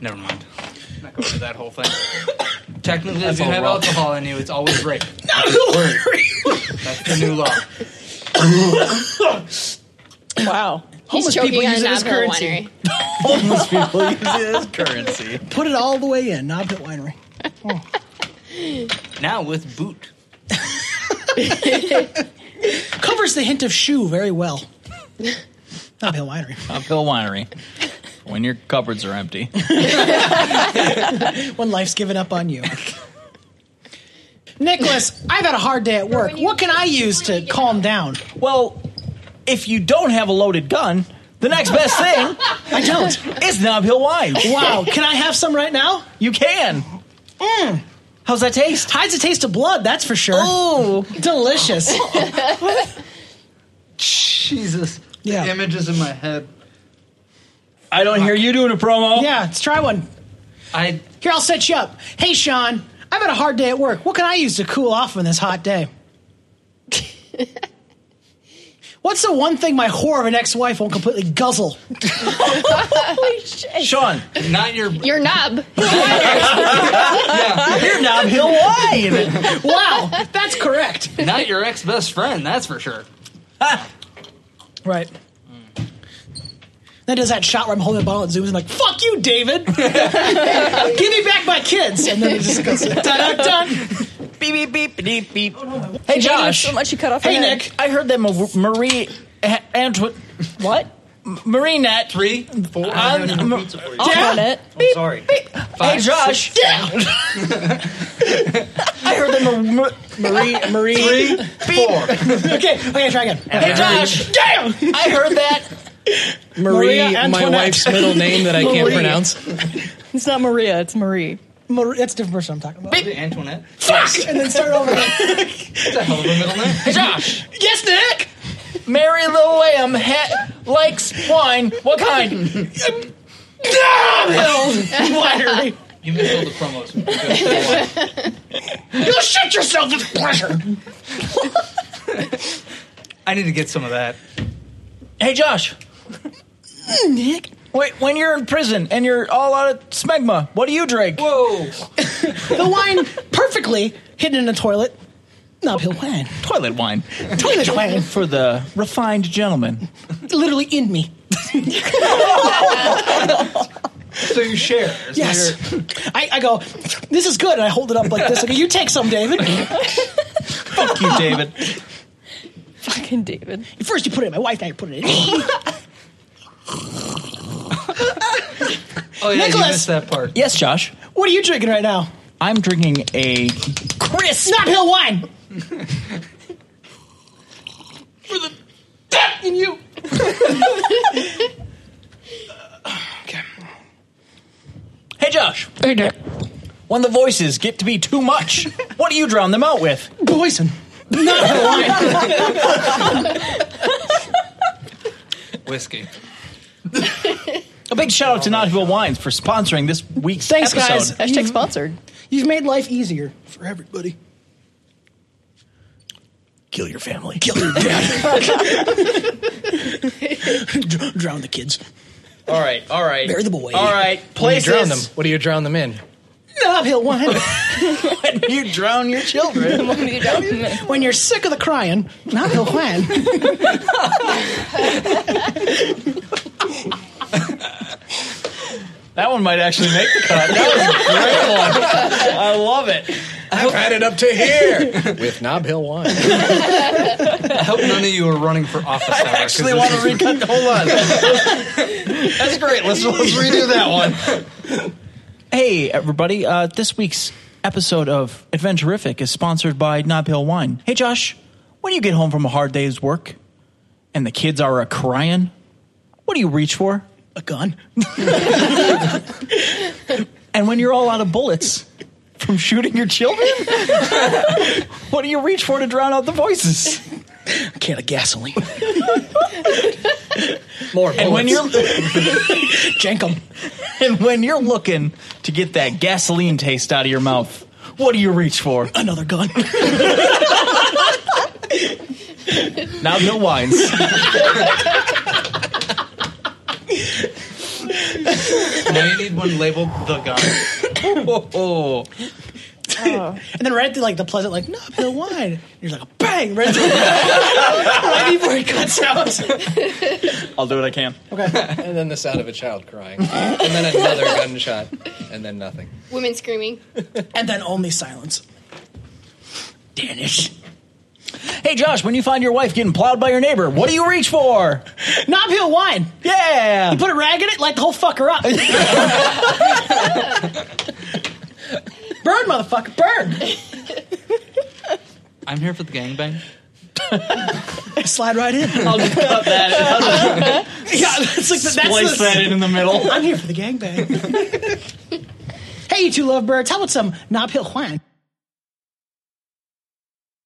H: Never mind. I'm not going through that whole thing. Technically, if
C: That's
H: you
C: all
H: have
C: wrong.
H: alcohol in you, it's always rape. That's the new law.
K: Wow.
D: Homeless
F: He's
D: people
F: choking on
D: use it as
F: Knob Hill
D: currency.
F: Winery.
C: Homeless people use it as currency.
D: Put it all the way in, Knob Hill Winery.
H: Now with boot.
D: Covers the hint of shoe very well. Knob Hill Winery.
C: Knob Hill Winery. When your cupboards are empty.
D: When life's given up on you. Nicholas, I've had a hard day at work. What can I use to calm down?
C: Well, if you don't have a loaded gun, the next best thing
D: I don't.
C: is Knob Hill Wine.
D: Wow, can I have some right now? Mm.
C: You can. How's that taste?
D: Hides a taste of blood, that's for sure. Oh, delicious.
H: Jesus.
D: Yeah.
H: The images in my head.
C: I don't hear you doing a promo.
D: Yeah, let's try one.
H: I
D: Here, I'll set you up. Hey, Sean, I've had a hard day at work. What can I use to cool off on this hot day? What's the one thing my whore of an ex-wife won't completely guzzle?
K: Holy shit.
C: Sean,
H: not your
F: Your knob.
C: you're Knob Hill Wine.
D: Wow, that's correct.
H: not your ex best friend. That's for sure.
D: Right. Then does that shot where I'm holding a bottle and zooms in like, fuck you, David! Give me back my kids! And then it just goes, dun dun dun!
C: beep beep beep beep beep. Hey Josh,
K: So much you cut off. her
D: Hey,
K: head.
D: Nick.
C: I heard that Ma- Marie eh, A- Antoinette,
K: What?
C: Marinette,
H: Three, four.
C: I'm- I'm-
K: I'll
D: Yeah.
K: run it.
E: I'm sorry.
C: hey Josh, I heard that Ma- Ma- Marie Marie.
H: three, four.
D: Okay, okay, try again.
C: Hey Josh,
D: Damn!
C: I heard that
B: Marie,
D: Maria
B: my
D: Antoinette.
B: wife's middle name that I can't
K: Marie.
B: pronounce.
K: It's not Maria. It's Marie.
D: Mar- that's a different person I'm talking about.
H: Antoinette.
D: And then start over.
H: That's a hell of a middle name.
C: Josh.
D: yes, Nick!
C: Mary Lou Lamb ha- likes wine. What kind?
D: Winery.
H: You missed all the promos.
D: You'll shut yourself with pleasure!
H: I need to get some of that.
C: Hey Josh,
D: Nick?
C: wait, when you're in prison and you're all out of smegma, what do you drink?
H: Whoa!
D: The wine perfectly hidden in the toilet. Knob Hill wine.
C: Toilet wine
D: Toilet wine.
C: for the refined gentleman.
D: Literally in me.
H: So you share? So
D: Yes.
H: you're-
D: I, I go, this is good. And I hold it up like this. Like, you take some, David.
C: Fuck you, David.
K: Fucking David.
D: First you put it in my wife, now you put it in me.
H: Oh yeah,
D: Nicholas!
H: you missed that part.
C: Yes, Josh.
D: What are you drinking right now?
C: I'm drinking a
D: Chris. Knob Hill wine.
C: Josh. Hey, Nick. When the voices get to be too much, what do you drown them out with?
D: Poison.
H: Whiskey.
C: A big shout out to Knoxville Wines for sponsoring this week's
D: Thanks, guys.
C: episode.
D: You've-
K: sponsored.
D: You've made life easier for everybody.
C: Kill your family.
D: Kill your dad. Dr- drown the kids.
C: All right, all right.
D: Bury the boy.
C: All right,
B: When you
C: places.
B: drown them. What do you drown them in?
D: Knobhill wine.
C: when you drown your children.
D: when, you are sick of the crying, Knobhill wine.
C: That one might actually make the cut. That was a great one. I love it.
B: I've had it up to here with Knob Hill wine.
H: I hope none of you are running for office. I
C: actually want to recut. Hold on. That's great. Let's, let's redo that one. Hey, everybody. Uh, this week's episode of Adventurific is sponsored by Knob Hill Wine. Hey, Josh, when you get home from a hard day's work and the kids are a crying, what do you reach for?
D: A gun.
C: and when you're all out of bullets from shooting your children, what do you reach for to drown out the voices?
D: A can of gasoline.
C: More and when you're
D: Jankum.
C: and when you're looking to get that gasoline taste out of your mouth, what do you reach for?
D: Another gun.
C: Now no wines.
H: now you need one labeled the gun.
C: oh.
D: And then right at the, like the pleasant, like no Bill wine. And you're like a bang right, at the, right before it cuts out.
C: I'll do what I can.
B: and then the sound of a child crying, and then another gunshot, and then nothing.
F: Women screaming.
D: And then only silence. Danish.
C: Hey Josh, when you find your wife getting plowed by your neighbor, what do you reach for?
D: Knob Hill wine.
C: Yeah.
D: You put a rag in it, light the whole fucker up. burn, motherfucker, burn.
H: I'm here for the gangbang.
D: Slide right in.
C: I'll just cut that. I'll just
D: Yeah, it's like the, that's
C: place
D: the,
C: that in in the middle.
D: I'm here for the gangbang. hey, you two lovebirds, how about some Knob Hill wine?